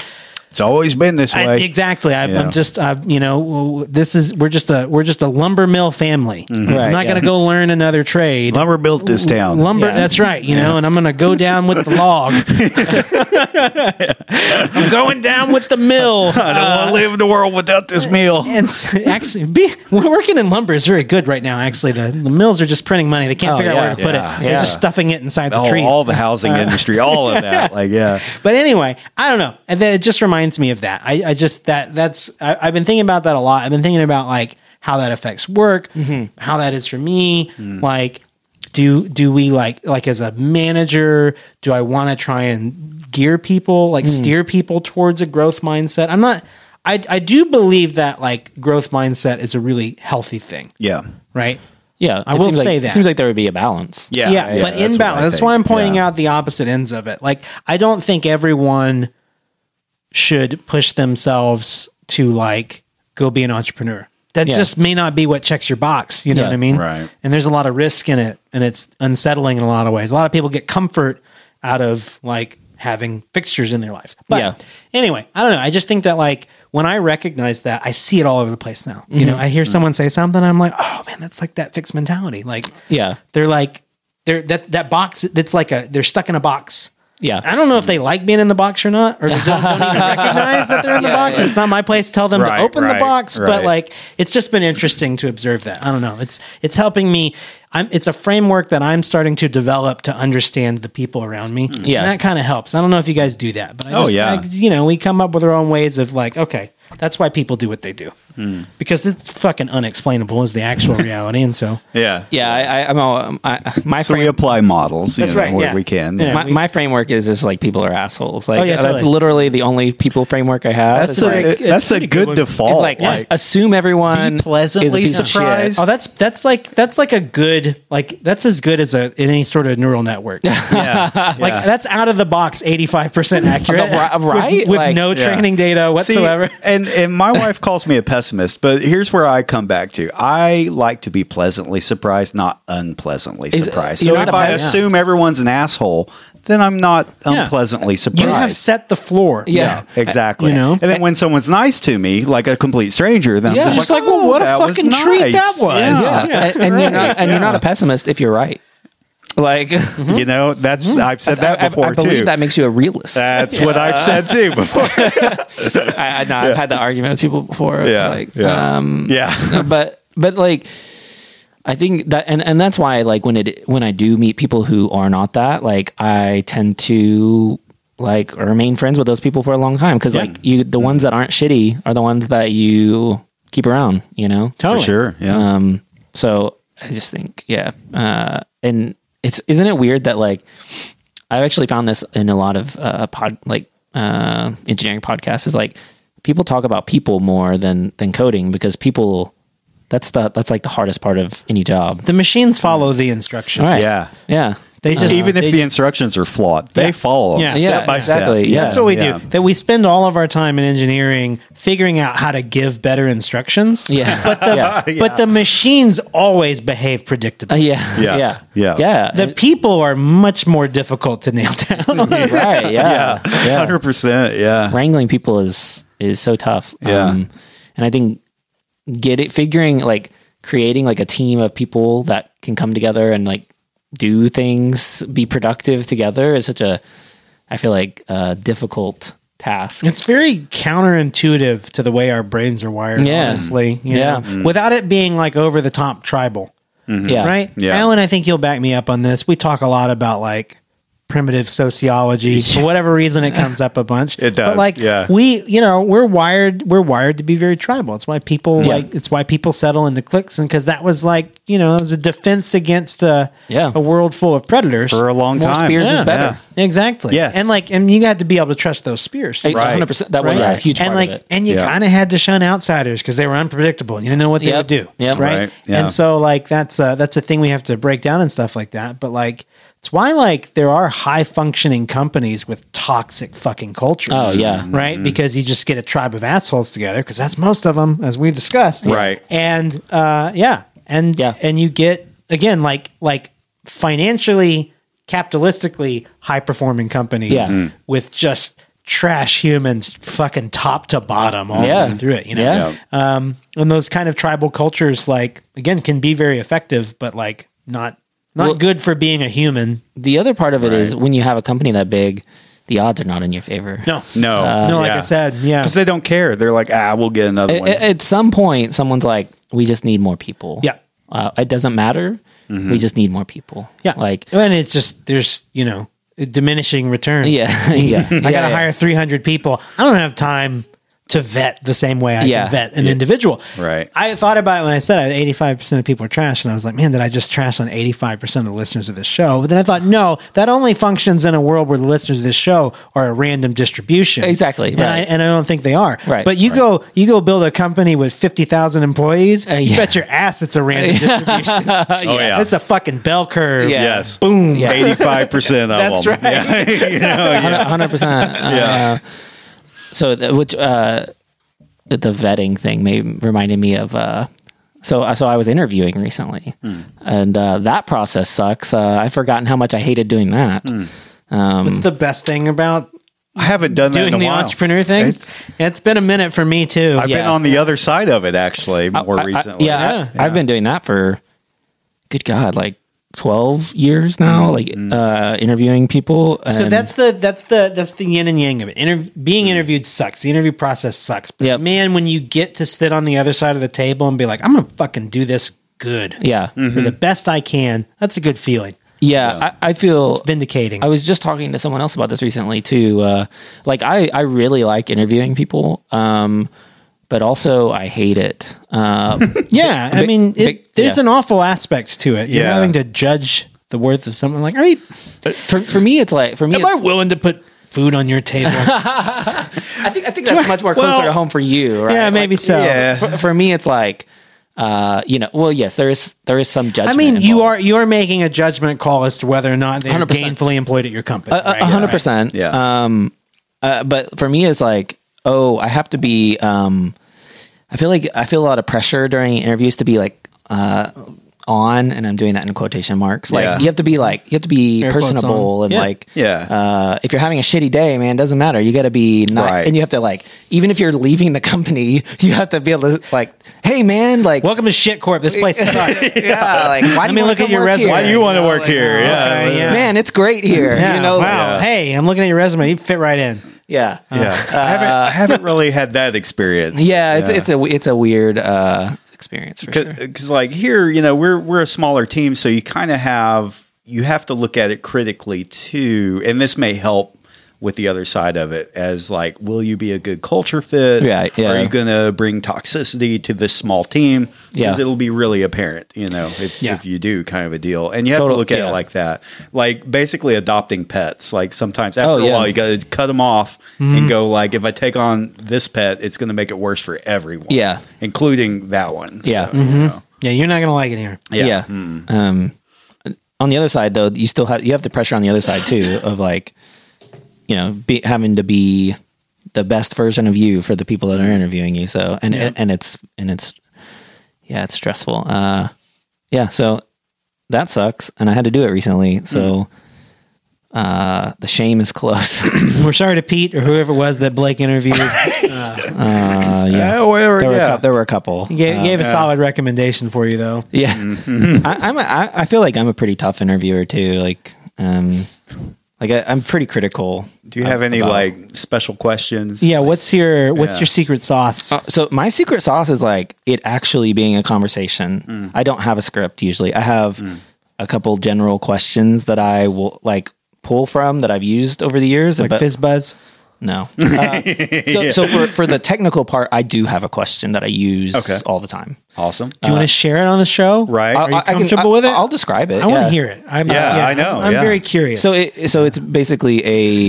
[SPEAKER 4] It's always been this
[SPEAKER 1] I-
[SPEAKER 4] way.
[SPEAKER 1] exactly. I,
[SPEAKER 4] Yeah.
[SPEAKER 1] I'm just, uh, you know, w- this is we're just a we're just a lumber mill family. I'm
[SPEAKER 5] Right,
[SPEAKER 1] not
[SPEAKER 5] yeah.
[SPEAKER 1] going to go learn another trade.
[SPEAKER 4] Mm-hmm. Lumber built this town.
[SPEAKER 1] Lumber,
[SPEAKER 5] Yeah.
[SPEAKER 1] that's right, you know, and I'm going to go down with the log. I'm going down with the mill.
[SPEAKER 4] I don't want to live in the world without this meal.
[SPEAKER 1] And s- actually, be, we're working in lumber is very good right now. Actually, the, the mills are just printing money. They can't
[SPEAKER 5] Oh,
[SPEAKER 1] figure out where
[SPEAKER 5] yeah.
[SPEAKER 1] to put
[SPEAKER 4] Yeah.
[SPEAKER 1] it. They're
[SPEAKER 5] Yeah.
[SPEAKER 1] just stuffing it inside the
[SPEAKER 4] All,
[SPEAKER 1] trees.
[SPEAKER 4] Oh,
[SPEAKER 1] Uh.
[SPEAKER 4] all the housing industry, all of that. Like, yeah.
[SPEAKER 1] But anyway, I don't know. And then It just reminds me of that. I, I just that that's I, I've been thinking about that a lot. I've been thinking about like how that affects work, how that is for me. Like, do do we like like as a manager? Do I want to try and gear people like steer people towards a growth mindset? I'm not. I I do believe that like growth mindset is a really healthy thing,
[SPEAKER 4] Yeah.
[SPEAKER 1] right?
[SPEAKER 5] Yeah,
[SPEAKER 1] I
[SPEAKER 5] it
[SPEAKER 1] will
[SPEAKER 5] seems like-
[SPEAKER 1] say
[SPEAKER 5] It
[SPEAKER 1] that.
[SPEAKER 5] seems like there would be a balance.
[SPEAKER 4] Yeah.
[SPEAKER 1] yeah, but
[SPEAKER 4] that's
[SPEAKER 1] in
[SPEAKER 4] what I
[SPEAKER 1] balance. That's
[SPEAKER 4] think.
[SPEAKER 1] why I'm pointing
[SPEAKER 4] Yeah.
[SPEAKER 1] out the opposite ends of it. Like, I don't think everyone should push themselves to like go be an entrepreneur. That
[SPEAKER 5] Yeah.
[SPEAKER 1] just may not be what checks your box. You know
[SPEAKER 5] Yeah.
[SPEAKER 1] what I mean?
[SPEAKER 4] Right.
[SPEAKER 1] And there's a lot of risk in it, and it's unsettling in a lot of ways. A lot of people get comfort out of like having fixtures in their life. But
[SPEAKER 5] Yeah.
[SPEAKER 1] anyway, I don't know. I just think that like when I recognize that, I see it all over the place now. You know, I hear someone say something, I'm like, oh man, that's like that fixed mentality. Like,
[SPEAKER 5] Yeah.
[SPEAKER 1] they're like they're that that box that's like a they're stuck in a box
[SPEAKER 5] Yeah.
[SPEAKER 1] i don't know if they like being in the box or not or they don't, don't even recognize that they're in the box it's not my place to tell them
[SPEAKER 4] Right,
[SPEAKER 1] to open
[SPEAKER 4] right,
[SPEAKER 1] the box
[SPEAKER 4] right.
[SPEAKER 1] but like it's just been interesting to observe that i don't know it's it's helping me i'm it's a framework that i'm starting to develop to understand the people around me
[SPEAKER 5] Yeah.
[SPEAKER 1] and that kind of helps i don't know if you guys do that but i
[SPEAKER 4] Hmm. Oh,
[SPEAKER 1] just,
[SPEAKER 4] yeah.
[SPEAKER 1] I- you know we come up with our own ways of like okay that's why people do what they do
[SPEAKER 4] Hmm.
[SPEAKER 1] because it's fucking unexplainable is the actual reality and so
[SPEAKER 4] Yeah.
[SPEAKER 5] Yeah, I, I, I'm all, I, my
[SPEAKER 4] So we
[SPEAKER 5] frame,
[SPEAKER 4] apply models you
[SPEAKER 1] That's
[SPEAKER 4] know,
[SPEAKER 1] right,
[SPEAKER 4] where
[SPEAKER 1] yeah.
[SPEAKER 4] we can.
[SPEAKER 1] Yeah.
[SPEAKER 5] my, my framework is just like people are assholes. Like
[SPEAKER 1] Oh, yeah,
[SPEAKER 5] that's
[SPEAKER 1] totally.
[SPEAKER 5] literally the only people framework I have.
[SPEAKER 4] That's,
[SPEAKER 5] It's
[SPEAKER 4] a,
[SPEAKER 5] like,
[SPEAKER 1] it's
[SPEAKER 4] that's a
[SPEAKER 1] pretty
[SPEAKER 4] good,
[SPEAKER 1] good one.
[SPEAKER 4] default.
[SPEAKER 5] it's like,
[SPEAKER 1] yeah.
[SPEAKER 5] assume everyone
[SPEAKER 4] Be pleasantly
[SPEAKER 5] is a piece of shit.
[SPEAKER 4] surprised.
[SPEAKER 1] Oh, that's that's like that's like a good like that's as good as a any sort of neural network. like
[SPEAKER 4] yeah, yeah.
[SPEAKER 1] that's out of the box, eighty five percent accurate,
[SPEAKER 5] Right, right?
[SPEAKER 1] With, with
[SPEAKER 5] Like-
[SPEAKER 1] no
[SPEAKER 4] Yeah.
[SPEAKER 1] training data
[SPEAKER 4] See,
[SPEAKER 1] whatsoever.
[SPEAKER 4] and and my wife calls me a pessimist, but here's where I come back to. I like to be pleasantly surprised, not unpleasantly
[SPEAKER 5] Is- uh,
[SPEAKER 4] surprised.
[SPEAKER 5] you're
[SPEAKER 4] So
[SPEAKER 5] not
[SPEAKER 4] if I
[SPEAKER 5] a-
[SPEAKER 4] assume everyone's an asshole, then I'm not unpleasantly surprised.
[SPEAKER 1] you have set the floor.
[SPEAKER 5] Yeah.
[SPEAKER 4] exactly.
[SPEAKER 1] You know?
[SPEAKER 4] and then when someone's nice to me, like a complete stranger, then
[SPEAKER 5] Yeah.
[SPEAKER 4] I'm
[SPEAKER 1] Just
[SPEAKER 4] just
[SPEAKER 1] like,
[SPEAKER 4] like,
[SPEAKER 1] well,
[SPEAKER 4] oh,
[SPEAKER 1] what a
[SPEAKER 4] that was
[SPEAKER 1] fucking treat
[SPEAKER 4] nice."
[SPEAKER 1] that was.
[SPEAKER 5] Yeah,
[SPEAKER 1] Oh, Yeah.
[SPEAKER 5] and, and you're not, and you're not a pessimist if you're right. Like
[SPEAKER 4] You know, that's I've said that
[SPEAKER 5] Mm-hmm. I, I-
[SPEAKER 4] before
[SPEAKER 5] I believe
[SPEAKER 4] too.
[SPEAKER 5] that makes you a realist.
[SPEAKER 4] that's what I've said too before.
[SPEAKER 5] I, I know I've had that argument with people before.
[SPEAKER 4] yeah,
[SPEAKER 5] like,
[SPEAKER 4] yeah, yeah.
[SPEAKER 5] but but like I think that and and that's why like when it when I do meet people who are not that like I tend to like remain friends with those people for a long time because
[SPEAKER 1] Yeah.
[SPEAKER 5] like you the ones that aren't shitty are the ones that you keep around you know
[SPEAKER 1] Totally.
[SPEAKER 4] For sure. Yeah.
[SPEAKER 5] um so I just think yeah uh and it's isn't it weird that like I've actually found this in a lot of uh pod like uh, engineering podcasts is like people talk about people more than than coding because people that's the that's like the hardest part of any job.
[SPEAKER 1] The machines follow the instructions.
[SPEAKER 5] Right.
[SPEAKER 4] Yeah.
[SPEAKER 5] Yeah.
[SPEAKER 1] They just
[SPEAKER 4] Even if
[SPEAKER 1] Uh, they
[SPEAKER 4] the instructions are flawed, they follow them
[SPEAKER 1] Yeah.
[SPEAKER 4] step
[SPEAKER 5] yeah,
[SPEAKER 4] by
[SPEAKER 5] exactly.
[SPEAKER 4] step.
[SPEAKER 5] Yeah.
[SPEAKER 1] That's what we
[SPEAKER 4] Yeah.
[SPEAKER 1] do. That we spend all of our time in engineering figuring out how to give better instructions.
[SPEAKER 5] Yeah.
[SPEAKER 1] But the
[SPEAKER 5] yeah.
[SPEAKER 1] but the machines always behave predictably.
[SPEAKER 5] Uh, yeah.
[SPEAKER 4] Yes.
[SPEAKER 5] Yeah.
[SPEAKER 4] Yeah.
[SPEAKER 5] Uh, Yeah.
[SPEAKER 1] The people are much more difficult to nail down.
[SPEAKER 5] right. Yeah. yeah.
[SPEAKER 4] Hundred percent. Yeah.
[SPEAKER 5] wrangling people is is so tough. Um,
[SPEAKER 4] Yeah.
[SPEAKER 5] and I think get it figuring like creating like a team of people that can come together and like do things, be productive together is such a I feel like uh difficult task.
[SPEAKER 1] It's very counterintuitive to the way our brains are wired,
[SPEAKER 5] Yeah.
[SPEAKER 1] honestly. you
[SPEAKER 5] Yeah.
[SPEAKER 1] know,
[SPEAKER 4] Mm.
[SPEAKER 1] Without it being like over the top tribal,
[SPEAKER 5] Mm-hmm. yeah.
[SPEAKER 1] right?
[SPEAKER 4] Yeah.
[SPEAKER 1] Alan, I think you'll back me up on this. We talk a lot about like primitive sociology for whatever reason it comes up a bunch. But
[SPEAKER 4] It does,
[SPEAKER 1] like
[SPEAKER 4] yeah.
[SPEAKER 1] we, you know, we're wired we're wired to be very tribal. It's why people
[SPEAKER 5] Yeah.
[SPEAKER 1] like it's why people settle into cliques and cuz that was like, you know, it was a defense against a
[SPEAKER 5] Yeah.
[SPEAKER 1] a world full of predators.
[SPEAKER 4] For a long
[SPEAKER 5] More
[SPEAKER 4] time.
[SPEAKER 5] spears
[SPEAKER 1] Yeah.
[SPEAKER 5] is better.
[SPEAKER 1] Exactly.
[SPEAKER 4] Yes.
[SPEAKER 1] And like and you got to be able to trust those spears.
[SPEAKER 5] Eight-
[SPEAKER 4] Right.
[SPEAKER 5] 100%. That was
[SPEAKER 1] Right.
[SPEAKER 5] a huge part
[SPEAKER 1] and like
[SPEAKER 5] of it.
[SPEAKER 1] and you
[SPEAKER 4] Yeah.
[SPEAKER 1] kind of had to shun outsiders because they were unpredictable and you didn't know what they
[SPEAKER 5] Yep.
[SPEAKER 1] would do
[SPEAKER 5] Yep.
[SPEAKER 1] right,
[SPEAKER 4] Right. Yeah.
[SPEAKER 1] and so like that's a, that's a thing we have to break down and stuff like that but like it's why like there are high functioning companies with toxic fucking cultures
[SPEAKER 5] Oh, yeah.
[SPEAKER 4] Mm-hmm.
[SPEAKER 1] right because you just get a tribe of assholes together because that's most of them as we discussed
[SPEAKER 4] Right.
[SPEAKER 1] and uh yeah and
[SPEAKER 5] Yeah.
[SPEAKER 1] and you get again like like financially capitalistically high performing companies
[SPEAKER 5] Yeah. Mm.
[SPEAKER 1] with just trash humans fucking top to bottom all
[SPEAKER 5] Yeah.
[SPEAKER 1] the way through it you know
[SPEAKER 5] Yeah.
[SPEAKER 1] um and those kind of tribal cultures like again can be very effective but like not not
[SPEAKER 5] Well-
[SPEAKER 1] good for being a human
[SPEAKER 5] The other part of it is when you have a company that big, the odds are not in your favor.
[SPEAKER 1] no
[SPEAKER 4] No.
[SPEAKER 5] Uh,
[SPEAKER 1] no like i said yeah
[SPEAKER 4] Because they don't care. They're like, ah, we'll get another
[SPEAKER 5] A-
[SPEAKER 4] one.
[SPEAKER 5] a- at some point someone's like we just need more people
[SPEAKER 1] Yeah. Mm-hmm.
[SPEAKER 5] uh, it doesn't matter we just need more people
[SPEAKER 1] yeah
[SPEAKER 5] like
[SPEAKER 1] and it's just there's you know diminishing returns
[SPEAKER 5] yeah yeah i
[SPEAKER 1] I got to hire 300 people. I don't have time to vet the same way I
[SPEAKER 5] Yeah.
[SPEAKER 1] can vet an individual.
[SPEAKER 4] Right.
[SPEAKER 1] I thought about it when I said I- 85% of people are trash. And I was like, man, did I just trash on 85% of the listeners of this show? But then I thought, no, that only functions in a world where the listeners of this show are a random distribution.
[SPEAKER 5] Exactly,
[SPEAKER 1] And, I,
[SPEAKER 5] right.
[SPEAKER 1] and I don't think they are.
[SPEAKER 5] Right,
[SPEAKER 1] But you go you go build a company with 50,000 employees,
[SPEAKER 5] Uh,
[SPEAKER 1] you
[SPEAKER 5] yeah.
[SPEAKER 1] bet your ass it's a random distribution.
[SPEAKER 4] oh, yeah.
[SPEAKER 1] It's a fucking bell curve.
[SPEAKER 5] Yeah.
[SPEAKER 4] yes.
[SPEAKER 1] Boom.
[SPEAKER 5] Yeah.
[SPEAKER 4] 85% of
[SPEAKER 1] That's
[SPEAKER 4] them.
[SPEAKER 1] right.
[SPEAKER 4] Yeah. You know, yeah.
[SPEAKER 5] 100% uh,
[SPEAKER 4] Yeah.
[SPEAKER 5] so the, which uh the vetting thing may reminded me of uh so so I was interviewing recently and uh that process sucks uh I've forgotten how much I hated doing that um
[SPEAKER 1] It's the best thing about
[SPEAKER 4] I haven't done that
[SPEAKER 1] doing
[SPEAKER 4] in a
[SPEAKER 1] the
[SPEAKER 4] while.
[SPEAKER 1] entrepreneur thing.
[SPEAKER 4] It's-
[SPEAKER 1] it's been a minute for me too.
[SPEAKER 4] I've been
[SPEAKER 5] Yeah.
[SPEAKER 4] on the other side of it, actually, more
[SPEAKER 5] I- I-
[SPEAKER 4] recently.
[SPEAKER 5] yeah, I-
[SPEAKER 1] Yeah.
[SPEAKER 5] I've been doing that for good God, like twelve years now. Like uh, interviewing people.
[SPEAKER 1] so
[SPEAKER 5] and-
[SPEAKER 1] that's the that's the that's the yin and yang of it. Interv- being interviewed sucks. The interview process sucks. But
[SPEAKER 5] Yep.
[SPEAKER 1] man, when you get to sit on the other side of the table and be like, I'm gonna fucking do this good,
[SPEAKER 5] yeah,
[SPEAKER 1] for the best I can. That's a good feeling.
[SPEAKER 5] Mm-hmm. yeah. I, I feel.
[SPEAKER 1] Vindicating.
[SPEAKER 5] I was just talking to someone else about this recently too. Uh, like I, I really like interviewing people, um, but also I hate it. Uh,
[SPEAKER 1] yeah, I
[SPEAKER 5] big-
[SPEAKER 1] mean, it,
[SPEAKER 5] big-
[SPEAKER 1] there's
[SPEAKER 5] yeah.
[SPEAKER 1] an awful aspect to it. You're
[SPEAKER 4] Yeah.
[SPEAKER 1] having to judge the worth of someone. Like, are you?
[SPEAKER 5] for, for me, it's like for me,
[SPEAKER 1] Am I
[SPEAKER 5] it's,
[SPEAKER 1] willing to put food on your table?
[SPEAKER 5] I think I think that's much more closer
[SPEAKER 1] Well,
[SPEAKER 5] to home for you. Right?
[SPEAKER 1] yeah,
[SPEAKER 5] Like,
[SPEAKER 1] maybe so.
[SPEAKER 4] Yeah.
[SPEAKER 5] for, for me, it's like. Uh, you know, well, yes, there is there is some
[SPEAKER 1] I
[SPEAKER 5] judgment.
[SPEAKER 1] mean, you are
[SPEAKER 5] involved.
[SPEAKER 1] you are making a judgment call as to whether or not they're
[SPEAKER 5] 100%.
[SPEAKER 1] gainfully employed at your company. right?
[SPEAKER 5] A hundred percent.
[SPEAKER 4] Yeah.
[SPEAKER 5] Um, uh, but for me, it's like, oh, I have to be. Um, I feel like I feel a lot of pressure during interviews to be like uh, on, and I'm doing that in quotation marks. Like
[SPEAKER 4] Yeah.
[SPEAKER 5] you have to be like you have to be
[SPEAKER 1] Air quotes
[SPEAKER 5] personable
[SPEAKER 1] on.
[SPEAKER 5] and
[SPEAKER 1] Yeah.
[SPEAKER 5] like
[SPEAKER 4] Yeah.
[SPEAKER 5] Uh, if you're having a shitty day, man, it doesn't matter. You got to be not,
[SPEAKER 4] Right.
[SPEAKER 5] and you have to like even if you're leaving the company, you have to be able to like, hey, man, like.
[SPEAKER 1] Welcome to Shit Corp. This place sucks.
[SPEAKER 5] yeah, like why do
[SPEAKER 1] me
[SPEAKER 5] you wanna
[SPEAKER 1] look at
[SPEAKER 5] come
[SPEAKER 1] your
[SPEAKER 5] work
[SPEAKER 1] resume.
[SPEAKER 5] here?
[SPEAKER 4] Why do you want to work here? Yeah.
[SPEAKER 1] Oh, Okay, yeah.
[SPEAKER 5] Man, it's great here.
[SPEAKER 1] Yeah,
[SPEAKER 5] you know,
[SPEAKER 1] wow. Uh,
[SPEAKER 4] Yeah.
[SPEAKER 1] Hey, I'm looking at your resume. You fit right in.
[SPEAKER 5] yeah.
[SPEAKER 4] Yeah. I, haven't, I haven't really had that experience.
[SPEAKER 5] Yeah, it's it's a it's a weird uh, experience for sure.
[SPEAKER 4] because like here you know we're we're a smaller team so you kind of have you have to look at it critically too and this may help with the other side of it as like, will you be a good culture fit?
[SPEAKER 5] Yeah, yeah.
[SPEAKER 4] Are you going to bring toxicity to this small team? Because
[SPEAKER 5] Yeah.
[SPEAKER 4] it'll be really apparent, you know, if,
[SPEAKER 1] Yeah.
[SPEAKER 4] if you do kind of a deal. And you have
[SPEAKER 5] Total-
[SPEAKER 4] to look at
[SPEAKER 5] yeah.
[SPEAKER 4] it like that. Like basically adopting pets. Like sometimes after
[SPEAKER 5] Oh,
[SPEAKER 4] a
[SPEAKER 5] yeah. Mm-hmm.
[SPEAKER 4] while, you got to cut them off and go like, if I take on this pet, it's going to make it worse for everyone.
[SPEAKER 5] Yeah.
[SPEAKER 4] Including that one.
[SPEAKER 5] Yeah.
[SPEAKER 4] you know.
[SPEAKER 1] Yeah, Mm-hmm. you're not gonna like it here.
[SPEAKER 5] Yeah. Um, on the other side, though, you still have you have the pressure on the other side too of like, you know, be, having to be the best version of you for the people that are interviewing you. So and and it's and it's yeah, it's stressful. Uh, yeah. So that sucks, and I had to do it recently. So uh, the shame is close.
[SPEAKER 1] We're sorry to Pete or whoever it was that Blake interviewed. Uh,
[SPEAKER 5] uh, yeah.
[SPEAKER 4] Yeah, Oh, whatever,
[SPEAKER 5] There were, a
[SPEAKER 4] yeah.
[SPEAKER 5] cou- there were a couple.
[SPEAKER 1] he gave, gave a solid recommendation for you though.
[SPEAKER 5] Yeah,
[SPEAKER 1] Mm-hmm.
[SPEAKER 5] I, I'm. A, I, I feel like I'm a pretty tough interviewer too. Like, um, like I, I'm pretty critical.
[SPEAKER 4] Do you have any
[SPEAKER 5] about-
[SPEAKER 4] like special questions?
[SPEAKER 1] Yeah, what's your what's
[SPEAKER 4] Yeah.
[SPEAKER 1] your secret sauce?
[SPEAKER 5] Uh, so my secret sauce is like it actually being a conversation.
[SPEAKER 1] Mm.
[SPEAKER 5] I don't have a script usually. I have a couple general questions that I will like pull from that I've used over the years.
[SPEAKER 1] like
[SPEAKER 5] but-
[SPEAKER 1] fizz buzz?
[SPEAKER 5] No. Uh, so so for, for the technical part, I do have a question that I use
[SPEAKER 4] Okay.
[SPEAKER 5] all the time.
[SPEAKER 4] Awesome.
[SPEAKER 1] Do you want to share it on the show?
[SPEAKER 4] Right.
[SPEAKER 1] Are you
[SPEAKER 5] Uh, I- I can-
[SPEAKER 1] comfortable
[SPEAKER 5] I-
[SPEAKER 1] with it?
[SPEAKER 5] I'll describe it.
[SPEAKER 1] I want
[SPEAKER 5] yeah.
[SPEAKER 1] to hear it. I'm,
[SPEAKER 4] Yeah, I know,
[SPEAKER 1] I'm, I'm
[SPEAKER 4] yeah.
[SPEAKER 1] very curious.
[SPEAKER 5] So it, so it's basically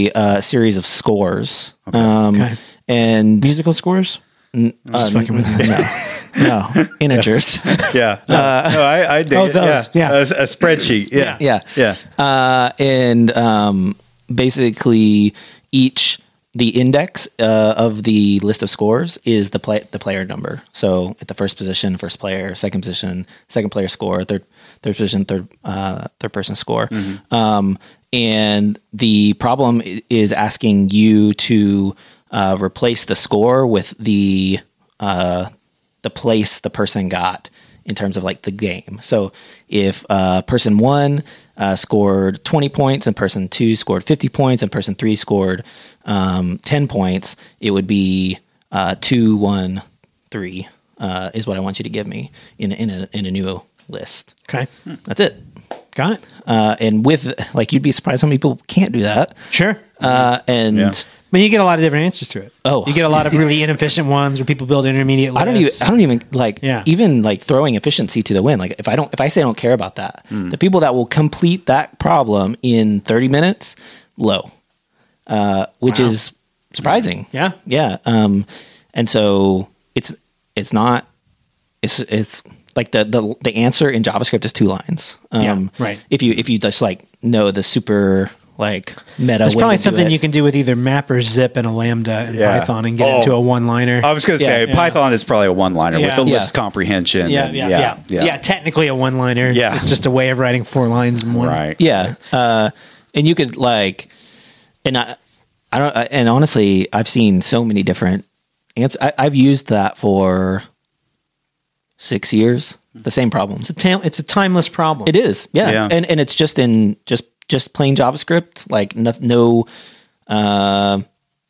[SPEAKER 5] a uh, series of scores. Um,
[SPEAKER 1] Okay.
[SPEAKER 5] And uh,
[SPEAKER 1] musical scores. I'm just fucking with you.
[SPEAKER 5] no integers.
[SPEAKER 4] Yeah. No, no, I, I dig
[SPEAKER 1] Oh,
[SPEAKER 4] it.
[SPEAKER 1] those, yeah.
[SPEAKER 4] A, a spreadsheet. Yeah.
[SPEAKER 5] yeah.
[SPEAKER 4] Yeah.
[SPEAKER 5] Uh, and um, basically, each the index uh, of the list of scores is the play the player number. So at the first position, first player, second position, second player score, third third position, third uh, third person score. Um, and the problem i- is asking you to uh, replace the score with the uh, the place the person got in terms of like the game. So if uh, person one uh, scored 20 points and person two scored 50 points and person three scored um, 10 points, it would be uh, two, one, three uh, is what I want you to give me in, in, a, in a new list.
[SPEAKER 1] Okay,
[SPEAKER 5] That's it.
[SPEAKER 1] got it.
[SPEAKER 5] Uh, and with like, you'd be surprised how many people can't do that.
[SPEAKER 1] Sure.
[SPEAKER 5] Uh, and
[SPEAKER 4] Yeah.
[SPEAKER 1] I mean, you get a lot of different answers to it.
[SPEAKER 5] Oh.
[SPEAKER 1] you get a lot of really inefficient ones where people build intermediate. Lists.
[SPEAKER 5] I don't even I don't even like
[SPEAKER 1] Yeah.
[SPEAKER 5] even like throwing efficiency to the wind. Like if I don't if I say I don't care about that, the people that will complete that problem in 30 minutes, low. Uh, which is surprising.
[SPEAKER 1] Yeah.
[SPEAKER 5] Yeah. Um and so it's it's not it's it's like the the the answer in JavaScript is two lines. Um
[SPEAKER 1] right.
[SPEAKER 5] if you if you just like know the super like meta
[SPEAKER 1] There's
[SPEAKER 5] way
[SPEAKER 1] probably
[SPEAKER 5] to do
[SPEAKER 1] something
[SPEAKER 5] it.
[SPEAKER 1] you can do with either map or zip and a lambda in
[SPEAKER 4] Yeah.
[SPEAKER 1] Python and get
[SPEAKER 4] Oh.
[SPEAKER 1] into a one-liner.
[SPEAKER 4] I was going to say
[SPEAKER 1] yeah.
[SPEAKER 4] Python is probably a one liner
[SPEAKER 1] Yeah.
[SPEAKER 4] with the
[SPEAKER 5] Yeah.
[SPEAKER 4] list comprehension.
[SPEAKER 1] yeah,
[SPEAKER 4] and
[SPEAKER 1] yeah, yeah, yeah, Technically a one-liner.
[SPEAKER 4] Yeah.
[SPEAKER 1] it's just a way of writing four lines in one.
[SPEAKER 4] Right.
[SPEAKER 5] Yeah, uh, and you could like, and I, I don't, I, and honestly, I've seen so many different answers. I, I've used that for six years. The same problem.
[SPEAKER 1] It's a tam- it's a timeless problem.
[SPEAKER 5] It is, yeah,
[SPEAKER 4] Yeah.
[SPEAKER 5] and and it's just in just just plain JavaScript, like no, no uh,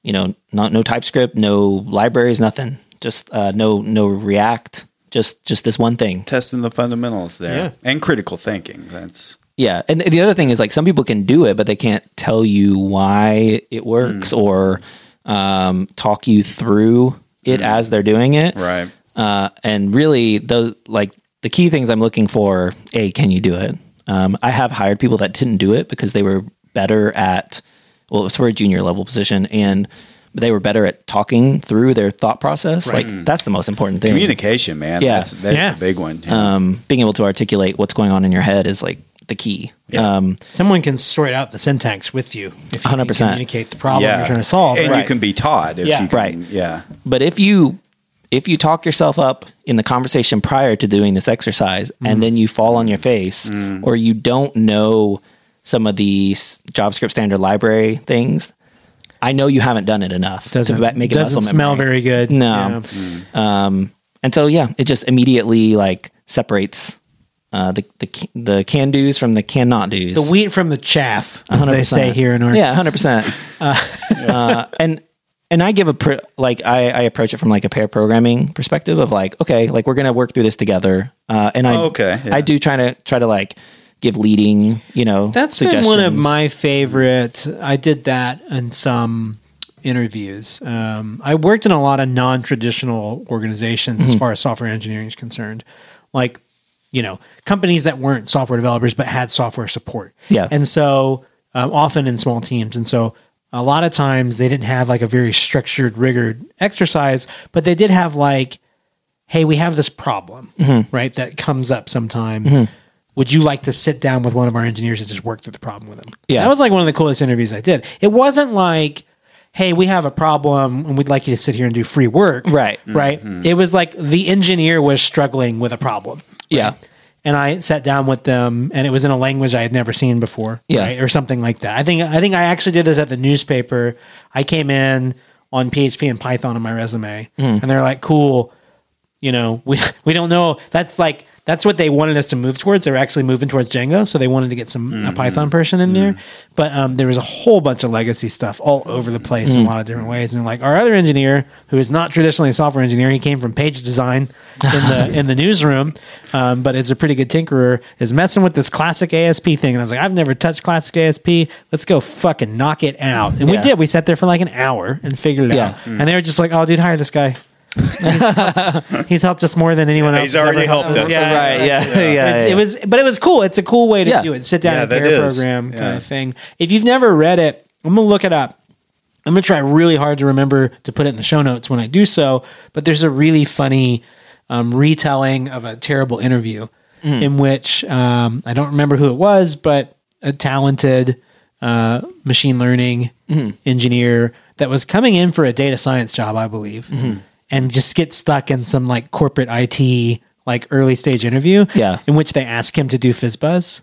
[SPEAKER 5] you know, not no TypeScript, no libraries, nothing. Just uh, no no React. Just just this one thing.
[SPEAKER 4] Testing the fundamentals there
[SPEAKER 1] Yeah.
[SPEAKER 4] and critical thinking. That's
[SPEAKER 5] Yeah, and the other thing is like some people can do it, but they can't tell you why it works or um, talk you through it as they're doing it.
[SPEAKER 4] right.
[SPEAKER 5] Uh, and really, the like the key things I'm looking for: a, can you do it? Um, I have hired people that didn't do it because they were better at well, it was for a junior level position, and they were better at talking through their thought process. Like that's the most important thing.
[SPEAKER 4] Communication, man.
[SPEAKER 5] Yeah.
[SPEAKER 4] That's, that's
[SPEAKER 1] Yeah.
[SPEAKER 4] a big one.
[SPEAKER 5] Um, being able to articulate what's going on in your head is like the key. Um,
[SPEAKER 1] Someone can sort out the syntax with you if you can
[SPEAKER 5] 100%.
[SPEAKER 1] communicate the problem you're trying to solve.
[SPEAKER 4] And
[SPEAKER 5] Right.
[SPEAKER 4] you can be taught if
[SPEAKER 1] Yeah.
[SPEAKER 4] you can.
[SPEAKER 5] Right.
[SPEAKER 4] Yeah.
[SPEAKER 5] but if you if you talk yourself up in the conversation prior to doing this exercise
[SPEAKER 1] Mm-hmm.
[SPEAKER 5] and then you fall on your face
[SPEAKER 1] Mm.
[SPEAKER 5] or you don't know some of the s- javascript standard library things i know you haven't done it enough
[SPEAKER 1] doesn't
[SPEAKER 5] to ba- make it
[SPEAKER 1] doesn't
[SPEAKER 5] muscle
[SPEAKER 1] smell
[SPEAKER 5] memory.
[SPEAKER 1] very good.
[SPEAKER 5] No. um and so yeah it just immediately like separates uh the the, c- the can do's from the can not do's
[SPEAKER 1] The wheat from the chaff, as they say here in our
[SPEAKER 5] yeah, hundred percent. Uh, and and I give a pr- like I, I approach it from like a pair programming perspective of like okay, like we're gonna work through this together. Uh, and I
[SPEAKER 4] Oh, okay, yeah.
[SPEAKER 5] I do try to try to like give leading, you know.
[SPEAKER 1] That's been one of
[SPEAKER 5] suggestions.
[SPEAKER 1] my favorite. I did that in some interviews. Um, I worked in a lot of non-traditional organizations
[SPEAKER 5] Mm-hmm.
[SPEAKER 1] as far as software engineering is concerned, like you know companies that weren't software developers but had software support.
[SPEAKER 5] Yeah.
[SPEAKER 1] and so um, often in small teams, and so a lot of times they didn't have like a very structured, rigored exercise, but they did have like hey, we have this problem,
[SPEAKER 5] Mm-hmm.
[SPEAKER 1] right? That comes up sometime. Would you like to sit down with one of our engineers and just work through the problem with them?
[SPEAKER 5] Yeah.
[SPEAKER 1] That was like one of the coolest interviews I did. It wasn't like, hey, we have a problem and we'd like you to sit here and do free work.
[SPEAKER 5] Right.
[SPEAKER 1] Right. It was like the engineer was struggling with a problem.
[SPEAKER 5] yeah.
[SPEAKER 1] And I sat down with them and it was in a language I had never seen before.
[SPEAKER 5] Yeah.
[SPEAKER 1] Right? Or something like that. I think I think I actually did this at the newspaper. I came in on PHP and Python on my resume.
[SPEAKER 5] Mm.
[SPEAKER 1] And they're like, cool you know, we we don't know. That's like that's what they wanted us to move towards. They were actually moving towards Django, so they wanted to get some
[SPEAKER 5] Mm-hmm.
[SPEAKER 1] a Python person in there. But um, there was a whole bunch of legacy stuff all over the place
[SPEAKER 5] Mm.
[SPEAKER 1] in a lot of different ways. And like our other engineer, who is not traditionally a software engineer, he came from page design in the in the newsroom, um, but is a pretty good tinkerer. Is messing with this classic ASP thing, and I was like, I've never touched classic ASP. Let's go fucking knock it out. And we
[SPEAKER 5] Yeah.
[SPEAKER 1] did. We sat there for like an hour and figured it
[SPEAKER 5] Yeah. Mm.
[SPEAKER 1] out. And they were just like, Oh, dude, hire this guy. He's helped us more than anyone else.
[SPEAKER 4] He's
[SPEAKER 1] has
[SPEAKER 4] already
[SPEAKER 1] ever
[SPEAKER 4] helped us. Yeah,
[SPEAKER 5] right. Yeah. Yeah.
[SPEAKER 1] It's-
[SPEAKER 5] yeah.
[SPEAKER 1] It was, but it was cool. It's a cool way to
[SPEAKER 5] Yeah.
[SPEAKER 1] do it. Sit down
[SPEAKER 4] Yeah,
[SPEAKER 1] and
[SPEAKER 4] that
[SPEAKER 1] pair
[SPEAKER 4] is.
[SPEAKER 1] program kind
[SPEAKER 4] Yeah.
[SPEAKER 1] of thing. If you've never read it, I'm gonna look it up. I'm gonna try really hard to remember to put it in the show notes when I do so. But there's a really funny um, retelling of a terrible interview in which um, I don't remember who it was, but a talented uh, machine learning engineer that was coming in for a data science job, I believe, and just gets stuck in some like corporate IT like early stage interview
[SPEAKER 5] Yeah.
[SPEAKER 1] in which they ask him to do fizzbuzz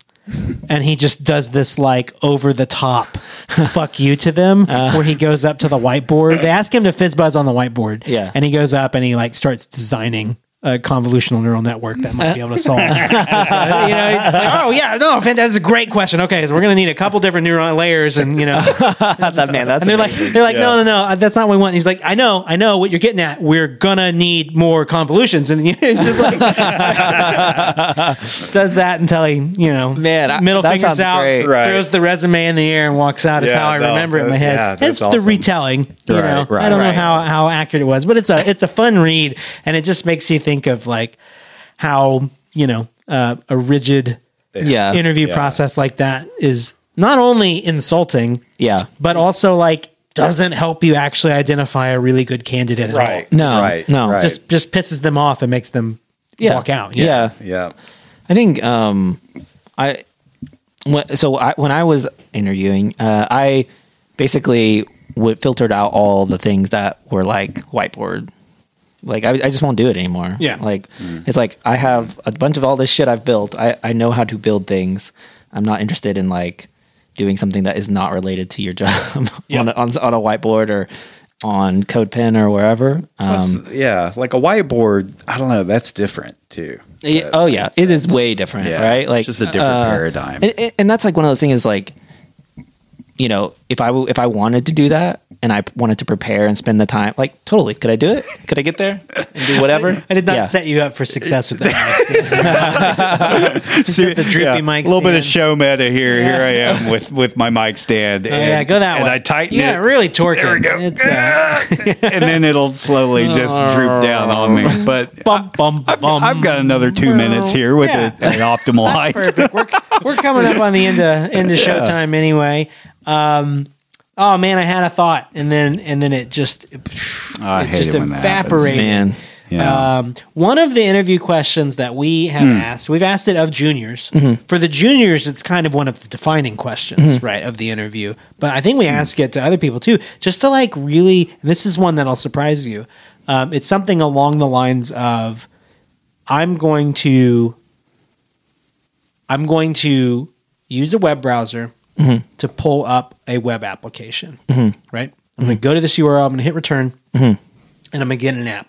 [SPEAKER 1] and he just does this like over the top fuck you to them where he goes up to the whiteboard they ask him to fizzbuzz on the whiteboard
[SPEAKER 5] Yeah.
[SPEAKER 1] and he goes up and he like starts designing a convolutional neural network that might be able to solve. you know, he's just like, oh yeah, no, fan- that's a great question. Okay, so we're gonna need a couple different neuron layers, and you know,
[SPEAKER 5] that man. That's
[SPEAKER 1] and they're like,
[SPEAKER 5] amazing.
[SPEAKER 1] they're like,
[SPEAKER 4] Yeah.
[SPEAKER 1] no, no, no, that's not what we want. He's like, I know, I know what you're getting at. We're gonna need more convolutions, and it's just like does that until he, you know,
[SPEAKER 5] Man, I-
[SPEAKER 1] middle
[SPEAKER 5] that
[SPEAKER 1] fingers
[SPEAKER 5] sounds
[SPEAKER 1] out,
[SPEAKER 5] great.
[SPEAKER 4] Right.
[SPEAKER 1] throws the resume in the air and walks out. Is
[SPEAKER 4] Yeah,
[SPEAKER 1] how I
[SPEAKER 4] no,
[SPEAKER 1] remember it in my
[SPEAKER 4] that-
[SPEAKER 1] head.
[SPEAKER 4] yeah, that's
[SPEAKER 1] it's the
[SPEAKER 4] awesome.
[SPEAKER 1] retelling. You
[SPEAKER 4] Right,
[SPEAKER 1] know,
[SPEAKER 4] right,
[SPEAKER 1] I don't know
[SPEAKER 5] right.
[SPEAKER 1] how how accurate it was, but it's a it's a fun read, and it just makes you think of like how you know uh, a rigid
[SPEAKER 5] yeah.
[SPEAKER 1] interview
[SPEAKER 4] Yeah.
[SPEAKER 1] process like that is not only insulting,
[SPEAKER 5] Yeah.
[SPEAKER 1] but also like doesn't help you actually identify a really good candidate at all.
[SPEAKER 4] Right.
[SPEAKER 5] No,
[SPEAKER 4] Right.
[SPEAKER 5] no.
[SPEAKER 4] Right.
[SPEAKER 1] Just just pisses them off and makes them
[SPEAKER 5] Yeah.
[SPEAKER 1] walk out.
[SPEAKER 5] yeah.
[SPEAKER 4] yeah.
[SPEAKER 5] I think um, I when, so I, when I was interviewing, uh, I basically would filtered out all the things that were like whiteboard. Like I, I just won't do it anymore.
[SPEAKER 1] Yeah.
[SPEAKER 5] Like it's like I have a bunch of all this shit I've built. I, I know how to build things. I'm not interested in like doing something that is not related to your job on, a, on on a whiteboard or on CodePen or wherever. Um,
[SPEAKER 4] Plus, yeah, like a whiteboard. I don't know. That's different too.
[SPEAKER 5] Yeah, oh yeah, it is way different,
[SPEAKER 4] yeah,
[SPEAKER 5] right?
[SPEAKER 4] it's
[SPEAKER 5] Like uh,
[SPEAKER 4] just a different paradigm.
[SPEAKER 5] and- and, and that's like one of those things. Is like, you know, if I w- if I wanted to do that and I p- wanted to prepare and spend the time, like, totally, could I do it? Could I get there and do whatever?
[SPEAKER 1] I did not
[SPEAKER 5] Yeah.
[SPEAKER 1] set you up for success with that. mic stand.
[SPEAKER 4] See,
[SPEAKER 1] the droopy mic
[SPEAKER 4] A little bit of
[SPEAKER 1] stand.
[SPEAKER 4] show meta here. Here I am with with my mic stand.
[SPEAKER 1] Oh,
[SPEAKER 4] and,
[SPEAKER 1] yeah, go that
[SPEAKER 4] and
[SPEAKER 1] way.
[SPEAKER 4] I tighten
[SPEAKER 1] yeah,
[SPEAKER 4] it.
[SPEAKER 1] really torque
[SPEAKER 4] There we
[SPEAKER 1] it.
[SPEAKER 4] go.
[SPEAKER 1] It's, uh,
[SPEAKER 4] and then it'll slowly just droop down on me. But
[SPEAKER 1] bum, bum,
[SPEAKER 4] I've,
[SPEAKER 1] bum.
[SPEAKER 4] I've got another two minutes here with
[SPEAKER 1] Yeah.
[SPEAKER 4] a, an optimal height.
[SPEAKER 1] That's perfect. We're, we're coming up on the end of end of showtime anyway. Um, oh man, I had a thought, and then and then it just it
[SPEAKER 4] I hate
[SPEAKER 1] just
[SPEAKER 4] it when that happens.
[SPEAKER 1] evaporated.
[SPEAKER 5] man.
[SPEAKER 4] Yeah.
[SPEAKER 1] Um, one of the interview questions that we have asked, we've asked it of juniors. For the juniors, it's kind of one of the defining questions, right, of the interview. But I think we ask it to other people too, just to like really. And this is one that'll surprise you. Um, it's something along the lines of, "I'm going to, I'm going to use a web browser to pull up a web application, right? I'm going to go to this URL. I'm going to hit return." And I'm gonna get an app.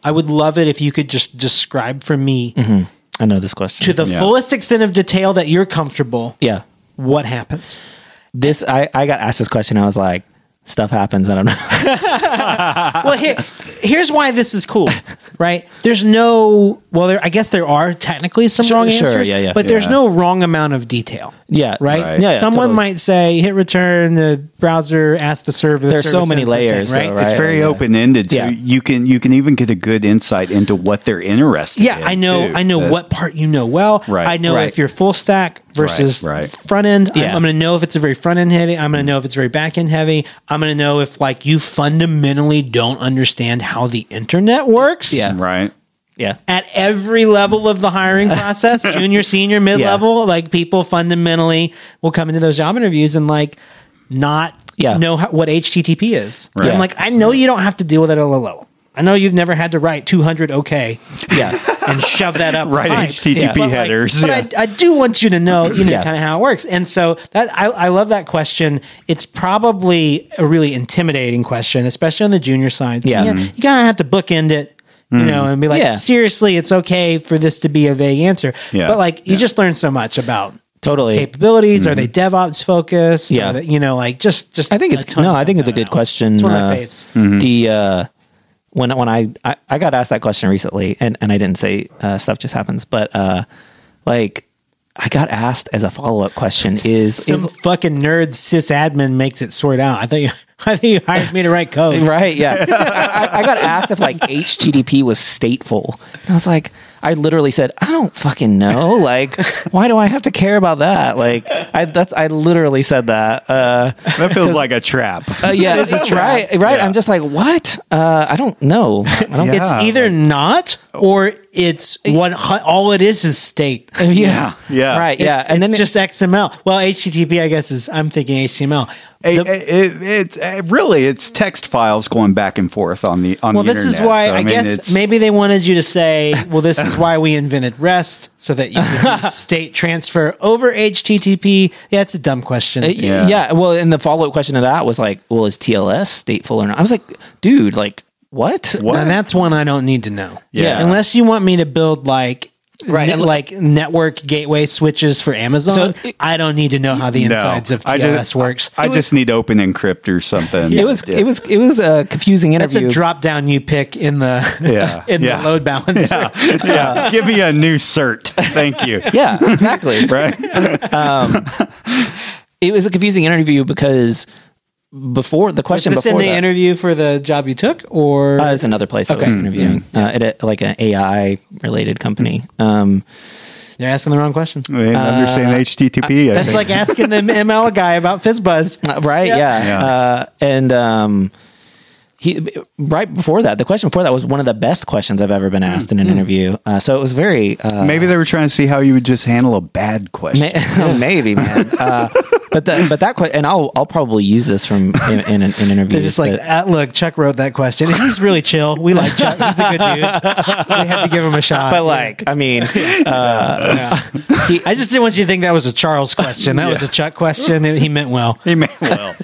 [SPEAKER 1] I would love it if you could just describe for me
[SPEAKER 5] Mm-hmm. I know this
[SPEAKER 1] to
[SPEAKER 5] question.
[SPEAKER 1] the
[SPEAKER 4] Yeah.
[SPEAKER 1] fullest extent of detail that you're comfortable
[SPEAKER 5] yeah,
[SPEAKER 1] what happens.
[SPEAKER 5] this I I got asked this question. I was like, stuff happens. I don't know.
[SPEAKER 1] Well, here, here's why this is cool. right? There's no well, there, I guess there are technically some
[SPEAKER 5] Sure,
[SPEAKER 1] wrong
[SPEAKER 5] sure,
[SPEAKER 1] answers,
[SPEAKER 5] yeah, yeah.
[SPEAKER 1] but there's
[SPEAKER 4] Yeah.
[SPEAKER 1] no wrong amount of detail.
[SPEAKER 5] Yeah.
[SPEAKER 1] Right.
[SPEAKER 4] Right.
[SPEAKER 5] Yeah, yeah,
[SPEAKER 1] Someone
[SPEAKER 5] totally.
[SPEAKER 1] might say hit return. The browser asks the server. the
[SPEAKER 5] There's so
[SPEAKER 1] server
[SPEAKER 5] many
[SPEAKER 1] sends something,
[SPEAKER 5] layers, though,
[SPEAKER 1] right?
[SPEAKER 5] right?
[SPEAKER 1] It's-
[SPEAKER 4] It's very
[SPEAKER 5] yeah.
[SPEAKER 4] open ended, so
[SPEAKER 5] Yeah.
[SPEAKER 4] you can you can even get a good insight into what they're interested.
[SPEAKER 1] yeah,
[SPEAKER 4] in,
[SPEAKER 1] I know.
[SPEAKER 4] too.
[SPEAKER 1] I know
[SPEAKER 4] Uh,
[SPEAKER 1] what part you know well.
[SPEAKER 4] Right.
[SPEAKER 1] I know
[SPEAKER 5] Right.
[SPEAKER 1] if you're full stack versus
[SPEAKER 4] Right, right.
[SPEAKER 1] front end. I'm-
[SPEAKER 5] Yeah.
[SPEAKER 1] I'm, going to know if it's a very front end heavy. I'm going to know if it's very back end heavy. I'm going to know if like you fundamentally don't understand how the internet works.
[SPEAKER 5] Yeah.
[SPEAKER 4] Right.
[SPEAKER 5] Yeah.
[SPEAKER 1] at every level of the hiring process junior senior mid level like people fundamentally will come into those job interviews and like not
[SPEAKER 5] Yeah.
[SPEAKER 1] know how, what http is
[SPEAKER 4] Right.
[SPEAKER 1] i'm like i know you don't have to deal with it at a level i know you've never had to write 200 okay
[SPEAKER 5] Yeah.
[SPEAKER 1] and shove that up
[SPEAKER 4] Right,
[SPEAKER 1] the pipes.
[SPEAKER 4] HTTP
[SPEAKER 5] Yeah. But,
[SPEAKER 1] like,
[SPEAKER 4] headers.
[SPEAKER 1] but
[SPEAKER 4] yeah.
[SPEAKER 1] I, I do want you to know, you know,
[SPEAKER 5] Yeah.
[SPEAKER 1] kind of how it works. And so that I, I love that question. It's probably a really intimidating question, especially on the junior side. So
[SPEAKER 5] Yeah.
[SPEAKER 1] You,
[SPEAKER 4] Mm-hmm.
[SPEAKER 5] Mhm.
[SPEAKER 1] you kind of have to bookend it. You know, and be like,
[SPEAKER 5] Yeah.
[SPEAKER 1] seriously, it's okay for this to be a vague answer.
[SPEAKER 4] Yeah. Mm-hmm.
[SPEAKER 1] But like, you just learn so much about
[SPEAKER 5] Totally.
[SPEAKER 1] its capabilities. Are they DevOps focused? Are
[SPEAKER 5] Yeah.
[SPEAKER 1] they- you know, like just just.
[SPEAKER 5] I think
[SPEAKER 1] a
[SPEAKER 5] it's
[SPEAKER 1] ton
[SPEAKER 5] no.
[SPEAKER 1] of
[SPEAKER 5] I think it's a
[SPEAKER 1] content.
[SPEAKER 5] good question. uh,
[SPEAKER 1] It's one of my faves.
[SPEAKER 5] The uh, when when I, I I got asked that question recently, and and I didn't say uh, stuff just happens, but uh, like I got asked as a follow up question is
[SPEAKER 1] Some
[SPEAKER 5] is
[SPEAKER 1] fucking nerd sysadmin makes it sort out. I thought you, I thought you hired me to write code.
[SPEAKER 5] right? Yeah, I, I- I got asked if like HTTP was stateful. And I was like. I literally said, I don't fucking know. Like, why do I have to care about that? Like, I that's I literally said that. Uh,
[SPEAKER 4] that feels like a trap.
[SPEAKER 5] uh, yeah, right, right. I'm just like, what? Uh, I don't know. I don't
[SPEAKER 4] Yeah.
[SPEAKER 1] It's either not or it's what all it is is state.
[SPEAKER 5] Uh, yeah.
[SPEAKER 4] Yeah.
[SPEAKER 5] Right.
[SPEAKER 1] It's,
[SPEAKER 5] Yeah. and then
[SPEAKER 1] it's
[SPEAKER 5] it-
[SPEAKER 1] just XML. Well, HTTP, I guess is I'm thinking HTML.
[SPEAKER 4] Hey,
[SPEAKER 1] The-
[SPEAKER 4] it, it, it- really it's text files going back and forth on the on
[SPEAKER 1] well,
[SPEAKER 4] the
[SPEAKER 1] this is
[SPEAKER 4] internet,
[SPEAKER 1] why
[SPEAKER 4] so,
[SPEAKER 1] I,
[SPEAKER 4] mean,
[SPEAKER 1] guess
[SPEAKER 4] it's-
[SPEAKER 1] maybe they wanted you to say, "Well, this is why we invented REST, so that you can do state transfer over HTTP." Yeah, it's a dumb question.
[SPEAKER 5] uh, y-
[SPEAKER 4] Yeah.
[SPEAKER 5] yeah. Well, and the follow up question to that was like, well, is TLS stateful or not? I was like, dude, like, what?
[SPEAKER 4] what?
[SPEAKER 1] And that's one I don't need to know.
[SPEAKER 5] Yeah.
[SPEAKER 1] Unless you want me to build like
[SPEAKER 5] Right,
[SPEAKER 1] ne-
[SPEAKER 5] and-
[SPEAKER 1] like network gateway switches for Amazon,
[SPEAKER 5] So-
[SPEAKER 1] I don't need to know how the insides of
[SPEAKER 4] I
[SPEAKER 1] TLS
[SPEAKER 4] just-
[SPEAKER 1] works.
[SPEAKER 4] I just need open encrypt or something.
[SPEAKER 5] It was,
[SPEAKER 4] Yeah.
[SPEAKER 5] it was, it was a confusing
[SPEAKER 1] That's
[SPEAKER 5] interview.
[SPEAKER 1] a drop down you pick in the
[SPEAKER 4] Yeah.
[SPEAKER 1] in
[SPEAKER 4] Yeah.
[SPEAKER 1] the load balancer.
[SPEAKER 4] yeah. Give me a new cert. Thank you.
[SPEAKER 5] yeah, exactly.
[SPEAKER 4] Right.
[SPEAKER 5] It was a confusing interview because before the
[SPEAKER 1] Is
[SPEAKER 5] question
[SPEAKER 1] this in
[SPEAKER 5] before
[SPEAKER 1] the
[SPEAKER 5] that,
[SPEAKER 1] interview for the job you took, or
[SPEAKER 5] Uh, it's another place I was interviewing
[SPEAKER 1] Mm-hmm.
[SPEAKER 5] uh, at a, like an AI related company. Um,
[SPEAKER 1] they're asking the wrong question?
[SPEAKER 4] I didn't understand HTTP. I
[SPEAKER 1] That's
[SPEAKER 4] think.
[SPEAKER 1] Uh, like asking the ML guy about FizzBuzz.
[SPEAKER 5] Uh, right yeah,
[SPEAKER 4] Yeah.
[SPEAKER 5] Uh, and um he right before that the question before that was one of the best questions i've ever been
[SPEAKER 1] Mm.
[SPEAKER 5] asked in an interview uh, so it was very uh,
[SPEAKER 4] maybe they were trying to see how you would just handle a bad question.
[SPEAKER 5] ma- maybe man uh, but the, but that question and i'll i'll probably use this from in, in an in interview
[SPEAKER 1] They're just like, "Ah, look, Chuck wrote that question. He's really chill. We like Chuck. He's a good dude. We have to give him a shot.
[SPEAKER 5] but like i mean uh,
[SPEAKER 1] I just didn't want you to think that was a Charles question. That was a Chuck question. and He meant well.
[SPEAKER 4] He may- well,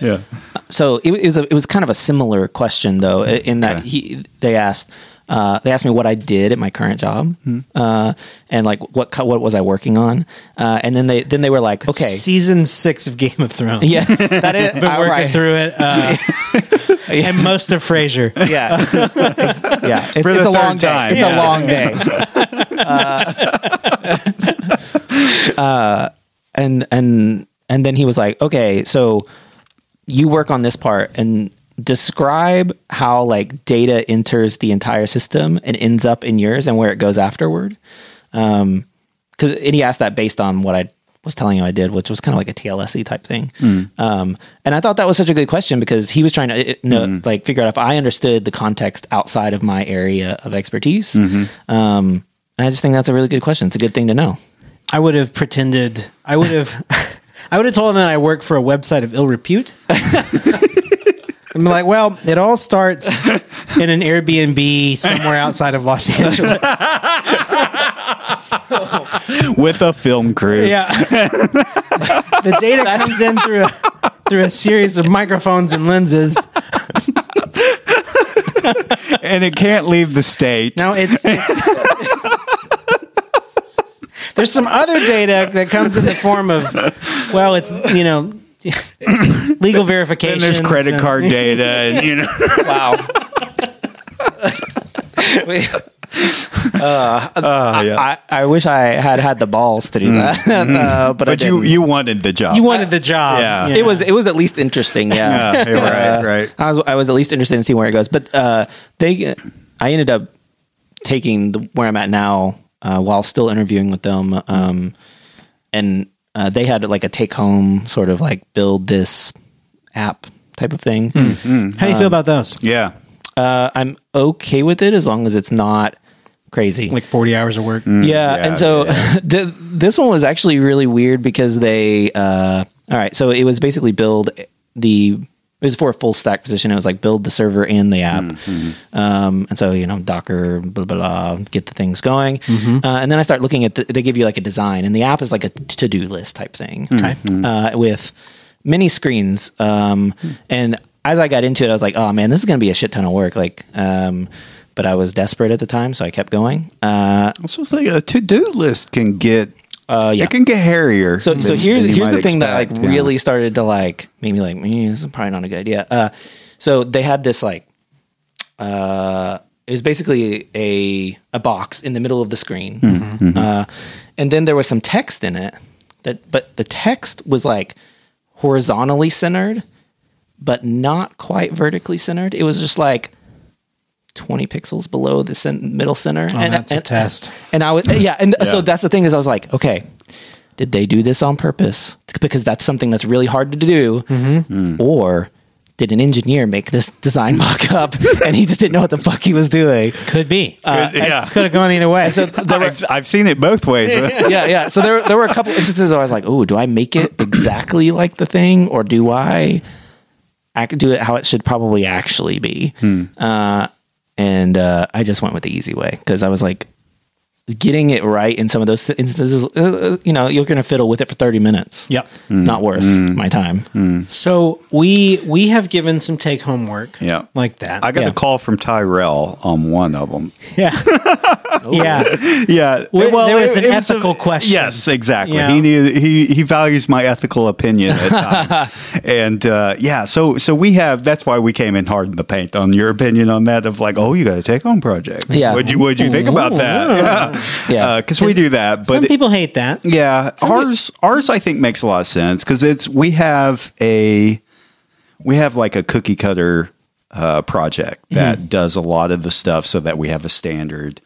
[SPEAKER 4] yeah.
[SPEAKER 5] so it, it was a, it was kind of a similar question though i- in that
[SPEAKER 4] Okay.
[SPEAKER 5] he they asked uh, they asked me what I did at my current job,
[SPEAKER 1] Hmm.
[SPEAKER 5] uh, and like what co- what was I working on, uh, and then they then they were like, okay,
[SPEAKER 1] Season six of Game of Thrones.
[SPEAKER 5] Yeah, that is
[SPEAKER 1] Been
[SPEAKER 5] all
[SPEAKER 1] working
[SPEAKER 5] right.
[SPEAKER 1] through it. Uh, and most of Frasier.
[SPEAKER 5] Yeah, It's- yeah. It's,
[SPEAKER 4] For the
[SPEAKER 5] it's a
[SPEAKER 4] third
[SPEAKER 5] long
[SPEAKER 4] time.
[SPEAKER 5] day. It's
[SPEAKER 4] Yeah.
[SPEAKER 5] a long day. Uh, uh, and and and then he was like, "Okay, so you work on this part and." describe how like data enters the entire system and ends up in yours and where it goes afterward um because and he asked that based on what I was telling him I did, which was kind of like a TLSE E type thing. Um, and I thought that was such a good question because he was trying to uh, know, like figure out if I understood the context outside of my area of expertise. Um, and I just think that's a really good question. It's a good thing to know.
[SPEAKER 1] I would have pretended. I would have. I would have told them that I work for a website of ill repute. I'm like, well, it all starts in an Airbnb somewhere outside of Los Angeles.
[SPEAKER 4] With a film crew.
[SPEAKER 1] Yeah, the data comes in through a, through a series of microphones and lenses.
[SPEAKER 4] And it can't leave the state.
[SPEAKER 1] Now it's. it's- there's some other data that comes in the form of, well, it's you know, legal verification.
[SPEAKER 4] and there's credit card data and you know
[SPEAKER 5] Wow. exactly.
[SPEAKER 4] Uh, yeah.
[SPEAKER 5] I, I wish I had had the balls to do that, uh, but, I
[SPEAKER 4] but you
[SPEAKER 5] didn't.
[SPEAKER 4] you wanted the job.
[SPEAKER 1] You wanted the job.
[SPEAKER 4] Yeah.
[SPEAKER 5] it was it was at least interesting. Yeah,
[SPEAKER 4] Yeah, right, right.
[SPEAKER 5] I was I was at least interested in seeing where it goes. But uh, they, I ended up taking the, where I'm at now uh, while still interviewing with them, um, and uh, they had like a take home sort of like build this app type of thing.
[SPEAKER 1] How do you feel
[SPEAKER 4] Um,
[SPEAKER 1] about those?
[SPEAKER 4] Yeah.
[SPEAKER 5] Uh, I'm okay with it as long as it's not crazy.
[SPEAKER 1] Like 40 hours of work.
[SPEAKER 5] yeah,
[SPEAKER 4] Mm, Yeah,
[SPEAKER 5] and so the, this one was actually really weird because they uh, all right so it was basically build the it was for a full stack position it was like build the server and the
[SPEAKER 4] Mm,
[SPEAKER 5] app
[SPEAKER 4] mm-hmm.
[SPEAKER 5] um, and so you know docker blah blah blah get the things going uh, and then i start looking at the, they give you like a design and the app is like a to-do list type thing
[SPEAKER 4] Mm, mm-hmm.
[SPEAKER 5] uh, with many screens um, and as i got into it i was like oh man this is going to be a shit ton of work like um, but i was desperate at the time so i kept going uh,
[SPEAKER 4] I was supposed to think a to do list can get uh,
[SPEAKER 5] yeah.
[SPEAKER 4] it can get hairier.
[SPEAKER 5] So,
[SPEAKER 4] than-
[SPEAKER 5] so here's
[SPEAKER 4] than you
[SPEAKER 5] here's the
[SPEAKER 4] might
[SPEAKER 5] thing that like
[SPEAKER 4] expect, yeah.
[SPEAKER 5] really started to like make me like "Mm, this is probably not a good idea. Uh, so they had this like uh, it was basically a a box in the middle of the screen,
[SPEAKER 4] Mm-hmm.
[SPEAKER 5] uh, and then there was some text in it that but the text was like horizontally centered, but not quite vertically centered. It was just like. 20 pixels below the cen- middle center
[SPEAKER 1] Oh, that's a test.
[SPEAKER 5] and I was yeah, and
[SPEAKER 4] Yeah.
[SPEAKER 5] so that's the thing is I was like, okay, did they do this on purpose? Because that's something that's really hard to do,
[SPEAKER 1] Mm-hmm.
[SPEAKER 5] Mm. or did an engineer make this design mock up and he just didn't know what the fuck he was doing? Uh,
[SPEAKER 1] Could be.
[SPEAKER 4] yeah.
[SPEAKER 1] Could have gone either way.
[SPEAKER 5] So there were,
[SPEAKER 4] I've, I've seen it both ways.
[SPEAKER 5] yeah, yeah. So there there were a couple instances where I was like, oh, do I make it exactly like the thing, or do I? I could do it how it should probably actually be. Uh, and uh, I just went with the easy way because I was like, getting it right in some of those instances, uh, you know, you're going to fiddle with it for 30 minutes.
[SPEAKER 1] Yep.
[SPEAKER 5] Not worth my time.
[SPEAKER 1] So we we have given some take home work.
[SPEAKER 4] Yeah.
[SPEAKER 1] Like that.
[SPEAKER 4] I got
[SPEAKER 5] Yeah.
[SPEAKER 4] a call from Tyrell on one of them.
[SPEAKER 1] yeah. yeah.
[SPEAKER 4] Yeah,
[SPEAKER 1] Well, there was an
[SPEAKER 4] a-
[SPEAKER 1] ethical question.
[SPEAKER 4] Yes, exactly.
[SPEAKER 1] Yeah.
[SPEAKER 4] He needed, he he values my ethical opinion at times, and uh, yeah. So so we have that's why we came in hard in the paint on your opinion on that of like, oh, you got a take home project.
[SPEAKER 5] Yeah.
[SPEAKER 4] would you would you think about that?
[SPEAKER 5] Yeah.
[SPEAKER 4] Yeah, because we do that, but
[SPEAKER 1] Some people hate that.
[SPEAKER 4] yeah, ours ours I think makes a lot of sense because it's we have a we have like a cookie cutter uh, project
[SPEAKER 1] Mm-hmm.
[SPEAKER 4] that does a lot of the stuff so that we have a standard,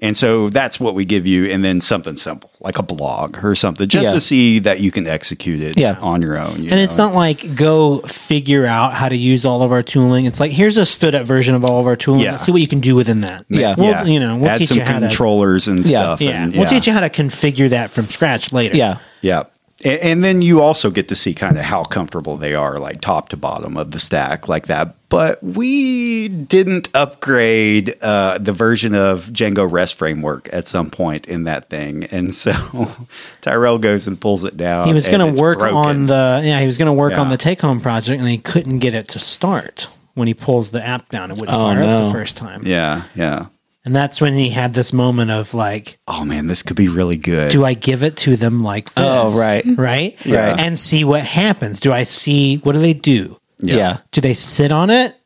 [SPEAKER 4] and so that's what we give you, and then something simple like a blog or something just
[SPEAKER 5] Yeah.
[SPEAKER 4] to see that you can execute it
[SPEAKER 5] Yeah.
[SPEAKER 4] on your own. you
[SPEAKER 1] And it's
[SPEAKER 4] know?
[SPEAKER 1] not like go figure out how to use all of our tooling. It's like here's a stood up version of all of our tooling.
[SPEAKER 4] Yeah.
[SPEAKER 1] Let's see what you can do within that.
[SPEAKER 5] Yeah.
[SPEAKER 1] We'll, you know, we'll
[SPEAKER 4] add
[SPEAKER 1] teach
[SPEAKER 4] some
[SPEAKER 1] you how
[SPEAKER 4] controllers and
[SPEAKER 5] Yeah.
[SPEAKER 4] stuff.
[SPEAKER 1] to. Yeah.
[SPEAKER 4] and-
[SPEAKER 1] We'll teach you how to configure that from scratch later.
[SPEAKER 5] Yeah.
[SPEAKER 4] Yeah. And, and then you also get to see kind of how comfortable they are, like top to bottom of the stack, like that. But we didn't upgrade uh, the version of Django REST framework at some point in that thing. And so Tyrell goes and pulls it down.
[SPEAKER 1] He was
[SPEAKER 4] and
[SPEAKER 1] going
[SPEAKER 4] Uh, it's
[SPEAKER 1] to work
[SPEAKER 4] broken.
[SPEAKER 1] on the yeah. He was going to work on
[SPEAKER 4] Yeah.
[SPEAKER 1] the take home project, and he couldn't get it to start when he pulls the app down. It wouldn't
[SPEAKER 5] Oh,
[SPEAKER 1] fire up the
[SPEAKER 5] no.
[SPEAKER 1] first time,
[SPEAKER 4] Yeah. Yeah.
[SPEAKER 1] and that's when he had this moment of like,
[SPEAKER 4] Oh, man, this could be really good.
[SPEAKER 1] do I give it to them like this?
[SPEAKER 5] Oh, right.
[SPEAKER 1] right,
[SPEAKER 5] Yeah. Right.
[SPEAKER 1] and see what happens. Do I see what do they do?
[SPEAKER 5] Yeah.
[SPEAKER 1] Do they sit on it?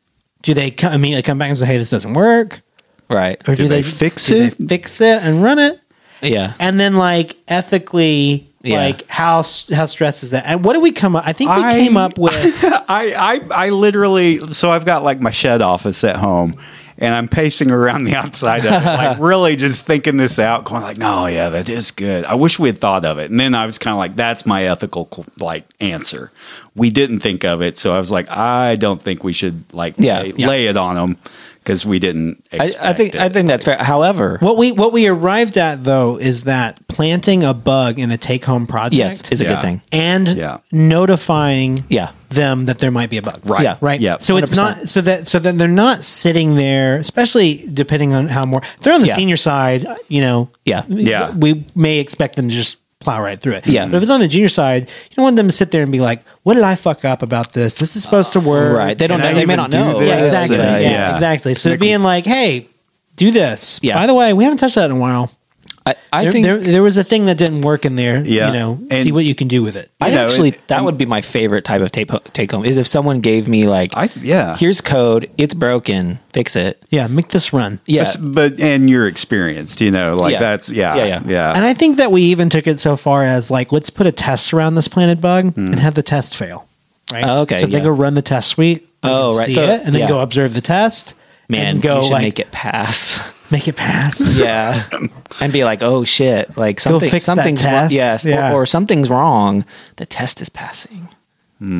[SPEAKER 1] Do they come, immediately come back and say, "Hey, this doesn't work,"
[SPEAKER 5] Right.
[SPEAKER 1] or
[SPEAKER 4] Do they fix
[SPEAKER 1] do
[SPEAKER 4] it?
[SPEAKER 1] They fix it and run it,
[SPEAKER 5] Yeah.
[SPEAKER 1] and then like ethically.
[SPEAKER 5] Yeah.
[SPEAKER 1] Like how s- how stressed is that? And what did we come up? I think we
[SPEAKER 4] I-
[SPEAKER 1] came up with
[SPEAKER 4] I, I I literally so I've got like my shed office at home and I'm pacing around the outside of it, like really just thinking this out, going like, no, yeah, that is good. I wish we had thought of it. And then I was kind of like, that's my ethical like answer. We didn't think of it, so I was like, I don't think we should like
[SPEAKER 5] Yeah,
[SPEAKER 4] lay,
[SPEAKER 5] yeah.
[SPEAKER 4] lay it on them because we didn't.
[SPEAKER 5] I, I think
[SPEAKER 4] expect
[SPEAKER 5] I
[SPEAKER 4] it.
[SPEAKER 5] think that's fair. However,
[SPEAKER 1] What we what we arrived at though is that planting a bug in a take home project
[SPEAKER 5] yes, is a
[SPEAKER 4] Yeah.
[SPEAKER 5] good thing.
[SPEAKER 1] and
[SPEAKER 4] Yeah.
[SPEAKER 1] notifying
[SPEAKER 5] Yeah.
[SPEAKER 1] them that there might be a bug.
[SPEAKER 4] Right.
[SPEAKER 5] Yeah.
[SPEAKER 1] Right.
[SPEAKER 4] Yeah.
[SPEAKER 1] So it's not so that so that they're not sitting there, especially depending on how more if they're on the
[SPEAKER 5] Yeah.
[SPEAKER 1] senior side, you know,
[SPEAKER 5] Yeah.
[SPEAKER 4] Yeah.
[SPEAKER 1] we may expect them to just plow right through it.
[SPEAKER 5] Yeah.
[SPEAKER 1] But if it's on the junior side, you don't want them to sit there and be like, What did I fuck up about this? This is supposed to work.
[SPEAKER 5] Right. They don't
[SPEAKER 1] And I
[SPEAKER 5] know. They may
[SPEAKER 1] even
[SPEAKER 5] not
[SPEAKER 4] do
[SPEAKER 5] know.
[SPEAKER 4] this?
[SPEAKER 1] yeah,
[SPEAKER 4] Yeah,
[SPEAKER 1] exactly.
[SPEAKER 4] yeah,
[SPEAKER 1] Yeah,
[SPEAKER 4] yeah.
[SPEAKER 1] exactly. So being like, hey, do this.
[SPEAKER 5] Yeah.
[SPEAKER 1] By the way, we haven't touched that in a while.
[SPEAKER 5] I, I
[SPEAKER 1] there,
[SPEAKER 5] think
[SPEAKER 1] there, there was a thing that didn't work in there.
[SPEAKER 4] Yeah.
[SPEAKER 1] You know,
[SPEAKER 4] And-
[SPEAKER 1] see what you can do with it.
[SPEAKER 5] I
[SPEAKER 4] You know,
[SPEAKER 5] actually
[SPEAKER 4] it-
[SPEAKER 5] that would be my favorite type of tape, take home is if someone gave me like
[SPEAKER 4] I
[SPEAKER 1] uh,
[SPEAKER 4] yeah.
[SPEAKER 5] here's code, it's broken, fix it.
[SPEAKER 1] Yeah, make this run.
[SPEAKER 5] Yeah.
[SPEAKER 4] Yes, but and you're experienced, you know, like
[SPEAKER 5] Yeah.
[SPEAKER 4] that's yeah,
[SPEAKER 5] Yeah, yeah.
[SPEAKER 4] yeah, yeah.
[SPEAKER 1] And I think that we even took it so far as like, let's put a test around this planet bug and have the test fail. Right.
[SPEAKER 5] Hmm. Oh, okay,
[SPEAKER 1] So if
[SPEAKER 5] yeah.
[SPEAKER 1] they go run the test suite. they
[SPEAKER 5] Oh,
[SPEAKER 1] can
[SPEAKER 5] right.
[SPEAKER 1] See
[SPEAKER 5] So,
[SPEAKER 1] it, and then
[SPEAKER 5] yeah.
[SPEAKER 1] go observe the test.
[SPEAKER 5] Man,
[SPEAKER 1] and go
[SPEAKER 5] you should
[SPEAKER 1] like
[SPEAKER 5] make it pass.
[SPEAKER 1] make it pass.
[SPEAKER 5] yeah. and be like, "Oh shit, like something
[SPEAKER 1] fix that
[SPEAKER 5] something's wrong.
[SPEAKER 1] test.
[SPEAKER 5] yes, or-
[SPEAKER 1] Yeah.
[SPEAKER 5] or, something's wrong. The test is passing.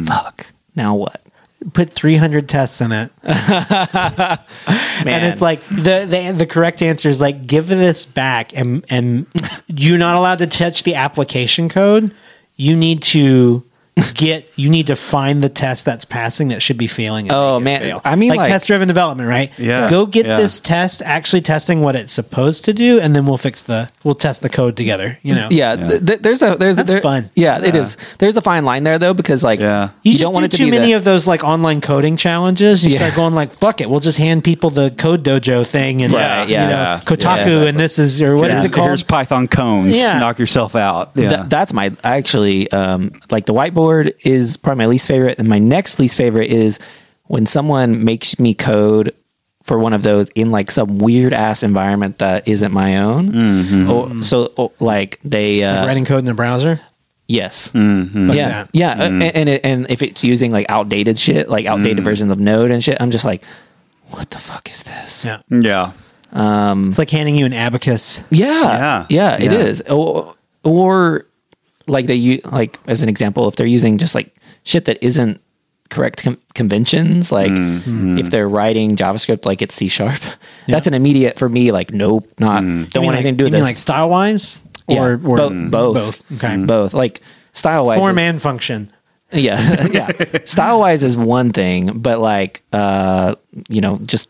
[SPEAKER 5] Fuck. Now what?"
[SPEAKER 1] Put 300 tests in it.
[SPEAKER 5] Man.
[SPEAKER 1] And it's like the, the the correct answer is like give this back and and you're not allowed to touch the application code. You need to get you need to find the test that's passing that should be failing. and
[SPEAKER 5] Oh,
[SPEAKER 1] make it
[SPEAKER 5] man. I mean, like-
[SPEAKER 1] test driven development, right?
[SPEAKER 4] Yeah.
[SPEAKER 1] Go get
[SPEAKER 4] Yeah.
[SPEAKER 1] this test actually testing what it's supposed to do, and then we'll fix the we'll test the code together. You know.
[SPEAKER 5] yeah, th- th- there's a there's a-
[SPEAKER 1] That's
[SPEAKER 5] there-
[SPEAKER 1] fun.
[SPEAKER 5] Yeah, it is. There's a fine line there though because like
[SPEAKER 4] Yeah.
[SPEAKER 1] You,
[SPEAKER 5] you,
[SPEAKER 1] just
[SPEAKER 5] don't want
[SPEAKER 1] do
[SPEAKER 5] it to
[SPEAKER 1] too
[SPEAKER 5] be
[SPEAKER 1] many
[SPEAKER 5] the,
[SPEAKER 1] of those like online coding challenges. You
[SPEAKER 5] Yeah.
[SPEAKER 1] start going like, "Fuck it, we'll just hand people the Code Dojo thing and
[SPEAKER 4] Right,
[SPEAKER 1] you
[SPEAKER 5] yeah.
[SPEAKER 1] know,
[SPEAKER 5] Yeah.
[SPEAKER 1] Kotaku
[SPEAKER 5] Yeah.
[SPEAKER 1] and this is or what is
[SPEAKER 4] Here's-
[SPEAKER 1] it called?
[SPEAKER 4] Here's Python cones.
[SPEAKER 1] Yeah.
[SPEAKER 4] Knock yourself out. Yeah.
[SPEAKER 5] Th- that's my actually um, like the whiteboard is probably my least favorite, and my next least favorite is when someone makes me code for one of those in like some weird ass environment that isn't my own. Or, so or, like they uh,
[SPEAKER 1] writing code in the browser.
[SPEAKER 5] yes yeah yeah uh, and and, it, and if it's using like outdated shit like outdated versions of Node and shit, I'm just like, what the fuck is this?
[SPEAKER 1] Yeah.
[SPEAKER 4] yeah.
[SPEAKER 1] It's like handing you an abacus.
[SPEAKER 5] Yeah,
[SPEAKER 4] Yeah.
[SPEAKER 5] yeah, it
[SPEAKER 4] Yeah.
[SPEAKER 5] is. Or, or like they u- like as an example, if they're using just like shit that isn't correct com- conventions, like
[SPEAKER 4] Mm-hmm.
[SPEAKER 5] if they're writing JavaScript like it's C sharp, that's an immediate for me. Like, nope, not
[SPEAKER 4] Mm.
[SPEAKER 5] don't
[SPEAKER 1] You mean
[SPEAKER 5] want anything
[SPEAKER 1] like,
[SPEAKER 5] to do with
[SPEAKER 1] you mean
[SPEAKER 5] this.
[SPEAKER 1] like style wise
[SPEAKER 5] Yeah,
[SPEAKER 1] or, or
[SPEAKER 5] bo- both,
[SPEAKER 1] both.
[SPEAKER 4] Mm-hmm.
[SPEAKER 1] Okay.
[SPEAKER 5] Hmm. both like style wise.
[SPEAKER 1] Form and function.
[SPEAKER 5] Yeah, yeah. Style wise is one thing, but like uh, you know, just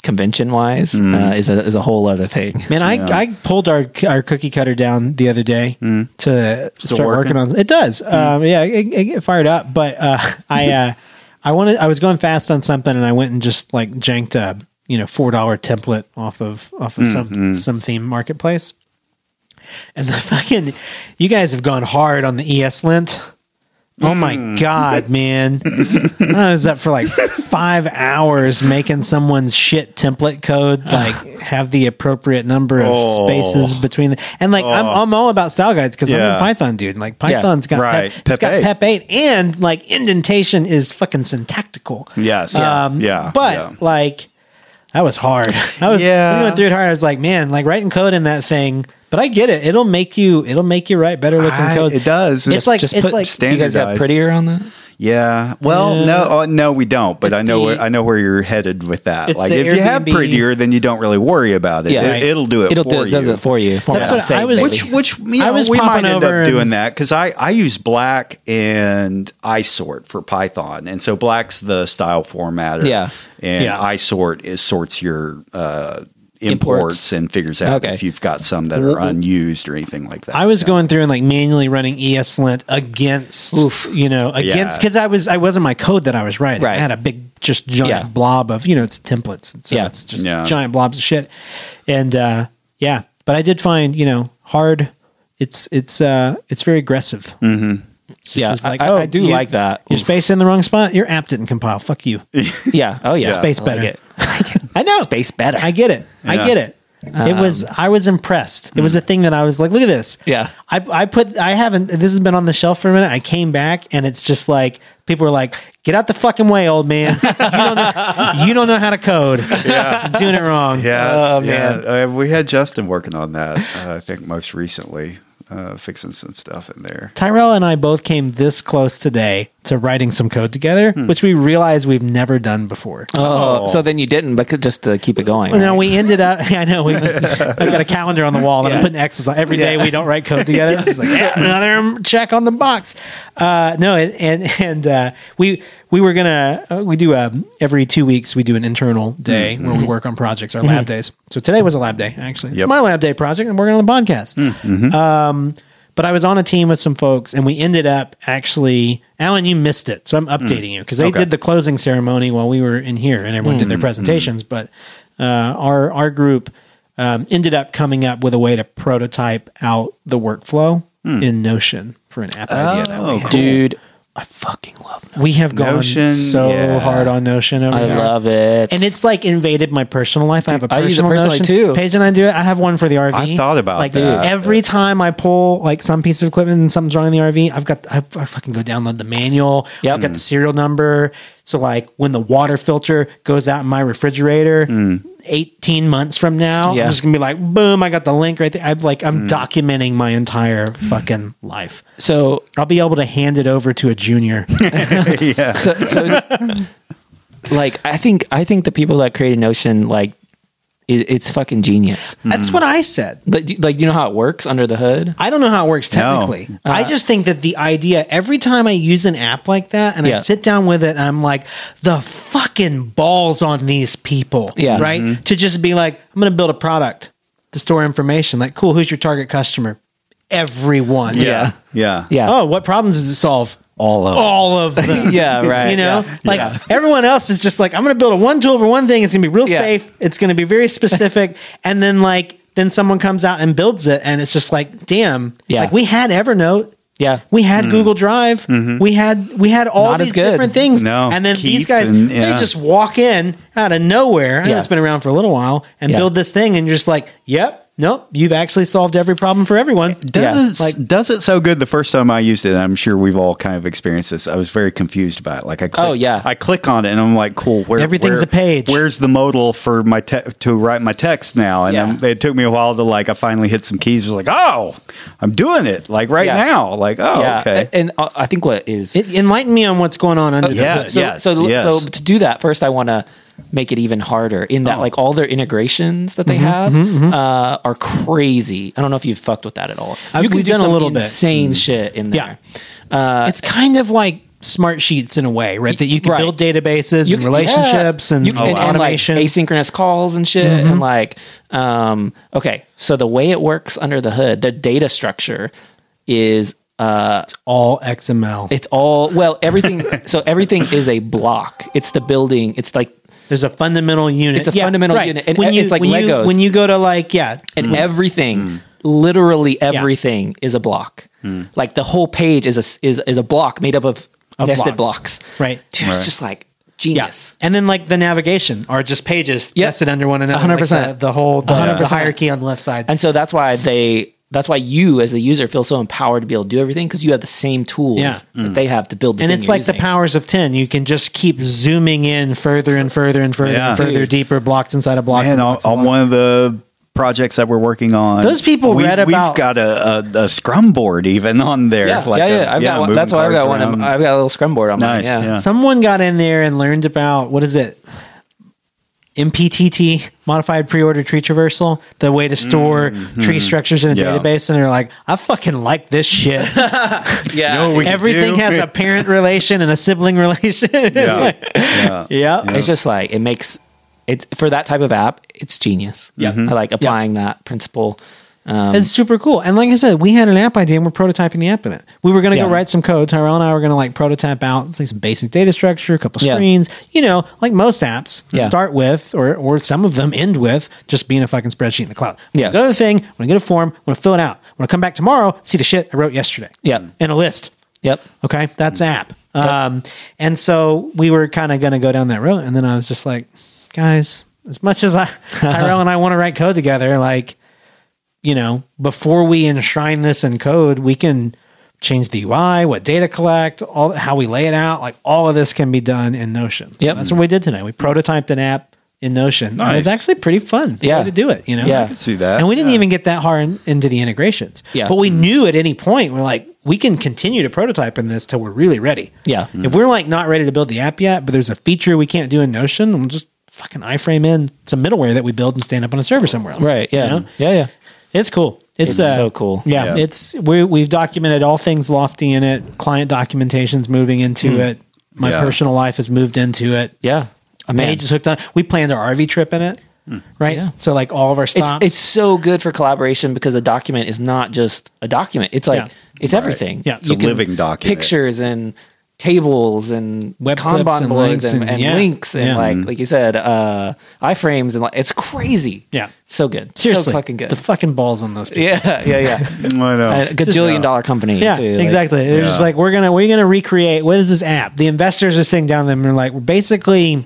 [SPEAKER 5] convention wise
[SPEAKER 4] Mm.
[SPEAKER 5] uh, is a is a whole other thing.
[SPEAKER 1] Man, I, I pulled our our cookie cutter down the other day to start working?
[SPEAKER 4] working?
[SPEAKER 1] on. It does. Um, yeah, it, it, it fired up. But uh, I uh, I wanted I was going fast on something, and I went and just like janked a you know four dollar template off of off of some some theme marketplace. And the fucking you guys have gone hard on the E ESLint. Oh my
[SPEAKER 4] Mm.
[SPEAKER 1] god, man! I was up for like five hours making someone's shit template code like have the appropriate number of
[SPEAKER 4] Oh.
[SPEAKER 1] spaces between the and like I'm, I'm all about style guides because I'm
[SPEAKER 4] Yeah.
[SPEAKER 1] a Python dude. And, like Python's got pep,
[SPEAKER 4] Right.
[SPEAKER 1] it's
[SPEAKER 4] Pep
[SPEAKER 1] got
[SPEAKER 4] eight.
[SPEAKER 1] pep eight and like indentation is fucking syntactical.
[SPEAKER 4] Yes.
[SPEAKER 1] Um,
[SPEAKER 4] yeah.
[SPEAKER 1] But
[SPEAKER 4] yeah.
[SPEAKER 1] like, that was hard. I was
[SPEAKER 4] Yeah.
[SPEAKER 1] we went through it hard. I was like, man, like writing code in that thing. But I get it. It'll make you. It'll make you write better looking
[SPEAKER 4] I-
[SPEAKER 1] code.
[SPEAKER 4] it does.
[SPEAKER 1] It's
[SPEAKER 4] Just-
[SPEAKER 1] like
[SPEAKER 5] just
[SPEAKER 1] it's
[SPEAKER 5] put
[SPEAKER 1] like
[SPEAKER 5] do you guys got
[SPEAKER 4] standardized.
[SPEAKER 5] prettier on that.
[SPEAKER 4] Yeah. Well, no, oh, no, we don't. But
[SPEAKER 1] It's
[SPEAKER 4] I know,
[SPEAKER 1] the-
[SPEAKER 4] where, I know where you're headed with that.
[SPEAKER 1] It's
[SPEAKER 4] Like,
[SPEAKER 1] the
[SPEAKER 4] if you have
[SPEAKER 1] Airbnb-
[SPEAKER 4] prettier, then you don't really worry about it.
[SPEAKER 5] Yeah, right.
[SPEAKER 4] it will do it.
[SPEAKER 5] It'll
[SPEAKER 4] for
[SPEAKER 5] do it,
[SPEAKER 4] you.
[SPEAKER 5] does it for you. For
[SPEAKER 1] That's
[SPEAKER 5] my
[SPEAKER 1] what
[SPEAKER 5] sake,
[SPEAKER 1] I was-
[SPEAKER 5] baby.
[SPEAKER 4] Which, which you
[SPEAKER 1] I
[SPEAKER 4] know,
[SPEAKER 1] was
[SPEAKER 4] we might
[SPEAKER 1] popping
[SPEAKER 4] end
[SPEAKER 1] over
[SPEAKER 4] up doing
[SPEAKER 1] and-
[SPEAKER 4] that because I, I use black and isort for Python, and so black's the style formatter.
[SPEAKER 5] Yeah.
[SPEAKER 4] and
[SPEAKER 1] Yeah.
[SPEAKER 4] isort is sorts your uh, imports,
[SPEAKER 5] Imports.
[SPEAKER 4] and figures out
[SPEAKER 5] Okay.
[SPEAKER 4] if you've got some that are unused or anything like that.
[SPEAKER 1] I was going through and like manually running ESLint against, you know, against
[SPEAKER 4] Yeah.
[SPEAKER 1] because I was I wasn't my code that I was writing.
[SPEAKER 5] Right.
[SPEAKER 1] I had a big just giant
[SPEAKER 5] Yeah.
[SPEAKER 1] blob of you know it's templates and so
[SPEAKER 5] Yeah.
[SPEAKER 1] it's just
[SPEAKER 4] Yeah.
[SPEAKER 1] giant blobs of shit, and uh, yeah. But I did find you know hard. It's it's uh it's very aggressive.
[SPEAKER 5] yeah,
[SPEAKER 1] It's like,
[SPEAKER 5] I, I-
[SPEAKER 1] oh,
[SPEAKER 5] I do
[SPEAKER 1] you-
[SPEAKER 5] like that.
[SPEAKER 1] Your space in the wrong spot. Your app didn't compile. Fuck you.
[SPEAKER 5] Yeah. Oh yeah.
[SPEAKER 1] Space
[SPEAKER 5] I
[SPEAKER 1] better.
[SPEAKER 5] Like it. I know. Space better.
[SPEAKER 1] I get it. I
[SPEAKER 4] Yeah. Mm.
[SPEAKER 1] get it. It was I was impressed. It was a thing that I was like, look at this.
[SPEAKER 5] Yeah.
[SPEAKER 1] I I put I haven't this has been on the shelf for a minute. I came back and it's just like people were like, get out the fucking way, old man. You don't know, you don't know how to code. Doing it wrong.
[SPEAKER 4] Yeah,
[SPEAKER 1] oh,
[SPEAKER 4] yeah. Uh, we had Justin working on that. Uh, I think most recently, uh, fixing some stuff in there.
[SPEAKER 1] Tyrell and I both came this close today to writing some code together,
[SPEAKER 4] Hmm.
[SPEAKER 1] which we realized we've never done before.
[SPEAKER 5] Oh, so then you didn't, but could- just to keep it going.
[SPEAKER 1] No,
[SPEAKER 5] right?
[SPEAKER 1] we ended up. I know we. I've got a calendar on the wall, and I'm putting X's on every day. We don't write code together. It's just like "Yeah, another check on the box. Uh, no, and and, and uh, we we were gonna uh, we do um, every two weeks we do an internal day where we work on projects, our lab days. So today was a lab day actually. It's
[SPEAKER 4] Yep. Mm, mm-hmm.
[SPEAKER 1] My lab day project. I'm working on the podcast. Um, but I was on a team with some folks, and we ended up actually. Alan, you missed it, so I'm updating you because they
[SPEAKER 4] Mm. Okay. Mm,
[SPEAKER 1] did the closing ceremony while we were in here, and everyone did their presentations. But uh, our our group um, ended up coming up with a way to prototype out the workflow
[SPEAKER 4] Mm.
[SPEAKER 1] in Notion for an app idea. That we, had.
[SPEAKER 5] Dude, I fucking love Notion.
[SPEAKER 1] we have gone
[SPEAKER 4] Oh. Notion,
[SPEAKER 1] so
[SPEAKER 4] yeah.
[SPEAKER 1] hard on Notion over
[SPEAKER 5] I
[SPEAKER 1] here.
[SPEAKER 5] love it.
[SPEAKER 1] and it's like invaded my personal life. I have a
[SPEAKER 5] I use it
[SPEAKER 1] personal
[SPEAKER 5] personally,
[SPEAKER 1] Notion.
[SPEAKER 5] too.
[SPEAKER 1] Paige and I do it. I have one for the RV.
[SPEAKER 4] I thought about
[SPEAKER 1] like
[SPEAKER 4] that.
[SPEAKER 1] every time I pull like some piece of equipment and something's wrong in the RV, I've got I, I fucking go download the manual.
[SPEAKER 5] Yep.
[SPEAKER 1] I've got the serial number. So like when the water filter goes out in my refrigerator, eighteen months from now,
[SPEAKER 5] Hmm. Yeah.
[SPEAKER 1] I'm just gonna be like, boom! I got the link right there. I'm like, I'm
[SPEAKER 4] Hmm.
[SPEAKER 1] documenting my entire fucking life.
[SPEAKER 5] so
[SPEAKER 1] I'll be able to hand it over to a junior.
[SPEAKER 5] so, so like I think I think the people that created Notion like it, it's fucking genius.
[SPEAKER 1] That's what I said.
[SPEAKER 5] Like, do- like you know how it works under the hood.
[SPEAKER 1] I don't know how it works technically.
[SPEAKER 5] Uh,
[SPEAKER 1] I just think that the idea every time I use an app like that and I
[SPEAKER 5] Yeah.
[SPEAKER 1] sit down with it, I'm like, the fucking balls on these people.
[SPEAKER 5] Yeah. Mm-hmm.
[SPEAKER 1] Right? To just be like, I'm gonna build a product to store information. Like, cool, who's your target customer? Everyone.
[SPEAKER 4] yeah, yeah,
[SPEAKER 5] Yeah.
[SPEAKER 1] Oh, what problems does it solve?
[SPEAKER 4] All of it.
[SPEAKER 1] All of them.
[SPEAKER 5] Yeah, right.
[SPEAKER 1] You know,
[SPEAKER 5] yeah.
[SPEAKER 1] like
[SPEAKER 5] Yeah.
[SPEAKER 1] everyone else is just like, I'm going to build a one tool for one thing. It's going to be real
[SPEAKER 5] Yeah.
[SPEAKER 1] safe. It's going to be very specific. and then like, then someone comes out and builds it, and it's just like, damn,
[SPEAKER 5] Yeah.
[SPEAKER 1] like we had Evernote.
[SPEAKER 5] Yeah. Mm. Mm-hmm.
[SPEAKER 1] We had Google Drive. We had we had all
[SPEAKER 5] Not as
[SPEAKER 1] these
[SPEAKER 5] good.
[SPEAKER 1] different things.
[SPEAKER 4] No,
[SPEAKER 1] and then these
[SPEAKER 4] Keep
[SPEAKER 1] guys
[SPEAKER 4] and-
[SPEAKER 1] they
[SPEAKER 4] yeah.
[SPEAKER 1] just walk in out of nowhere. I know
[SPEAKER 5] Yeah.
[SPEAKER 1] it's been around for a little while and
[SPEAKER 5] Yeah.
[SPEAKER 1] build this thing, and you're just like, yep, nope, you've actually solved every problem for everyone.
[SPEAKER 4] Does
[SPEAKER 1] Yeah.
[SPEAKER 4] it, does it so good the first time I used it? and I'm sure we've all kind of experienced this. I was very confused about it. Like I click,
[SPEAKER 5] Oh, yeah.
[SPEAKER 4] I click on it and I'm like, cool. Where
[SPEAKER 1] Everything's
[SPEAKER 4] where-
[SPEAKER 1] a page.
[SPEAKER 4] Where's the modal for my te- to write my text now? And
[SPEAKER 5] Yeah.
[SPEAKER 4] I'm- it took me a while to like. I finally hit some keys. Was like, oh, I'm doing it like right
[SPEAKER 5] Yeah.
[SPEAKER 4] now. Like oh
[SPEAKER 5] yeah.
[SPEAKER 4] okay.
[SPEAKER 5] And uh, I I think what is
[SPEAKER 1] It, enlighten me on what's going on under the
[SPEAKER 4] Yeah.
[SPEAKER 1] hood.
[SPEAKER 5] so,
[SPEAKER 4] yes,
[SPEAKER 5] so,
[SPEAKER 4] yes.
[SPEAKER 5] so to do that first i want to make it even harder in
[SPEAKER 1] Oh.
[SPEAKER 5] that like all their integrations that they
[SPEAKER 1] Mm-hmm,
[SPEAKER 5] have uh, are crazy i don't know if you've fucked with that at all
[SPEAKER 1] Uh,
[SPEAKER 5] you
[SPEAKER 1] we've
[SPEAKER 5] do
[SPEAKER 1] done a
[SPEAKER 5] some
[SPEAKER 1] little bit. Mm.
[SPEAKER 5] insane shit in
[SPEAKER 1] Yeah.
[SPEAKER 5] there Uh,
[SPEAKER 1] it's kind of like smart sheets in a way, right? That you can
[SPEAKER 5] Right.
[SPEAKER 1] build databases and
[SPEAKER 5] can-
[SPEAKER 1] relationships
[SPEAKER 5] yeah.
[SPEAKER 1] and,
[SPEAKER 5] You can- and- and, like,
[SPEAKER 1] automation. Mm-hmm.
[SPEAKER 5] asynchronous calls and shit, and like, um, okay, so the way it works under the hood, the data structure is uh,
[SPEAKER 1] all XML.
[SPEAKER 5] it's all well, everything. so everything is a block. It's the building. It's like
[SPEAKER 1] There's a fundamental unit.
[SPEAKER 5] It's a fundamental unit, and e- it's like
[SPEAKER 1] when You,
[SPEAKER 5] Legos.
[SPEAKER 1] when you go to like, yeah,
[SPEAKER 5] and everything literally everything is a block like the whole page is a s- is, is a block made up of, nested
[SPEAKER 1] blocks.
[SPEAKER 5] blocks,
[SPEAKER 1] Right.
[SPEAKER 5] Dude, it's just like genius
[SPEAKER 1] yes, and then like the navigation are just pages
[SPEAKER 5] Yeah.
[SPEAKER 1] nested under one another.
[SPEAKER 5] 100%.
[SPEAKER 1] like the, the whole the,
[SPEAKER 5] 100%.
[SPEAKER 1] the hierarchy on the left side.
[SPEAKER 5] and so that's why they that's why you as the user feel so empowered to be able to do everything because you have the same tools
[SPEAKER 1] Yeah.
[SPEAKER 5] that they have to build the
[SPEAKER 1] and
[SPEAKER 5] thing
[SPEAKER 1] it's
[SPEAKER 5] you're
[SPEAKER 1] like the
[SPEAKER 5] using.
[SPEAKER 1] powers of 10 you can just keep zooming in further and further and further
[SPEAKER 4] Yeah.
[SPEAKER 1] and further
[SPEAKER 5] Dude.
[SPEAKER 1] deeper blocks inside of blocks
[SPEAKER 4] and
[SPEAKER 1] and
[SPEAKER 4] on,
[SPEAKER 1] blocks and
[SPEAKER 4] on
[SPEAKER 1] blocks.
[SPEAKER 4] one of the projects that we're working on,
[SPEAKER 1] Those people
[SPEAKER 4] we,
[SPEAKER 1] read about-
[SPEAKER 4] We've got a, a, a scrum board even on there.
[SPEAKER 5] yeah, yeah, yeah.
[SPEAKER 4] a-
[SPEAKER 5] I've got one.
[SPEAKER 4] moving
[SPEAKER 5] That's why I've
[SPEAKER 4] cards
[SPEAKER 5] got one.
[SPEAKER 4] around.
[SPEAKER 5] of- I've got a little scrum board on
[SPEAKER 4] nice.
[SPEAKER 5] mine. Yeah.
[SPEAKER 4] Yeah.
[SPEAKER 1] Someone got in there and learned about what is it? MPTT, modified pre-order tree traversal, the way to store tree structures in a
[SPEAKER 4] Mm-hmm. Yeah.
[SPEAKER 1] database, and they're like, "I fucking like this shit.
[SPEAKER 5] Yeah.
[SPEAKER 4] You know what we can
[SPEAKER 1] Everything
[SPEAKER 4] do?
[SPEAKER 1] has a parent relation and a sibling relation."
[SPEAKER 4] Yeah.
[SPEAKER 1] yeah,
[SPEAKER 4] yeah.
[SPEAKER 5] it's just like it makes it for that type of app. It's genius. Yeah, I like applying that principle. Um,
[SPEAKER 1] it's super cool. And like I said, we had an app idea and we're prototyping the app in it. We were going to go
[SPEAKER 5] Yeah.
[SPEAKER 1] write some code. Tyrell and I were going to like prototype out it's like some basic data structure, a couple
[SPEAKER 5] Yeah.
[SPEAKER 1] screens, you know, like most apps
[SPEAKER 5] Yeah.
[SPEAKER 1] start with, or, or some of them end with just being a fucking spreadsheet in the cloud. I'm gonna
[SPEAKER 5] Yeah.
[SPEAKER 1] Go to the thing. I'm going to get a form. I'm going to fill it out. I'm going to come back tomorrow, see the shit I wrote yesterday.
[SPEAKER 5] Yeah.
[SPEAKER 1] And a list.
[SPEAKER 5] Yep.
[SPEAKER 1] Okay. That's
[SPEAKER 5] Mm.
[SPEAKER 1] app. Um, and so we were kind of going to go down that road. And then I was just like, guys, as much as I, Tyrell and I want to write code together, like, you know, before we enshrine this in code, we can change the UI, what data collect, all how we lay it out, like all of this can be done in Notion. So
[SPEAKER 5] Yep. Mm.
[SPEAKER 1] that's what we did tonight. We prototyped an app in Notion. And it's
[SPEAKER 4] Nice.
[SPEAKER 1] actually pretty fun way
[SPEAKER 5] Yeah.
[SPEAKER 1] to do it, you know?
[SPEAKER 5] Yeah. I
[SPEAKER 4] I could see that.
[SPEAKER 1] And we didn't even get that hard in- into the integrations.
[SPEAKER 5] Yeah.
[SPEAKER 1] But we knew at any point we're like, we can continue to prototype in this till we're really ready.
[SPEAKER 5] Yeah.
[SPEAKER 1] If we're like not ready to build the app yet, but there's a feature we can't do in Notion, we'll just fucking iframe in some middleware that we build and stand up on a server somewhere else.
[SPEAKER 5] Right. Yeah.
[SPEAKER 1] You know?
[SPEAKER 5] Yeah. Yeah.
[SPEAKER 1] It's cool. It's,
[SPEAKER 5] It's
[SPEAKER 1] uh,
[SPEAKER 5] so cool.
[SPEAKER 1] Yeah,
[SPEAKER 4] Yeah.
[SPEAKER 1] it's we we've documented all things lofty in it. Client documentation's moving into
[SPEAKER 5] Hmm.
[SPEAKER 1] it. My
[SPEAKER 4] Yeah.
[SPEAKER 1] personal life has moved into it.
[SPEAKER 5] Yeah. I mean,
[SPEAKER 1] Paige is hooked on. We planned our RV trip in it,
[SPEAKER 4] Hmm.
[SPEAKER 1] right?
[SPEAKER 5] Yeah.
[SPEAKER 1] So like all of our
[SPEAKER 5] it's,
[SPEAKER 1] stops.
[SPEAKER 5] it's so good for collaboration because a document is not just a document. It's like
[SPEAKER 1] Yeah.
[SPEAKER 5] it's everything.
[SPEAKER 1] Yeah. It's
[SPEAKER 4] a living document.
[SPEAKER 5] Pictures and tables and
[SPEAKER 1] Web clips
[SPEAKER 5] Kanban
[SPEAKER 1] and
[SPEAKER 5] boards
[SPEAKER 1] links
[SPEAKER 5] and,
[SPEAKER 1] and-
[SPEAKER 5] and
[SPEAKER 1] yeah.
[SPEAKER 5] links and
[SPEAKER 1] Yeah.
[SPEAKER 5] like
[SPEAKER 4] Mm-hmm.
[SPEAKER 5] like you said, uh, iframes and like it's crazy.
[SPEAKER 1] Yeah.
[SPEAKER 5] so good,
[SPEAKER 1] Seriously,
[SPEAKER 5] so fucking good.
[SPEAKER 1] the fucking balls on those people.
[SPEAKER 5] yeah, yeah, yeah.
[SPEAKER 4] I know.
[SPEAKER 5] a gajillion
[SPEAKER 4] Yeah.
[SPEAKER 5] dollar company.
[SPEAKER 1] Yeah,
[SPEAKER 5] too, like-
[SPEAKER 1] exactly. They're just
[SPEAKER 4] Yeah.
[SPEAKER 1] like, we're gonna we're gonna recreate what is this app? The investors are sitting down with them and like, we're basically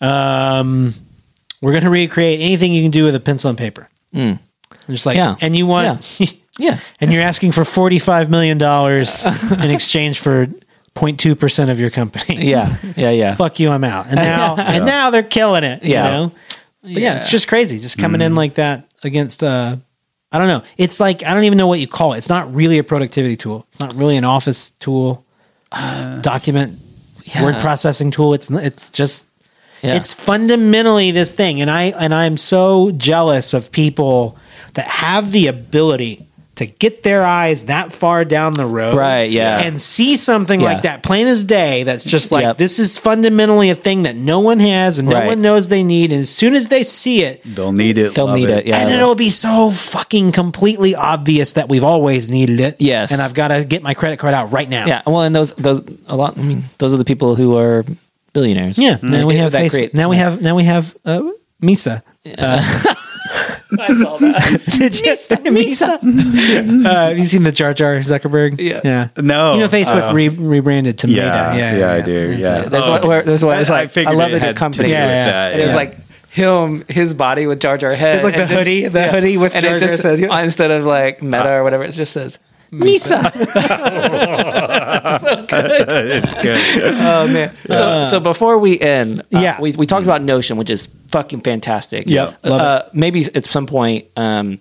[SPEAKER 1] um we're gonna recreate anything you can do with a pencil and paper. And just like
[SPEAKER 5] Hmm. Yeah.
[SPEAKER 1] and you want
[SPEAKER 5] Yeah,
[SPEAKER 1] and you're asking for forty five million dollars in exchange for 02 percent of your company.
[SPEAKER 5] yeah, yeah, yeah.
[SPEAKER 1] Fuck you, I'm out. And now and now they're killing it.
[SPEAKER 5] Yeah. Mm-hmm.
[SPEAKER 1] You know? But yeah. it's just crazy. Just coming in like that against uh I don't know. It's like I don't even know what you call it. It's not really a productivity tool. It's not really an office tool,
[SPEAKER 5] Uh,
[SPEAKER 1] document word processing tool. It's n- it's just
[SPEAKER 5] Yeah.
[SPEAKER 1] it's fundamentally this thing, and I and I'm so jealous of people that have the ability to get their eyes that far down the road,
[SPEAKER 5] Right, yeah.
[SPEAKER 1] and see something
[SPEAKER 5] Yeah.
[SPEAKER 1] like that plain as day. That's just like
[SPEAKER 5] Yep.
[SPEAKER 1] this is fundamentally a thing that no one has and no
[SPEAKER 5] Right.
[SPEAKER 1] one knows they need. And as soon as they see it,
[SPEAKER 4] They'll need it.
[SPEAKER 5] They'll
[SPEAKER 4] love
[SPEAKER 5] need it. Yeah,
[SPEAKER 1] and it'll be so fucking completely obvious that we've always needed it.
[SPEAKER 5] Yes.
[SPEAKER 1] and I've got to get my credit card out right now.
[SPEAKER 5] yeah. Well, and those those a lot. I mean, those are the people who are billionaires.
[SPEAKER 1] yeah. Now we have
[SPEAKER 5] That- Mm-hmm. that
[SPEAKER 1] Facebook.
[SPEAKER 5] create-
[SPEAKER 1] now we have now we have uh, Misa. Uh,
[SPEAKER 5] I saw that.
[SPEAKER 1] Did you say Misa? uh, have you seen the Jar Jar Zuckerberg?
[SPEAKER 5] Yeah.
[SPEAKER 1] Yeah.
[SPEAKER 4] No. Oh.
[SPEAKER 1] You know, Facebook re- rebranded to
[SPEAKER 4] Yeah,
[SPEAKER 1] Meta.
[SPEAKER 4] yeah, I do. Yeah,
[SPEAKER 5] There's one where there's one. It's
[SPEAKER 4] Oh, I- I
[SPEAKER 5] like I,
[SPEAKER 4] figured
[SPEAKER 5] love
[SPEAKER 4] it
[SPEAKER 5] a
[SPEAKER 4] had
[SPEAKER 5] good
[SPEAKER 4] to
[SPEAKER 5] company.
[SPEAKER 4] do
[SPEAKER 1] Yeah,
[SPEAKER 4] with
[SPEAKER 1] yeah.
[SPEAKER 4] that,
[SPEAKER 5] And it was
[SPEAKER 4] yeah.
[SPEAKER 5] like him, his body with Jar Jar head.
[SPEAKER 1] It's like the
[SPEAKER 5] and then-
[SPEAKER 1] hoodie- the hoodie with
[SPEAKER 5] and
[SPEAKER 1] Jar
[SPEAKER 5] it
[SPEAKER 1] Jar
[SPEAKER 5] just,
[SPEAKER 1] said, yeah.
[SPEAKER 5] Instead of like Meta
[SPEAKER 4] Uh,
[SPEAKER 5] or whatever, it just says Misa.
[SPEAKER 4] it's good.
[SPEAKER 5] oh man. So so before we end, uh,
[SPEAKER 1] Uh. Yeah.
[SPEAKER 5] we we talked about Notion, which is fucking fantastic.
[SPEAKER 1] Yep, love
[SPEAKER 5] uh, Maybe at some point, um,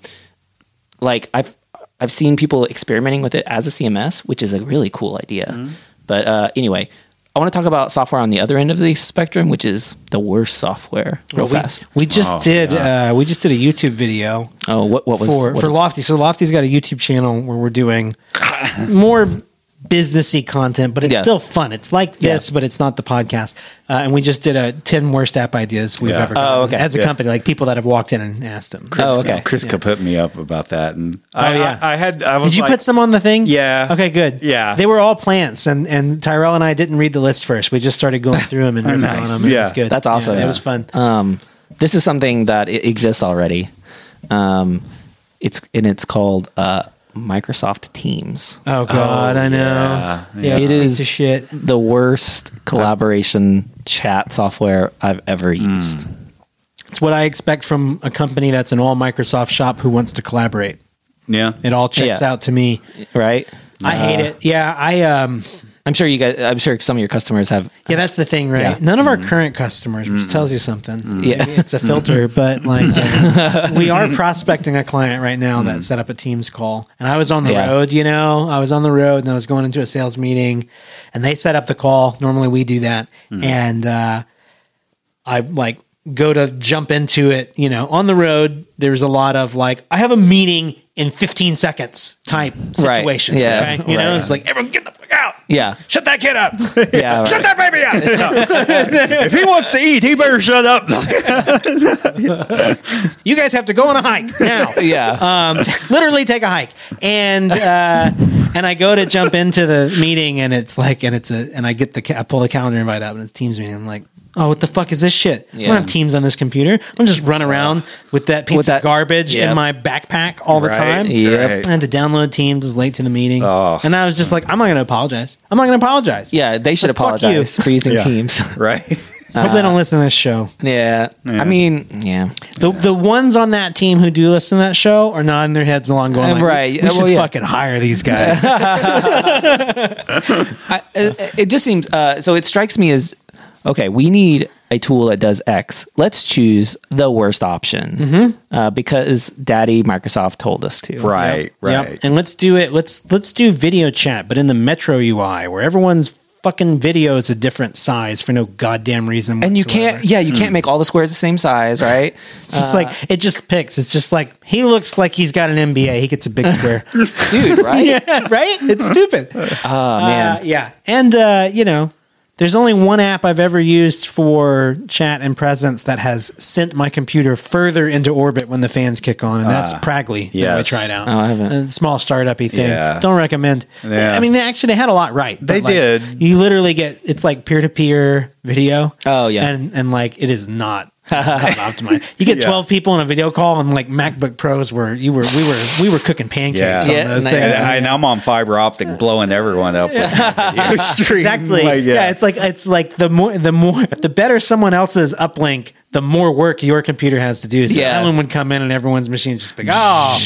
[SPEAKER 5] like I've I've seen people experimenting with it as a CMS, which is a really cool idea.
[SPEAKER 4] Mm-hmm.
[SPEAKER 5] But uh, anyway. I want to talk about software on the other end of the spectrum, which is the worst software. Real
[SPEAKER 1] We,
[SPEAKER 5] fast.
[SPEAKER 1] we
[SPEAKER 4] Oh,
[SPEAKER 1] just did uh, we just did a YouTube video
[SPEAKER 5] Oh, what what was
[SPEAKER 1] for
[SPEAKER 5] what
[SPEAKER 1] for
[SPEAKER 5] was-
[SPEAKER 1] Lofty. So Lofty's got a YouTube channel where we're doing more businessy content, but it's
[SPEAKER 5] Yeah.
[SPEAKER 1] still fun. It's like this, but it's not the podcast. Uh, and we just did a ten worst app ideas we've
[SPEAKER 4] Yeah.
[SPEAKER 1] ever. Gotten,
[SPEAKER 5] Oh, okay.
[SPEAKER 1] As a
[SPEAKER 4] Yeah.
[SPEAKER 1] company, like people that have walked in and asked them.
[SPEAKER 5] Oh, okay.
[SPEAKER 4] Chris put me up about that, and I,
[SPEAKER 1] yeah.
[SPEAKER 4] I, I had. I was.
[SPEAKER 1] Did you
[SPEAKER 4] like,
[SPEAKER 1] put some on the thing?
[SPEAKER 4] Yeah.
[SPEAKER 1] Okay, good.
[SPEAKER 4] Yeah.
[SPEAKER 1] They were all plants, and and Tyrell and I didn't read the list first. We just started going through them and riffing
[SPEAKER 4] Nice.
[SPEAKER 1] on them. It
[SPEAKER 4] Yeah.
[SPEAKER 1] was good.
[SPEAKER 5] That's awesome.
[SPEAKER 1] Yeah,
[SPEAKER 5] Yeah.
[SPEAKER 1] It was fun.
[SPEAKER 5] Um, this is something that it exists already. Um, it's and it's called uh, Microsoft Teams.
[SPEAKER 1] oh God, I know.
[SPEAKER 4] yeah,
[SPEAKER 1] Yeah,
[SPEAKER 4] yeah.
[SPEAKER 1] it's
[SPEAKER 5] It
[SPEAKER 1] a
[SPEAKER 5] is-
[SPEAKER 1] piece of shit.
[SPEAKER 5] The worst collaboration chat software I've ever used.
[SPEAKER 1] It's what I expect from a company that's an all Microsoft shop who wants to collaborate.
[SPEAKER 4] Yeah.
[SPEAKER 1] It all checks
[SPEAKER 5] Yeah.
[SPEAKER 1] out to me.
[SPEAKER 5] Right?
[SPEAKER 1] I hate it. Yeah, I um
[SPEAKER 5] I'm sure you guys. I'm sure some of your customers have.
[SPEAKER 1] yeah, that's the thing, right?
[SPEAKER 5] Yeah. Mm-hmm.
[SPEAKER 1] None of our current customers, which tells you something.
[SPEAKER 5] Yeah. Mm-hmm.
[SPEAKER 1] Maybe it's a filter, but like uh, we are prospecting a client right now that set up a Teams call. And I was on the
[SPEAKER 5] Mm-hmm. Yeah.
[SPEAKER 1] road, you know, I was on the road and I was going into a sales meeting and they set up the call. Normally we do that.
[SPEAKER 5] Mm-hmm.
[SPEAKER 1] And uh, I like go to jump into it, you know, on the road, there's a lot of like, I have a meeting in 15 seconds type situations.
[SPEAKER 5] Yeah.
[SPEAKER 1] Okay. You know,
[SPEAKER 5] Right.
[SPEAKER 1] it's like, everyone get the fuck out.
[SPEAKER 5] Yeah.
[SPEAKER 1] Shut that kid up.
[SPEAKER 5] Yeah. right.
[SPEAKER 4] Shut that baby up. if he wants to eat, he better shut up.
[SPEAKER 1] You guys have to go on a hike now.
[SPEAKER 5] Yeah.
[SPEAKER 1] Um, t- literally take a hike. And uh, and I go to jump into the meeting and it's like and it's a and I get the ca- I pull the calendar invite up and it's Teams meeting. I'm like, "Oh, what the fuck is this shit? I
[SPEAKER 5] Yeah.
[SPEAKER 1] don't have Teams on this computer. I'm just run around with that piece
[SPEAKER 5] With that-
[SPEAKER 1] of garbage
[SPEAKER 5] Yep.
[SPEAKER 1] in my backpack all the
[SPEAKER 4] Right.
[SPEAKER 1] time."
[SPEAKER 5] Yep.
[SPEAKER 1] I had to download Teams. Was late to the meeting,
[SPEAKER 4] Oh.
[SPEAKER 1] and I was just like, "I'm not going to apologize. I'm not going to apologize."
[SPEAKER 5] yeah. They should
[SPEAKER 1] But fuck you.
[SPEAKER 5] apologize for using
[SPEAKER 4] Yeah.
[SPEAKER 5] Teams.
[SPEAKER 4] Right.
[SPEAKER 1] I hope they
[SPEAKER 5] Uh-huh.
[SPEAKER 1] don't listen to this show.
[SPEAKER 5] yeah. I mean, yeah.
[SPEAKER 1] The, the ones on that team who do listen to that show are nodding their heads along, going,
[SPEAKER 5] Uh,
[SPEAKER 1] like,
[SPEAKER 5] right.
[SPEAKER 1] We,
[SPEAKER 5] Uh,
[SPEAKER 1] we should
[SPEAKER 5] well, yeah.
[SPEAKER 1] fucking hire these guys.
[SPEAKER 5] I, it, it just seems uh, so. It strikes me as okay. We need a tool that does X. Let's choose the worst option uh, because Daddy Microsoft told us to.
[SPEAKER 4] Right.
[SPEAKER 1] Yep.
[SPEAKER 4] Right.
[SPEAKER 1] And let's do it. Let's let's do video chat, but in the Metro UI where everyone's fucking video is a different size for no goddamn reason.
[SPEAKER 5] And you
[SPEAKER 1] whatsoever.
[SPEAKER 5] can't. uh, Yeah, you can't make all the squares the same size, right?
[SPEAKER 1] It's just like it just picks. It's just like he looks like he's got an MBA. He gets a big square.
[SPEAKER 5] Dude, right?
[SPEAKER 1] yeah, right? It's stupid.
[SPEAKER 4] Ah,
[SPEAKER 5] Oh man.
[SPEAKER 1] Uh, yeah, and uh, you know, There's only one app I've ever used for chat and presence that has sent my computer further into orbit when the fans kick on, and that's Pragly that we
[SPEAKER 4] Ah, yes.
[SPEAKER 1] tried out.
[SPEAKER 5] Oh, I haven't.
[SPEAKER 1] A small startup-y thing.
[SPEAKER 4] Yeah.
[SPEAKER 1] Don't recommend.
[SPEAKER 4] Yeah.
[SPEAKER 1] I mean, they actually they had a lot right. but,
[SPEAKER 4] They
[SPEAKER 1] like,
[SPEAKER 4] did.
[SPEAKER 1] You literally get it's like peer-to-peer video.
[SPEAKER 5] Oh, yeah.
[SPEAKER 1] and and like it is not. not optimized. You get
[SPEAKER 4] Yeah.
[SPEAKER 1] twelve people on a video call, and like MacBook Pros were you were we were we were cooking pancakes
[SPEAKER 4] Yeah.
[SPEAKER 1] on those
[SPEAKER 5] Yeah,
[SPEAKER 1] things.
[SPEAKER 4] And,
[SPEAKER 5] nice.
[SPEAKER 4] I, and I'm on fiber optic, blowing everyone up with my video stream.
[SPEAKER 1] Exactly.
[SPEAKER 4] Like,
[SPEAKER 1] yeah. it's like it's like the more the more the better someone else's uplink, the more work your computer has to do. So
[SPEAKER 5] Yeah.
[SPEAKER 1] Ellen would come in and everyone's machine just be like, oh,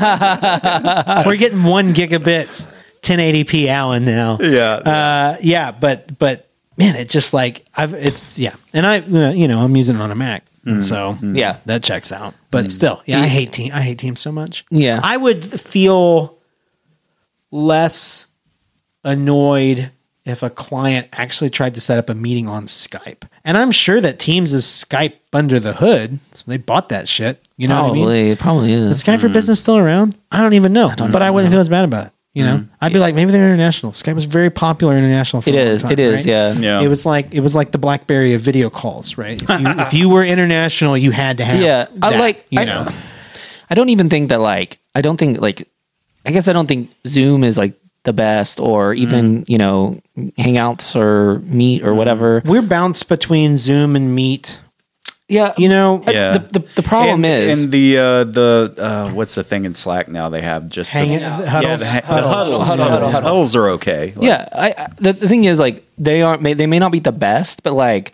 [SPEAKER 1] fuck." we're getting one gigabit, 1080p Allen now.
[SPEAKER 4] yeah.
[SPEAKER 1] Uh, yeah, but but man, it just like I've it's yeah, and I you know I'm using it on a Mac, and so
[SPEAKER 5] Yeah.
[SPEAKER 1] that checks out. But still, yeah, I hate team. I hate teams so much.
[SPEAKER 5] Yeah.
[SPEAKER 1] I would feel less annoyed if a client actually tried to set up a meeting on Skype. And I'm sure that Teams is Skype under the hood. So they bought that shit. You know
[SPEAKER 5] probably,
[SPEAKER 1] what I mean?
[SPEAKER 5] it probably
[SPEAKER 1] Is
[SPEAKER 5] is.
[SPEAKER 1] Sky for Business still around? Mm-hmm. I don't even know. Mm-hmm. but I wouldn't feel as bad about it. You know, I'd be like, maybe they're international. Skype was very popular international. For
[SPEAKER 5] It
[SPEAKER 1] a long
[SPEAKER 5] is.
[SPEAKER 1] time,
[SPEAKER 5] It is.
[SPEAKER 1] right?
[SPEAKER 5] Yeah.
[SPEAKER 4] Yeah.
[SPEAKER 1] It was like it was like the BlackBerry of video calls, right? If you, if you were international, you had to have.
[SPEAKER 5] Yeah, I
[SPEAKER 1] that,
[SPEAKER 5] like-
[SPEAKER 1] You
[SPEAKER 5] I-
[SPEAKER 1] know,
[SPEAKER 5] I don't even think that like I don't think like I guess I don't think Zoom is like the best or even, you know, Hangouts or Meet or whatever.
[SPEAKER 1] we're bounced between Zoom and Meet.
[SPEAKER 5] Yeah.
[SPEAKER 1] You know,
[SPEAKER 5] I-
[SPEAKER 4] Yeah.
[SPEAKER 5] The, the, the problem
[SPEAKER 4] and,
[SPEAKER 5] is
[SPEAKER 4] and the uh, the uh, what's the thing in Slack now? They have just
[SPEAKER 1] Hang
[SPEAKER 4] the,
[SPEAKER 1] it- the huddles,
[SPEAKER 4] yeah, the, ha- the
[SPEAKER 1] huddles,
[SPEAKER 4] huddles,
[SPEAKER 1] yeah.
[SPEAKER 4] huddles, huddles are okay. Like,
[SPEAKER 5] yeah, I, I the, the thing is like they aren't may, they may not be the best, but like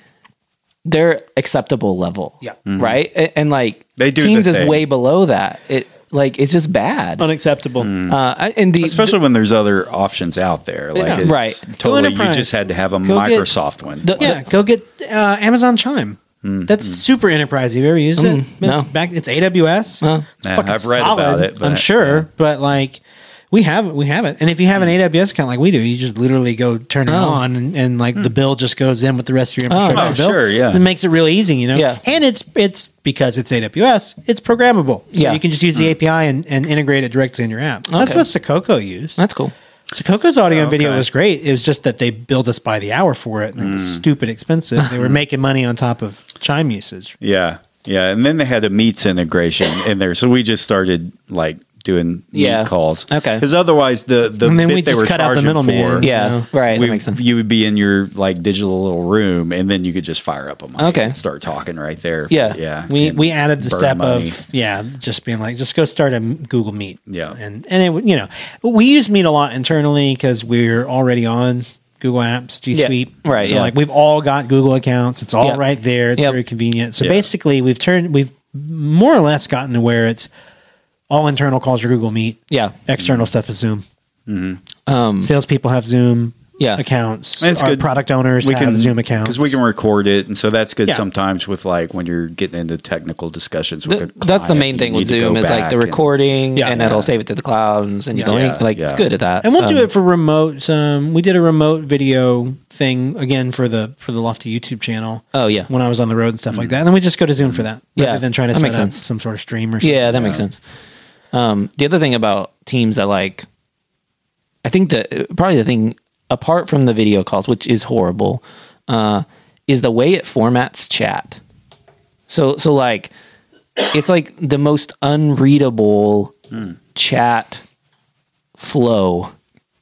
[SPEAKER 5] they're acceptable level.
[SPEAKER 1] Yeah.
[SPEAKER 5] Right? And, and, like
[SPEAKER 4] Mm-hmm. They do
[SPEAKER 5] teams
[SPEAKER 4] the
[SPEAKER 5] is
[SPEAKER 4] thing.
[SPEAKER 5] way below that. It like it's just bad. Uh,
[SPEAKER 1] unacceptable.
[SPEAKER 5] I- and the
[SPEAKER 4] especially when there's other options out there. Like
[SPEAKER 5] Yeah.
[SPEAKER 4] it's
[SPEAKER 5] Right.
[SPEAKER 4] totally. You
[SPEAKER 1] enterprise.
[SPEAKER 4] just had to have a
[SPEAKER 1] Go get-
[SPEAKER 4] Microsoft one.
[SPEAKER 5] the,
[SPEAKER 1] Yeah, go get uh, Amazon Chime.
[SPEAKER 4] Hmm,
[SPEAKER 1] That's super enterprise. You've ever used it? It's
[SPEAKER 5] Mm, no.
[SPEAKER 1] back. It's AWS. it's
[SPEAKER 4] Yeah,
[SPEAKER 1] fucking
[SPEAKER 4] I've read
[SPEAKER 1] solid,
[SPEAKER 4] about it,
[SPEAKER 1] I'm
[SPEAKER 4] but-
[SPEAKER 1] sure, but like we have it, we have it. And if you have an AWS account like we do, you just literally go turn it
[SPEAKER 5] Oh.
[SPEAKER 1] on, and, and like the bill just goes in with the rest of your infrastructure.
[SPEAKER 4] Oh,
[SPEAKER 1] bill.
[SPEAKER 4] Hmm. sure, yeah.
[SPEAKER 1] It makes it really easy, you know.
[SPEAKER 5] Yeah.
[SPEAKER 1] And it's it's because it's AWS. It's programmable, so
[SPEAKER 5] Yeah. Hmm.
[SPEAKER 1] you can just use the API and, and integrate it directly in your app. That's
[SPEAKER 5] Okay.
[SPEAKER 1] what Sococo used.
[SPEAKER 5] that's cool.
[SPEAKER 1] Sokoko's audio and video
[SPEAKER 4] Oh, okay.
[SPEAKER 1] was great. It was just that they billed us by the hour for it, and it
[SPEAKER 4] Hmm.
[SPEAKER 1] was stupid expensive. They were making money on top of chime usage.
[SPEAKER 4] yeah, yeah. And then they had a meets integration in there, so we just started like doing
[SPEAKER 5] Yeah.
[SPEAKER 4] meet calls.
[SPEAKER 5] Okay.
[SPEAKER 4] because otherwise the the
[SPEAKER 1] And then
[SPEAKER 4] bit
[SPEAKER 1] we
[SPEAKER 4] they
[SPEAKER 1] just
[SPEAKER 4] were
[SPEAKER 1] cut out the
[SPEAKER 4] charging
[SPEAKER 1] middleman.
[SPEAKER 4] for,
[SPEAKER 5] Yeah. Right.
[SPEAKER 4] we-
[SPEAKER 5] that makes sense.
[SPEAKER 4] You would be in your like digital little room, and then you could just fire up a mic
[SPEAKER 5] Okay.
[SPEAKER 4] and start talking right there.
[SPEAKER 5] Yeah.
[SPEAKER 4] yeah.
[SPEAKER 1] We
[SPEAKER 4] and
[SPEAKER 1] we added the
[SPEAKER 4] burn
[SPEAKER 1] step
[SPEAKER 4] money.
[SPEAKER 1] of yeah, just being like, just go start a Google Meet.
[SPEAKER 4] Yeah.
[SPEAKER 1] and and it, would- you know we use Meet a lot internally because we're already on Google Apps, G
[SPEAKER 5] Yeah.
[SPEAKER 1] Suite.
[SPEAKER 5] Right,
[SPEAKER 1] So
[SPEAKER 5] yeah.
[SPEAKER 1] like we've all got Google accounts. It's all
[SPEAKER 5] Yeah.
[SPEAKER 1] right there. It's
[SPEAKER 5] Yep.
[SPEAKER 1] very convenient. So
[SPEAKER 4] Yeah.
[SPEAKER 1] basically, we've turned we've more or less gotten to where it's all internal calls are Google Meet.
[SPEAKER 5] Yeah.
[SPEAKER 1] External stuff is Zoom.
[SPEAKER 5] Um
[SPEAKER 1] salespeople have Zoom
[SPEAKER 5] Yeah.
[SPEAKER 1] accounts.
[SPEAKER 4] That's
[SPEAKER 1] Our
[SPEAKER 4] good.
[SPEAKER 1] product owners have Zoom accounts.
[SPEAKER 4] because we can record it, and so that's good
[SPEAKER 1] Yeah.
[SPEAKER 4] sometimes with like when you're getting into technical discussions with.
[SPEAKER 5] Th-
[SPEAKER 4] a client,
[SPEAKER 5] that's the main thing
[SPEAKER 4] you
[SPEAKER 5] with
[SPEAKER 4] need to
[SPEAKER 5] Zoom
[SPEAKER 4] go
[SPEAKER 5] is like
[SPEAKER 4] back
[SPEAKER 5] the
[SPEAKER 4] and-
[SPEAKER 5] recording
[SPEAKER 1] Yeah.
[SPEAKER 5] and it'll save it to the cloud and send you the
[SPEAKER 4] Yeah.
[SPEAKER 5] link. Like it's
[SPEAKER 4] Yeah.
[SPEAKER 5] good at that.
[SPEAKER 1] and we'll do
[SPEAKER 5] Um,
[SPEAKER 1] it for remote. Um, we did a remote video thing again for the for the Lofty YouTube channel.
[SPEAKER 5] Oh, yeah.
[SPEAKER 1] when I was on the road and stuff
[SPEAKER 4] Mm.
[SPEAKER 1] like that. And then we just go to Zoom for that,
[SPEAKER 5] Yeah.
[SPEAKER 1] rather than trying to
[SPEAKER 5] That
[SPEAKER 1] set up
[SPEAKER 5] makes sense.
[SPEAKER 1] some sort of stream or something.
[SPEAKER 5] Yeah, that makes sense. Um, the other thing about teams that like, I think the probably the thing apart from the video calls, which is horrible, uh, is the way it formats chat. So so like, it's like the most unreadable
[SPEAKER 1] Hmm.
[SPEAKER 5] chat flow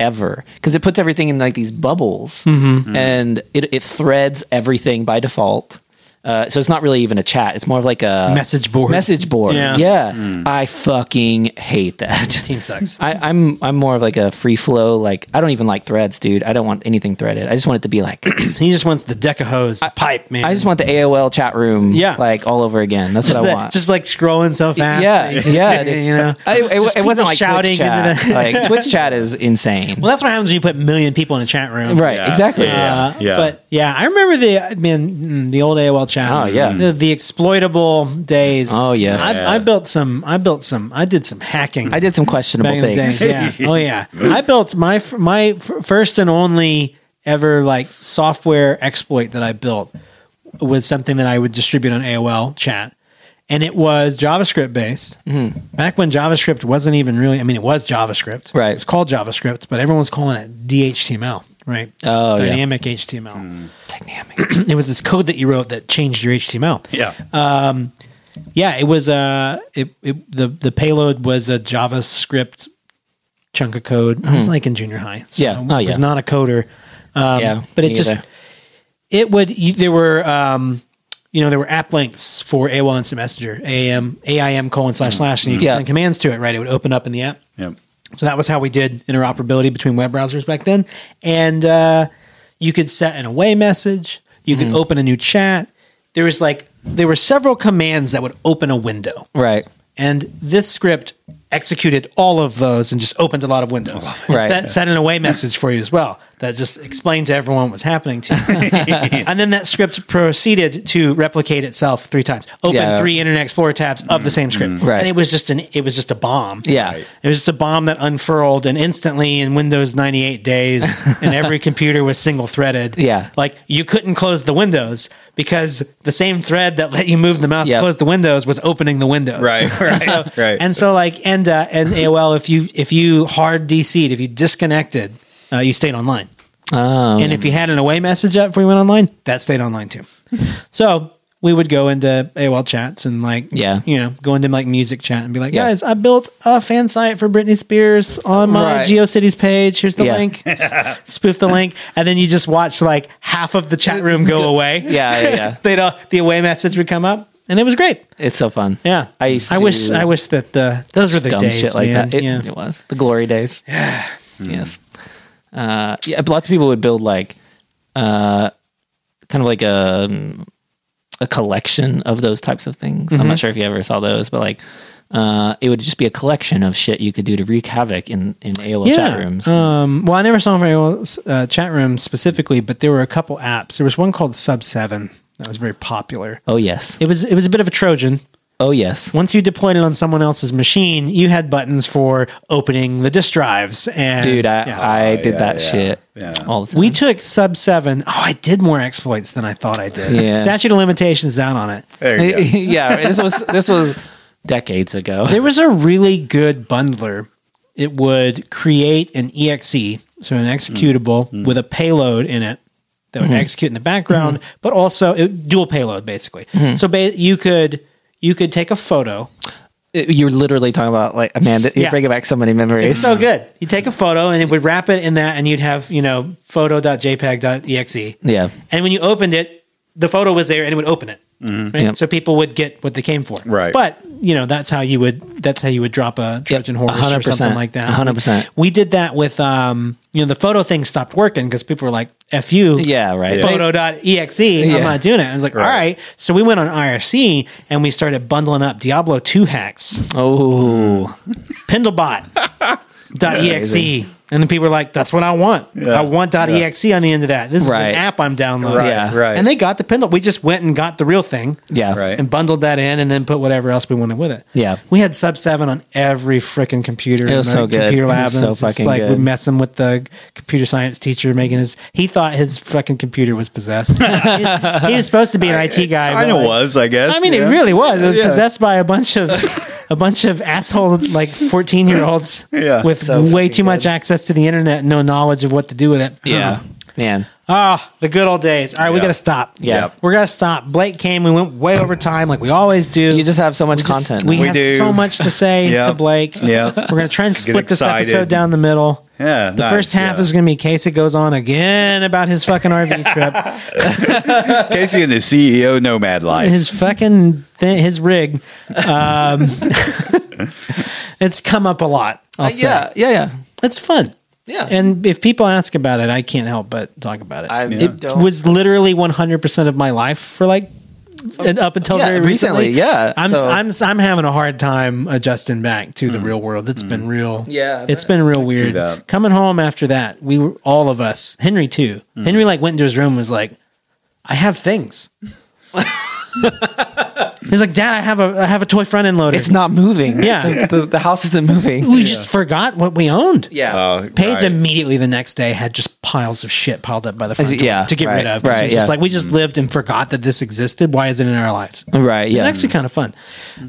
[SPEAKER 5] ever because it puts everything in like these bubbles
[SPEAKER 1] Mm-hmm.
[SPEAKER 5] Hmm. and it, it threads everything by default. Uh, so it's not really even a chat; it's more of like a
[SPEAKER 1] Message board.
[SPEAKER 5] Message board,
[SPEAKER 1] Yeah.
[SPEAKER 5] yeah.
[SPEAKER 1] Mm.
[SPEAKER 5] I fucking hate that.
[SPEAKER 1] Team sucks.
[SPEAKER 5] I, I'm I'm more of like a free flow. Like I don't even like threads, dude. I don't want anything threaded. I just want it to be like
[SPEAKER 1] He just wants the deck of hose, the pipe, man.
[SPEAKER 5] I just want the AOL chat room,
[SPEAKER 1] Yeah.
[SPEAKER 5] like all over again. That's
[SPEAKER 1] just,
[SPEAKER 5] what I
[SPEAKER 1] that-
[SPEAKER 5] want.
[SPEAKER 1] just like scrolling so fast.
[SPEAKER 5] yeah,
[SPEAKER 1] that you just-
[SPEAKER 5] yeah, dude.
[SPEAKER 1] you know.
[SPEAKER 5] I, it- it,
[SPEAKER 1] people
[SPEAKER 5] wasn't like
[SPEAKER 1] shouting
[SPEAKER 5] Twitch chat.
[SPEAKER 1] into the-
[SPEAKER 5] like Twitch chat is insane.
[SPEAKER 1] Well, that's what happens when you put a million people in a chat room,
[SPEAKER 5] right?
[SPEAKER 4] Yeah.
[SPEAKER 5] Exactly.
[SPEAKER 4] Yeah.
[SPEAKER 1] Uh, But yeah, I remember the man the old AOL chats.
[SPEAKER 5] Oh, yeah.
[SPEAKER 1] the, the exploitable days.
[SPEAKER 5] Oh, yes.
[SPEAKER 1] I,
[SPEAKER 4] Yeah.
[SPEAKER 1] I built some. I built some. I did some hacking.
[SPEAKER 5] I did some questionable
[SPEAKER 1] back in the
[SPEAKER 5] things.
[SPEAKER 1] day. Yeah. oh yeah. I built my f- my f- first and only ever like software exploit that I built was something that I would distribute on AOL chat. And it was JavaScript based. Back when JavaScript wasn't even really, I mean, it was JavaScript.
[SPEAKER 5] Mm-hmm. Right.
[SPEAKER 1] It was called JavaScript, but everyone was calling it DHTML. right?
[SPEAKER 5] Oh, yeah. Mm.
[SPEAKER 1] Dynamic HTML.
[SPEAKER 5] Dynamic.
[SPEAKER 1] It was this code that you wrote that changed your HTML.
[SPEAKER 4] Yeah.
[SPEAKER 1] Yeah, it was uh it, it the the payload was a JavaScript chunk of code. I was like in junior high. So
[SPEAKER 5] Hmm. Yeah.
[SPEAKER 1] I
[SPEAKER 5] Oh,
[SPEAKER 1] was
[SPEAKER 5] yeah.
[SPEAKER 1] not a coder. Um,
[SPEAKER 5] Yeah,
[SPEAKER 1] but it
[SPEAKER 5] me
[SPEAKER 1] just
[SPEAKER 5] either.
[SPEAKER 1] it would you- there were um you know there were app links for AOL Instant Messenger AIM AIM colon slash slash and you could
[SPEAKER 5] Yeah.
[SPEAKER 1] send commands to it right it would open up in the app
[SPEAKER 4] Yep.
[SPEAKER 1] so that was how we did interoperability between web browsers back then. And uh, you could set an away message. You
[SPEAKER 5] Hmm.
[SPEAKER 1] could open a new chat. There was like there were several commands that would open a window,
[SPEAKER 5] right.
[SPEAKER 1] and this script executed all of those and just opened a lot of windows. And
[SPEAKER 5] Right.
[SPEAKER 1] Set, set an away message for you as well that just explained to everyone what's happening to you. and then that script proceeded to replicate itself three times. Open
[SPEAKER 5] Yeah. Mm-hmm.
[SPEAKER 1] three Internet Explorer tabs of the same script,
[SPEAKER 5] Right.
[SPEAKER 1] and it was just an it was just a bomb.
[SPEAKER 5] Yeah.
[SPEAKER 1] It was just a bomb that unfurled and instantly in Windows 98 days, and every computer was single threaded.
[SPEAKER 5] Yeah.
[SPEAKER 1] Like you couldn't close the windows because the same thread that let you move the mouse to
[SPEAKER 5] Yep.
[SPEAKER 1] close the windows was opening the windows.
[SPEAKER 4] Right. Right. right.
[SPEAKER 1] And so like and uh, and AOL if you if you hard DC'd, if you disconnected, uh, you stayed online.
[SPEAKER 5] Um,
[SPEAKER 1] And if you had an away message up before you went online, that stayed online too. So we would go into AOL chats and like,
[SPEAKER 5] Yeah.
[SPEAKER 1] you know, go into like music chat and be like,
[SPEAKER 5] Yeah.
[SPEAKER 1] guys, I built a fan site for Britney Spears on my
[SPEAKER 5] Right.
[SPEAKER 1] GeoCities page. Here's the
[SPEAKER 5] Yeah.
[SPEAKER 1] link. S- Spoof the link, and then you just watch like half of the chat room go away.
[SPEAKER 5] yeah, yeah, yeah.
[SPEAKER 1] they'd all, the away message would come up, and it was great.
[SPEAKER 5] It's so fun.
[SPEAKER 1] Yeah,
[SPEAKER 5] I used to
[SPEAKER 1] I wish,
[SPEAKER 5] do
[SPEAKER 1] I wish that the those were the
[SPEAKER 5] dumb
[SPEAKER 1] days,
[SPEAKER 5] shit like
[SPEAKER 1] man.
[SPEAKER 5] that. It,
[SPEAKER 1] yeah.
[SPEAKER 5] it was the glory days. Yeah.
[SPEAKER 4] Hmm.
[SPEAKER 5] Yes. Uh, yeah, lots of people would build like, uh, kind of like a um, a collection of those types of things. I'm
[SPEAKER 1] Mm-hmm.
[SPEAKER 5] not sure if you ever saw those, but like, uh, it would just be a collection of shit you could do to wreak havoc in in AOL chat rooms.
[SPEAKER 1] Um, well, I never saw very well uh, chat rooms specifically, but there were a couple apps. There was one called Sub Seven that was very popular.
[SPEAKER 5] oh yes.
[SPEAKER 1] It was it was a bit of a Trojan.
[SPEAKER 5] Oh yes.
[SPEAKER 1] Once you deployed it on someone else's machine, you had buttons for opening the disk drives. And
[SPEAKER 5] Dude, I,
[SPEAKER 1] yeah.
[SPEAKER 5] I did
[SPEAKER 4] yeah,
[SPEAKER 5] that
[SPEAKER 4] yeah,
[SPEAKER 5] shit
[SPEAKER 4] yeah.
[SPEAKER 5] all the time.
[SPEAKER 1] we took Sub Seven. Oh, I did more exploits than I thought I did.
[SPEAKER 5] Yeah.
[SPEAKER 1] Statute of limitations down on it.
[SPEAKER 4] There you go.
[SPEAKER 5] yeah, this was this was decades ago.
[SPEAKER 1] There was a really good bundler. It would create an exe, so an executable with a payload in it that would execute in the background, but also it, dual payload basically. So ba- you could you could take a photo.
[SPEAKER 5] It- You're literally talking about like man, that- you're
[SPEAKER 1] Yeah.
[SPEAKER 5] bringing back so many
[SPEAKER 1] It's
[SPEAKER 5] memories.
[SPEAKER 1] so good. You take a photo and it would wrap it in that, and you'd have you know E photo.jpeg.exe.
[SPEAKER 5] yeah,
[SPEAKER 1] And when you opened it, the photo was there and it would open it. Right?
[SPEAKER 5] Yep.
[SPEAKER 1] So people would get what they came for.
[SPEAKER 4] Right.
[SPEAKER 1] But you know, that's how you would that's how you would drop a Trojan horse or
[SPEAKER 5] 100%,
[SPEAKER 1] something like that.
[SPEAKER 5] 100%.
[SPEAKER 1] We did that with um, you know, the photo thing stopped working because people were like, F you.
[SPEAKER 5] yeah, right.
[SPEAKER 1] Photo.exe,
[SPEAKER 5] Yeah.
[SPEAKER 1] E. I'm not doing it. I was like, all right. So we went on IRC and we started bundling up Diablo 2 hacks,
[SPEAKER 5] Oh,
[SPEAKER 1] Pendlebot.exe.
[SPEAKER 5] Amazing.
[SPEAKER 1] And then people were like, that's what I want. I want .exe on the end of that. This is
[SPEAKER 5] Right.
[SPEAKER 1] an app I'm downloading.
[SPEAKER 4] Right.
[SPEAKER 5] Yeah.
[SPEAKER 4] Right.
[SPEAKER 1] And they got the Pendle. We just went and got the real thing
[SPEAKER 5] yeah,
[SPEAKER 4] Right.
[SPEAKER 1] and bundled that in and then put whatever else we wanted with it.
[SPEAKER 5] Yeah.
[SPEAKER 1] We had Sub 7 on every freaking computer.
[SPEAKER 5] It was
[SPEAKER 1] in
[SPEAKER 5] so
[SPEAKER 1] our
[SPEAKER 5] good.
[SPEAKER 1] Computer
[SPEAKER 5] It
[SPEAKER 1] lab.
[SPEAKER 5] was
[SPEAKER 1] and
[SPEAKER 5] so
[SPEAKER 1] it's just
[SPEAKER 5] fucking
[SPEAKER 1] like
[SPEAKER 5] good.
[SPEAKER 1] we're messing with the computer science teacher making his, he thought his fucking computer was possessed. he, was, he was supposed to be an IT guy.
[SPEAKER 4] I
[SPEAKER 1] but,
[SPEAKER 4] know
[SPEAKER 1] like,
[SPEAKER 4] was, I guess.
[SPEAKER 1] I mean,
[SPEAKER 4] yeah.
[SPEAKER 1] it really was. It was
[SPEAKER 4] Yeah.
[SPEAKER 1] possessed by a bunch of a bunch of asshole like fourteen year olds
[SPEAKER 4] Yeah.
[SPEAKER 1] with
[SPEAKER 5] So
[SPEAKER 1] way
[SPEAKER 5] fucking
[SPEAKER 1] too much access to the internet, and no knowledge of what to do with it.
[SPEAKER 5] yeah, man.
[SPEAKER 1] Ah, the good old days. All right, we
[SPEAKER 4] Yeah.
[SPEAKER 1] got to stop.
[SPEAKER 5] Yeah. Yep.
[SPEAKER 1] We're going to stop. Blake came. We went way over time like we always do.
[SPEAKER 5] You just have so much
[SPEAKER 1] We just-
[SPEAKER 5] content.
[SPEAKER 1] We,
[SPEAKER 4] We
[SPEAKER 1] have
[SPEAKER 4] do.
[SPEAKER 1] so much to say
[SPEAKER 4] Yeah.
[SPEAKER 1] to Blake.
[SPEAKER 4] Yeah.
[SPEAKER 1] We're going to try and split this
[SPEAKER 4] excited.
[SPEAKER 1] episode down the middle.
[SPEAKER 4] Yeah,
[SPEAKER 1] The first half is going to be Casey goes on again about his fucking RV trip,
[SPEAKER 4] Casey and the CEO Nomad Life.
[SPEAKER 1] his fucking th- his rig. Um, it's come up a lot. I'll
[SPEAKER 5] Uh,
[SPEAKER 1] say.
[SPEAKER 5] yeah, yeah, yeah,
[SPEAKER 1] it's fun.
[SPEAKER 5] yeah.
[SPEAKER 1] And if people ask about it, I can't help but talk about it.
[SPEAKER 5] I
[SPEAKER 1] it
[SPEAKER 5] don't-
[SPEAKER 1] was literally 100% of my life for like and up until
[SPEAKER 5] Oh, Yeah,
[SPEAKER 1] very
[SPEAKER 5] recently,
[SPEAKER 1] recently.
[SPEAKER 5] yeah.
[SPEAKER 1] I'm,
[SPEAKER 5] So-
[SPEAKER 1] I'm I'm having a hard time adjusting back to the real world. It's been real.
[SPEAKER 5] Yeah, Mm. I
[SPEAKER 1] It's
[SPEAKER 5] bet.
[SPEAKER 1] been real weird.
[SPEAKER 4] that.
[SPEAKER 1] Coming home after that, we were all of us, Henry too.
[SPEAKER 5] Mm.
[SPEAKER 1] Henry like went into his room and was like, I have things. He's like, Dad, I have a I have a toy front end loader.
[SPEAKER 5] It's not moving.
[SPEAKER 1] Yeah.
[SPEAKER 5] the, the, the house isn't moving.
[SPEAKER 1] we just forgot what we owned.
[SPEAKER 5] Yeah.
[SPEAKER 1] Paige
[SPEAKER 4] Oh, right.
[SPEAKER 1] immediately the next day had just piles of shit piled up by the front
[SPEAKER 5] it-
[SPEAKER 1] door
[SPEAKER 5] yeah,
[SPEAKER 1] to get
[SPEAKER 5] right,
[SPEAKER 1] rid of. 'Cause
[SPEAKER 5] right,
[SPEAKER 1] it was just
[SPEAKER 5] yeah. Mm.
[SPEAKER 1] like we just lived and forgot that this existed. Why is it in our lives?
[SPEAKER 5] right. Yeah.
[SPEAKER 1] It's actually kind of fun.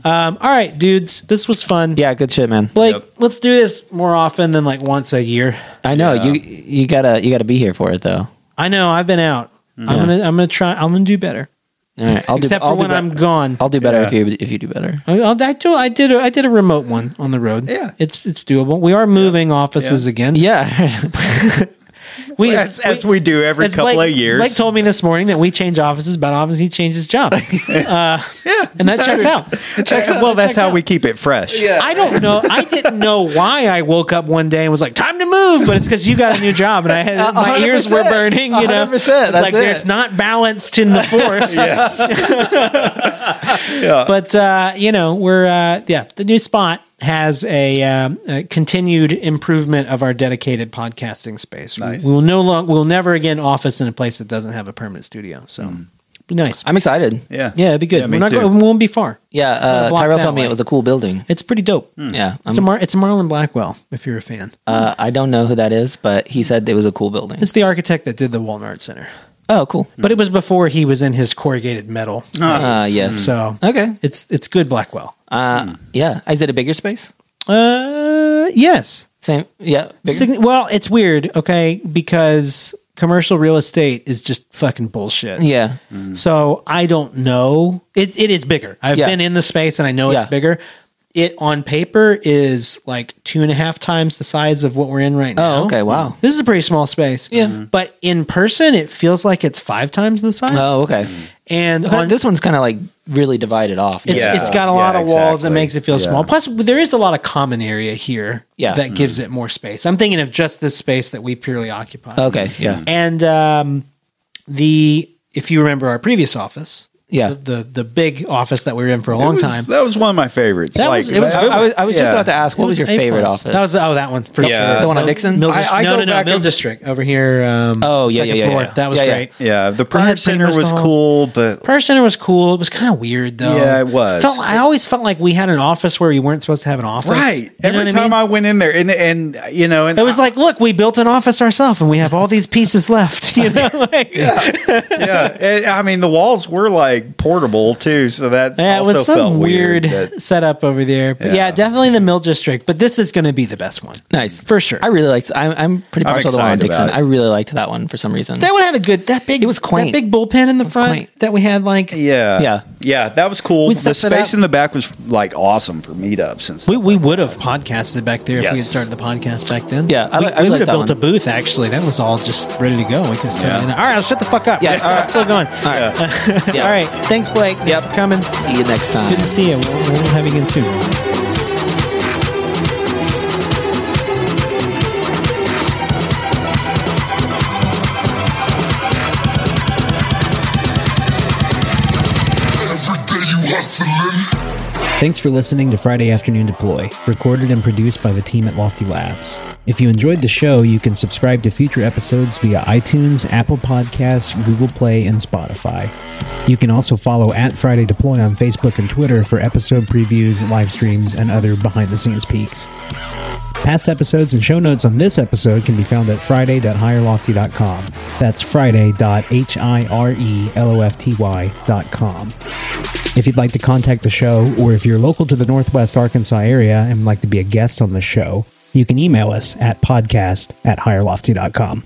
[SPEAKER 1] Um, all right, dudes, this was fun.
[SPEAKER 5] yeah. Good shit, man.
[SPEAKER 1] Like,
[SPEAKER 4] Yep.
[SPEAKER 1] let's do this more often than like once a year.
[SPEAKER 5] I know you. You gotta. You gotta be here for it though.
[SPEAKER 1] I know I've been out. I'm gonna I'm gonna try. I'm gonna do better.
[SPEAKER 5] All right. Mm-hmm. I'll
[SPEAKER 1] Except
[SPEAKER 5] do, I'll
[SPEAKER 1] for
[SPEAKER 5] do
[SPEAKER 1] when
[SPEAKER 5] bet-
[SPEAKER 1] I'm gone.
[SPEAKER 5] I'll do better if you if you do better.
[SPEAKER 1] I, I'll- I do. I did. A, I did a remote one on the road.
[SPEAKER 4] Yeah.
[SPEAKER 1] it's it's doable. We are moving offices again.
[SPEAKER 5] Yeah.
[SPEAKER 1] we
[SPEAKER 4] As, as we do every
[SPEAKER 1] as
[SPEAKER 4] couple
[SPEAKER 1] Blake-
[SPEAKER 4] of years.
[SPEAKER 1] Blake told me this morning that we change offices, but often he changed his job. Uh,
[SPEAKER 4] yeah,
[SPEAKER 1] and that checks out. Uh,
[SPEAKER 4] Checks out.
[SPEAKER 1] Well,
[SPEAKER 4] Well,
[SPEAKER 1] it
[SPEAKER 4] that's
[SPEAKER 1] checks
[SPEAKER 4] how
[SPEAKER 1] out.
[SPEAKER 4] we keep it fresh. Yeah.
[SPEAKER 1] I don't know. I didn't know why I woke up one day and was like, "Time to move," but it's because you got a new job and I had my ears were
[SPEAKER 5] 100%.
[SPEAKER 1] burning. You know,
[SPEAKER 5] 100%,
[SPEAKER 1] It's
[SPEAKER 5] that's
[SPEAKER 1] like
[SPEAKER 5] it.
[SPEAKER 1] there's not balanced in the force. But uh, you know, we're uh, yeah, the new spot has a, um, a continued improvement of our dedicated podcasting space.
[SPEAKER 4] Nice.
[SPEAKER 1] We will no longer, we'll never again office in a place that doesn't have a permanent studio. So, be nice.
[SPEAKER 5] I'm excited.
[SPEAKER 4] Yeah.
[SPEAKER 1] yeah, it'd be good.
[SPEAKER 4] Hmm. Yeah, me
[SPEAKER 1] we're not
[SPEAKER 4] too.
[SPEAKER 1] going, we won't be far.
[SPEAKER 5] Yeah.
[SPEAKER 1] Gotta
[SPEAKER 5] Uh,
[SPEAKER 1] block
[SPEAKER 5] Tyrell
[SPEAKER 1] that Hmm.
[SPEAKER 5] told me
[SPEAKER 1] way.
[SPEAKER 5] it was a cool building.
[SPEAKER 1] It's pretty dope.
[SPEAKER 4] Hmm.
[SPEAKER 5] Yeah.
[SPEAKER 1] It's a Mar- it's a Marlon Blackwell. If you're a fan,
[SPEAKER 5] Uh, I don't know who that is, but he said it was a cool building.
[SPEAKER 1] it's the architect that did the Walton Art Center.
[SPEAKER 4] Hmm.
[SPEAKER 5] Oh, cool.
[SPEAKER 1] But it was before he was in his corrugated metal.
[SPEAKER 5] Uh, yes.
[SPEAKER 1] So
[SPEAKER 4] Hmm.
[SPEAKER 5] Okay.
[SPEAKER 1] it's it's good Blackwell.
[SPEAKER 5] Uh, yeah. Is it a bigger space?
[SPEAKER 1] Uh, yes.
[SPEAKER 5] Same. Yeah. Bigger?
[SPEAKER 1] Sign- well, it's weird, okay, because commercial real estate is just fucking bullshit. Mm.
[SPEAKER 5] yeah.
[SPEAKER 1] So I don't know. It's it is bigger. I've
[SPEAKER 5] Yeah.
[SPEAKER 1] been in the space and I know
[SPEAKER 5] Yeah.
[SPEAKER 1] it's bigger. It on paper is like two and a half times the size of what we're in right now.
[SPEAKER 5] Oh,
[SPEAKER 1] Mm.
[SPEAKER 5] okay, wow.
[SPEAKER 1] This is a pretty small space.
[SPEAKER 5] Yeah.
[SPEAKER 4] Mm-hmm.
[SPEAKER 5] Mhm.
[SPEAKER 1] But in person, it feels like it's five times the size.
[SPEAKER 5] Oh, okay.
[SPEAKER 1] And
[SPEAKER 5] But
[SPEAKER 1] on
[SPEAKER 5] this one's kind of like really divided off.
[SPEAKER 1] it's,
[SPEAKER 4] Yeah.
[SPEAKER 1] it's got a
[SPEAKER 4] Yeah,
[SPEAKER 1] lot of walls that
[SPEAKER 4] exactly.
[SPEAKER 1] makes it feel
[SPEAKER 4] Yeah. Mm.
[SPEAKER 1] small. Plus, there is a lot of common area here
[SPEAKER 5] Yeah.
[SPEAKER 1] that gives it more space. I'm thinking of just this space that we purely occupy.
[SPEAKER 5] okay. Yeah.
[SPEAKER 1] And um, the if you remember our previous office,
[SPEAKER 5] Yeah.
[SPEAKER 1] the the, the big office that we were in for a long
[SPEAKER 4] It was-
[SPEAKER 1] time.
[SPEAKER 4] That was one of my favorites.
[SPEAKER 1] That
[SPEAKER 4] like,
[SPEAKER 1] was- it was
[SPEAKER 5] I,
[SPEAKER 1] good.
[SPEAKER 5] I was, I was just
[SPEAKER 4] Yeah.
[SPEAKER 5] about to ask, what was, your
[SPEAKER 1] A
[SPEAKER 5] favorite
[SPEAKER 1] plus.
[SPEAKER 5] office?
[SPEAKER 1] That was oh that one for
[SPEAKER 4] Yeah.
[SPEAKER 1] sure.
[SPEAKER 5] the one on Dixon.
[SPEAKER 1] Mill
[SPEAKER 5] I-
[SPEAKER 1] District-
[SPEAKER 4] I
[SPEAKER 1] no,
[SPEAKER 4] go
[SPEAKER 1] no, no,
[SPEAKER 4] back
[SPEAKER 1] Mill
[SPEAKER 4] and-
[SPEAKER 1] District over here. Um,
[SPEAKER 5] Oh, yeah, yeah,
[SPEAKER 1] second
[SPEAKER 5] yeah,
[SPEAKER 1] floor.
[SPEAKER 5] yeah.
[SPEAKER 1] That was
[SPEAKER 5] Yeah, yeah.
[SPEAKER 1] great.
[SPEAKER 4] yeah, the
[SPEAKER 1] had
[SPEAKER 4] Pryor
[SPEAKER 1] pretty
[SPEAKER 4] Center
[SPEAKER 1] much
[SPEAKER 4] was
[SPEAKER 1] the whole-
[SPEAKER 4] cool, but
[SPEAKER 1] Prayer Center was cool. It was kind of weird though.
[SPEAKER 4] Yeah, it was.
[SPEAKER 1] Felt- I always felt like we had an office where we weren't supposed to have an office.
[SPEAKER 4] right.
[SPEAKER 1] You know
[SPEAKER 4] Every
[SPEAKER 1] what I
[SPEAKER 4] time
[SPEAKER 1] mean?
[SPEAKER 4] I went in there, and and you know, and
[SPEAKER 1] It was like, look, we built an office ourselves, and we have all these pieces left. You know, like,
[SPEAKER 4] yeah, and, I mean, the walls were like portable too, so that
[SPEAKER 1] yeah, it
[SPEAKER 4] also
[SPEAKER 1] was some
[SPEAKER 4] felt
[SPEAKER 1] weird,
[SPEAKER 4] weird. that-
[SPEAKER 1] setup over there. But yeah.
[SPEAKER 4] Yeah.
[SPEAKER 1] definitely the Mill District. But this is going to be the best one.
[SPEAKER 5] nice.
[SPEAKER 1] for sure.
[SPEAKER 5] I really liked I'm, I'm pretty
[SPEAKER 4] I'm
[SPEAKER 5] partial to the one on
[SPEAKER 4] excited about
[SPEAKER 5] Dixon.
[SPEAKER 4] it.
[SPEAKER 5] I really liked that one for some reason.
[SPEAKER 1] That one had a good. That big.
[SPEAKER 5] It was quaint.
[SPEAKER 1] That big bullpen in the front
[SPEAKER 5] quaint.
[SPEAKER 1] that we had. Like
[SPEAKER 4] yeah,
[SPEAKER 5] Yeah.
[SPEAKER 4] yeah, that was cool.
[SPEAKER 1] We'd
[SPEAKER 4] The
[SPEAKER 1] set that
[SPEAKER 4] space
[SPEAKER 1] up.
[SPEAKER 4] in the back was like awesome for meetups and stuff.
[SPEAKER 1] we, we would have podcasted back there if we had
[SPEAKER 4] Yes.
[SPEAKER 1] started the podcast back then.
[SPEAKER 5] Yeah, I
[SPEAKER 1] we,
[SPEAKER 5] li- I
[SPEAKER 1] we
[SPEAKER 5] like
[SPEAKER 1] would have
[SPEAKER 5] that
[SPEAKER 1] built
[SPEAKER 5] one.
[SPEAKER 1] a booth. Actually, that was all just ready to go. We could have started.
[SPEAKER 4] Yeah.
[SPEAKER 1] it. All right, I'll shut the fuck up.
[SPEAKER 5] Yeah,
[SPEAKER 1] all right, still going. All
[SPEAKER 5] right.
[SPEAKER 1] right,
[SPEAKER 5] Yeah.
[SPEAKER 1] all right. Thanks, Blake. Thanks
[SPEAKER 5] Yep.
[SPEAKER 1] for coming.
[SPEAKER 5] See you next time.
[SPEAKER 1] Good to see you. We'll, we'll have you again soon.
[SPEAKER 3] Every day you hustling.
[SPEAKER 6] Thanks for listening to Friday Afternoon Deploy, recorded and produced by the team at Lofty Labs. If you enjoyed the show, you can subscribe to future episodes via iTunes, Apple Podcasts, Google Play, and Spotify. You can also follow at Friday Deploy on Facebook and Twitter for episode previews, live streams, and other behind the scenes peeks. Past episodes and show notes on this episode can be found at friday.hirelofty.com. That's E friday.hirelofty.com. If you'd like to contact the show, or if you're local to the Northwest Arkansas area and would like to be a guest on the show, you can email us at podcast at higherlofty.com.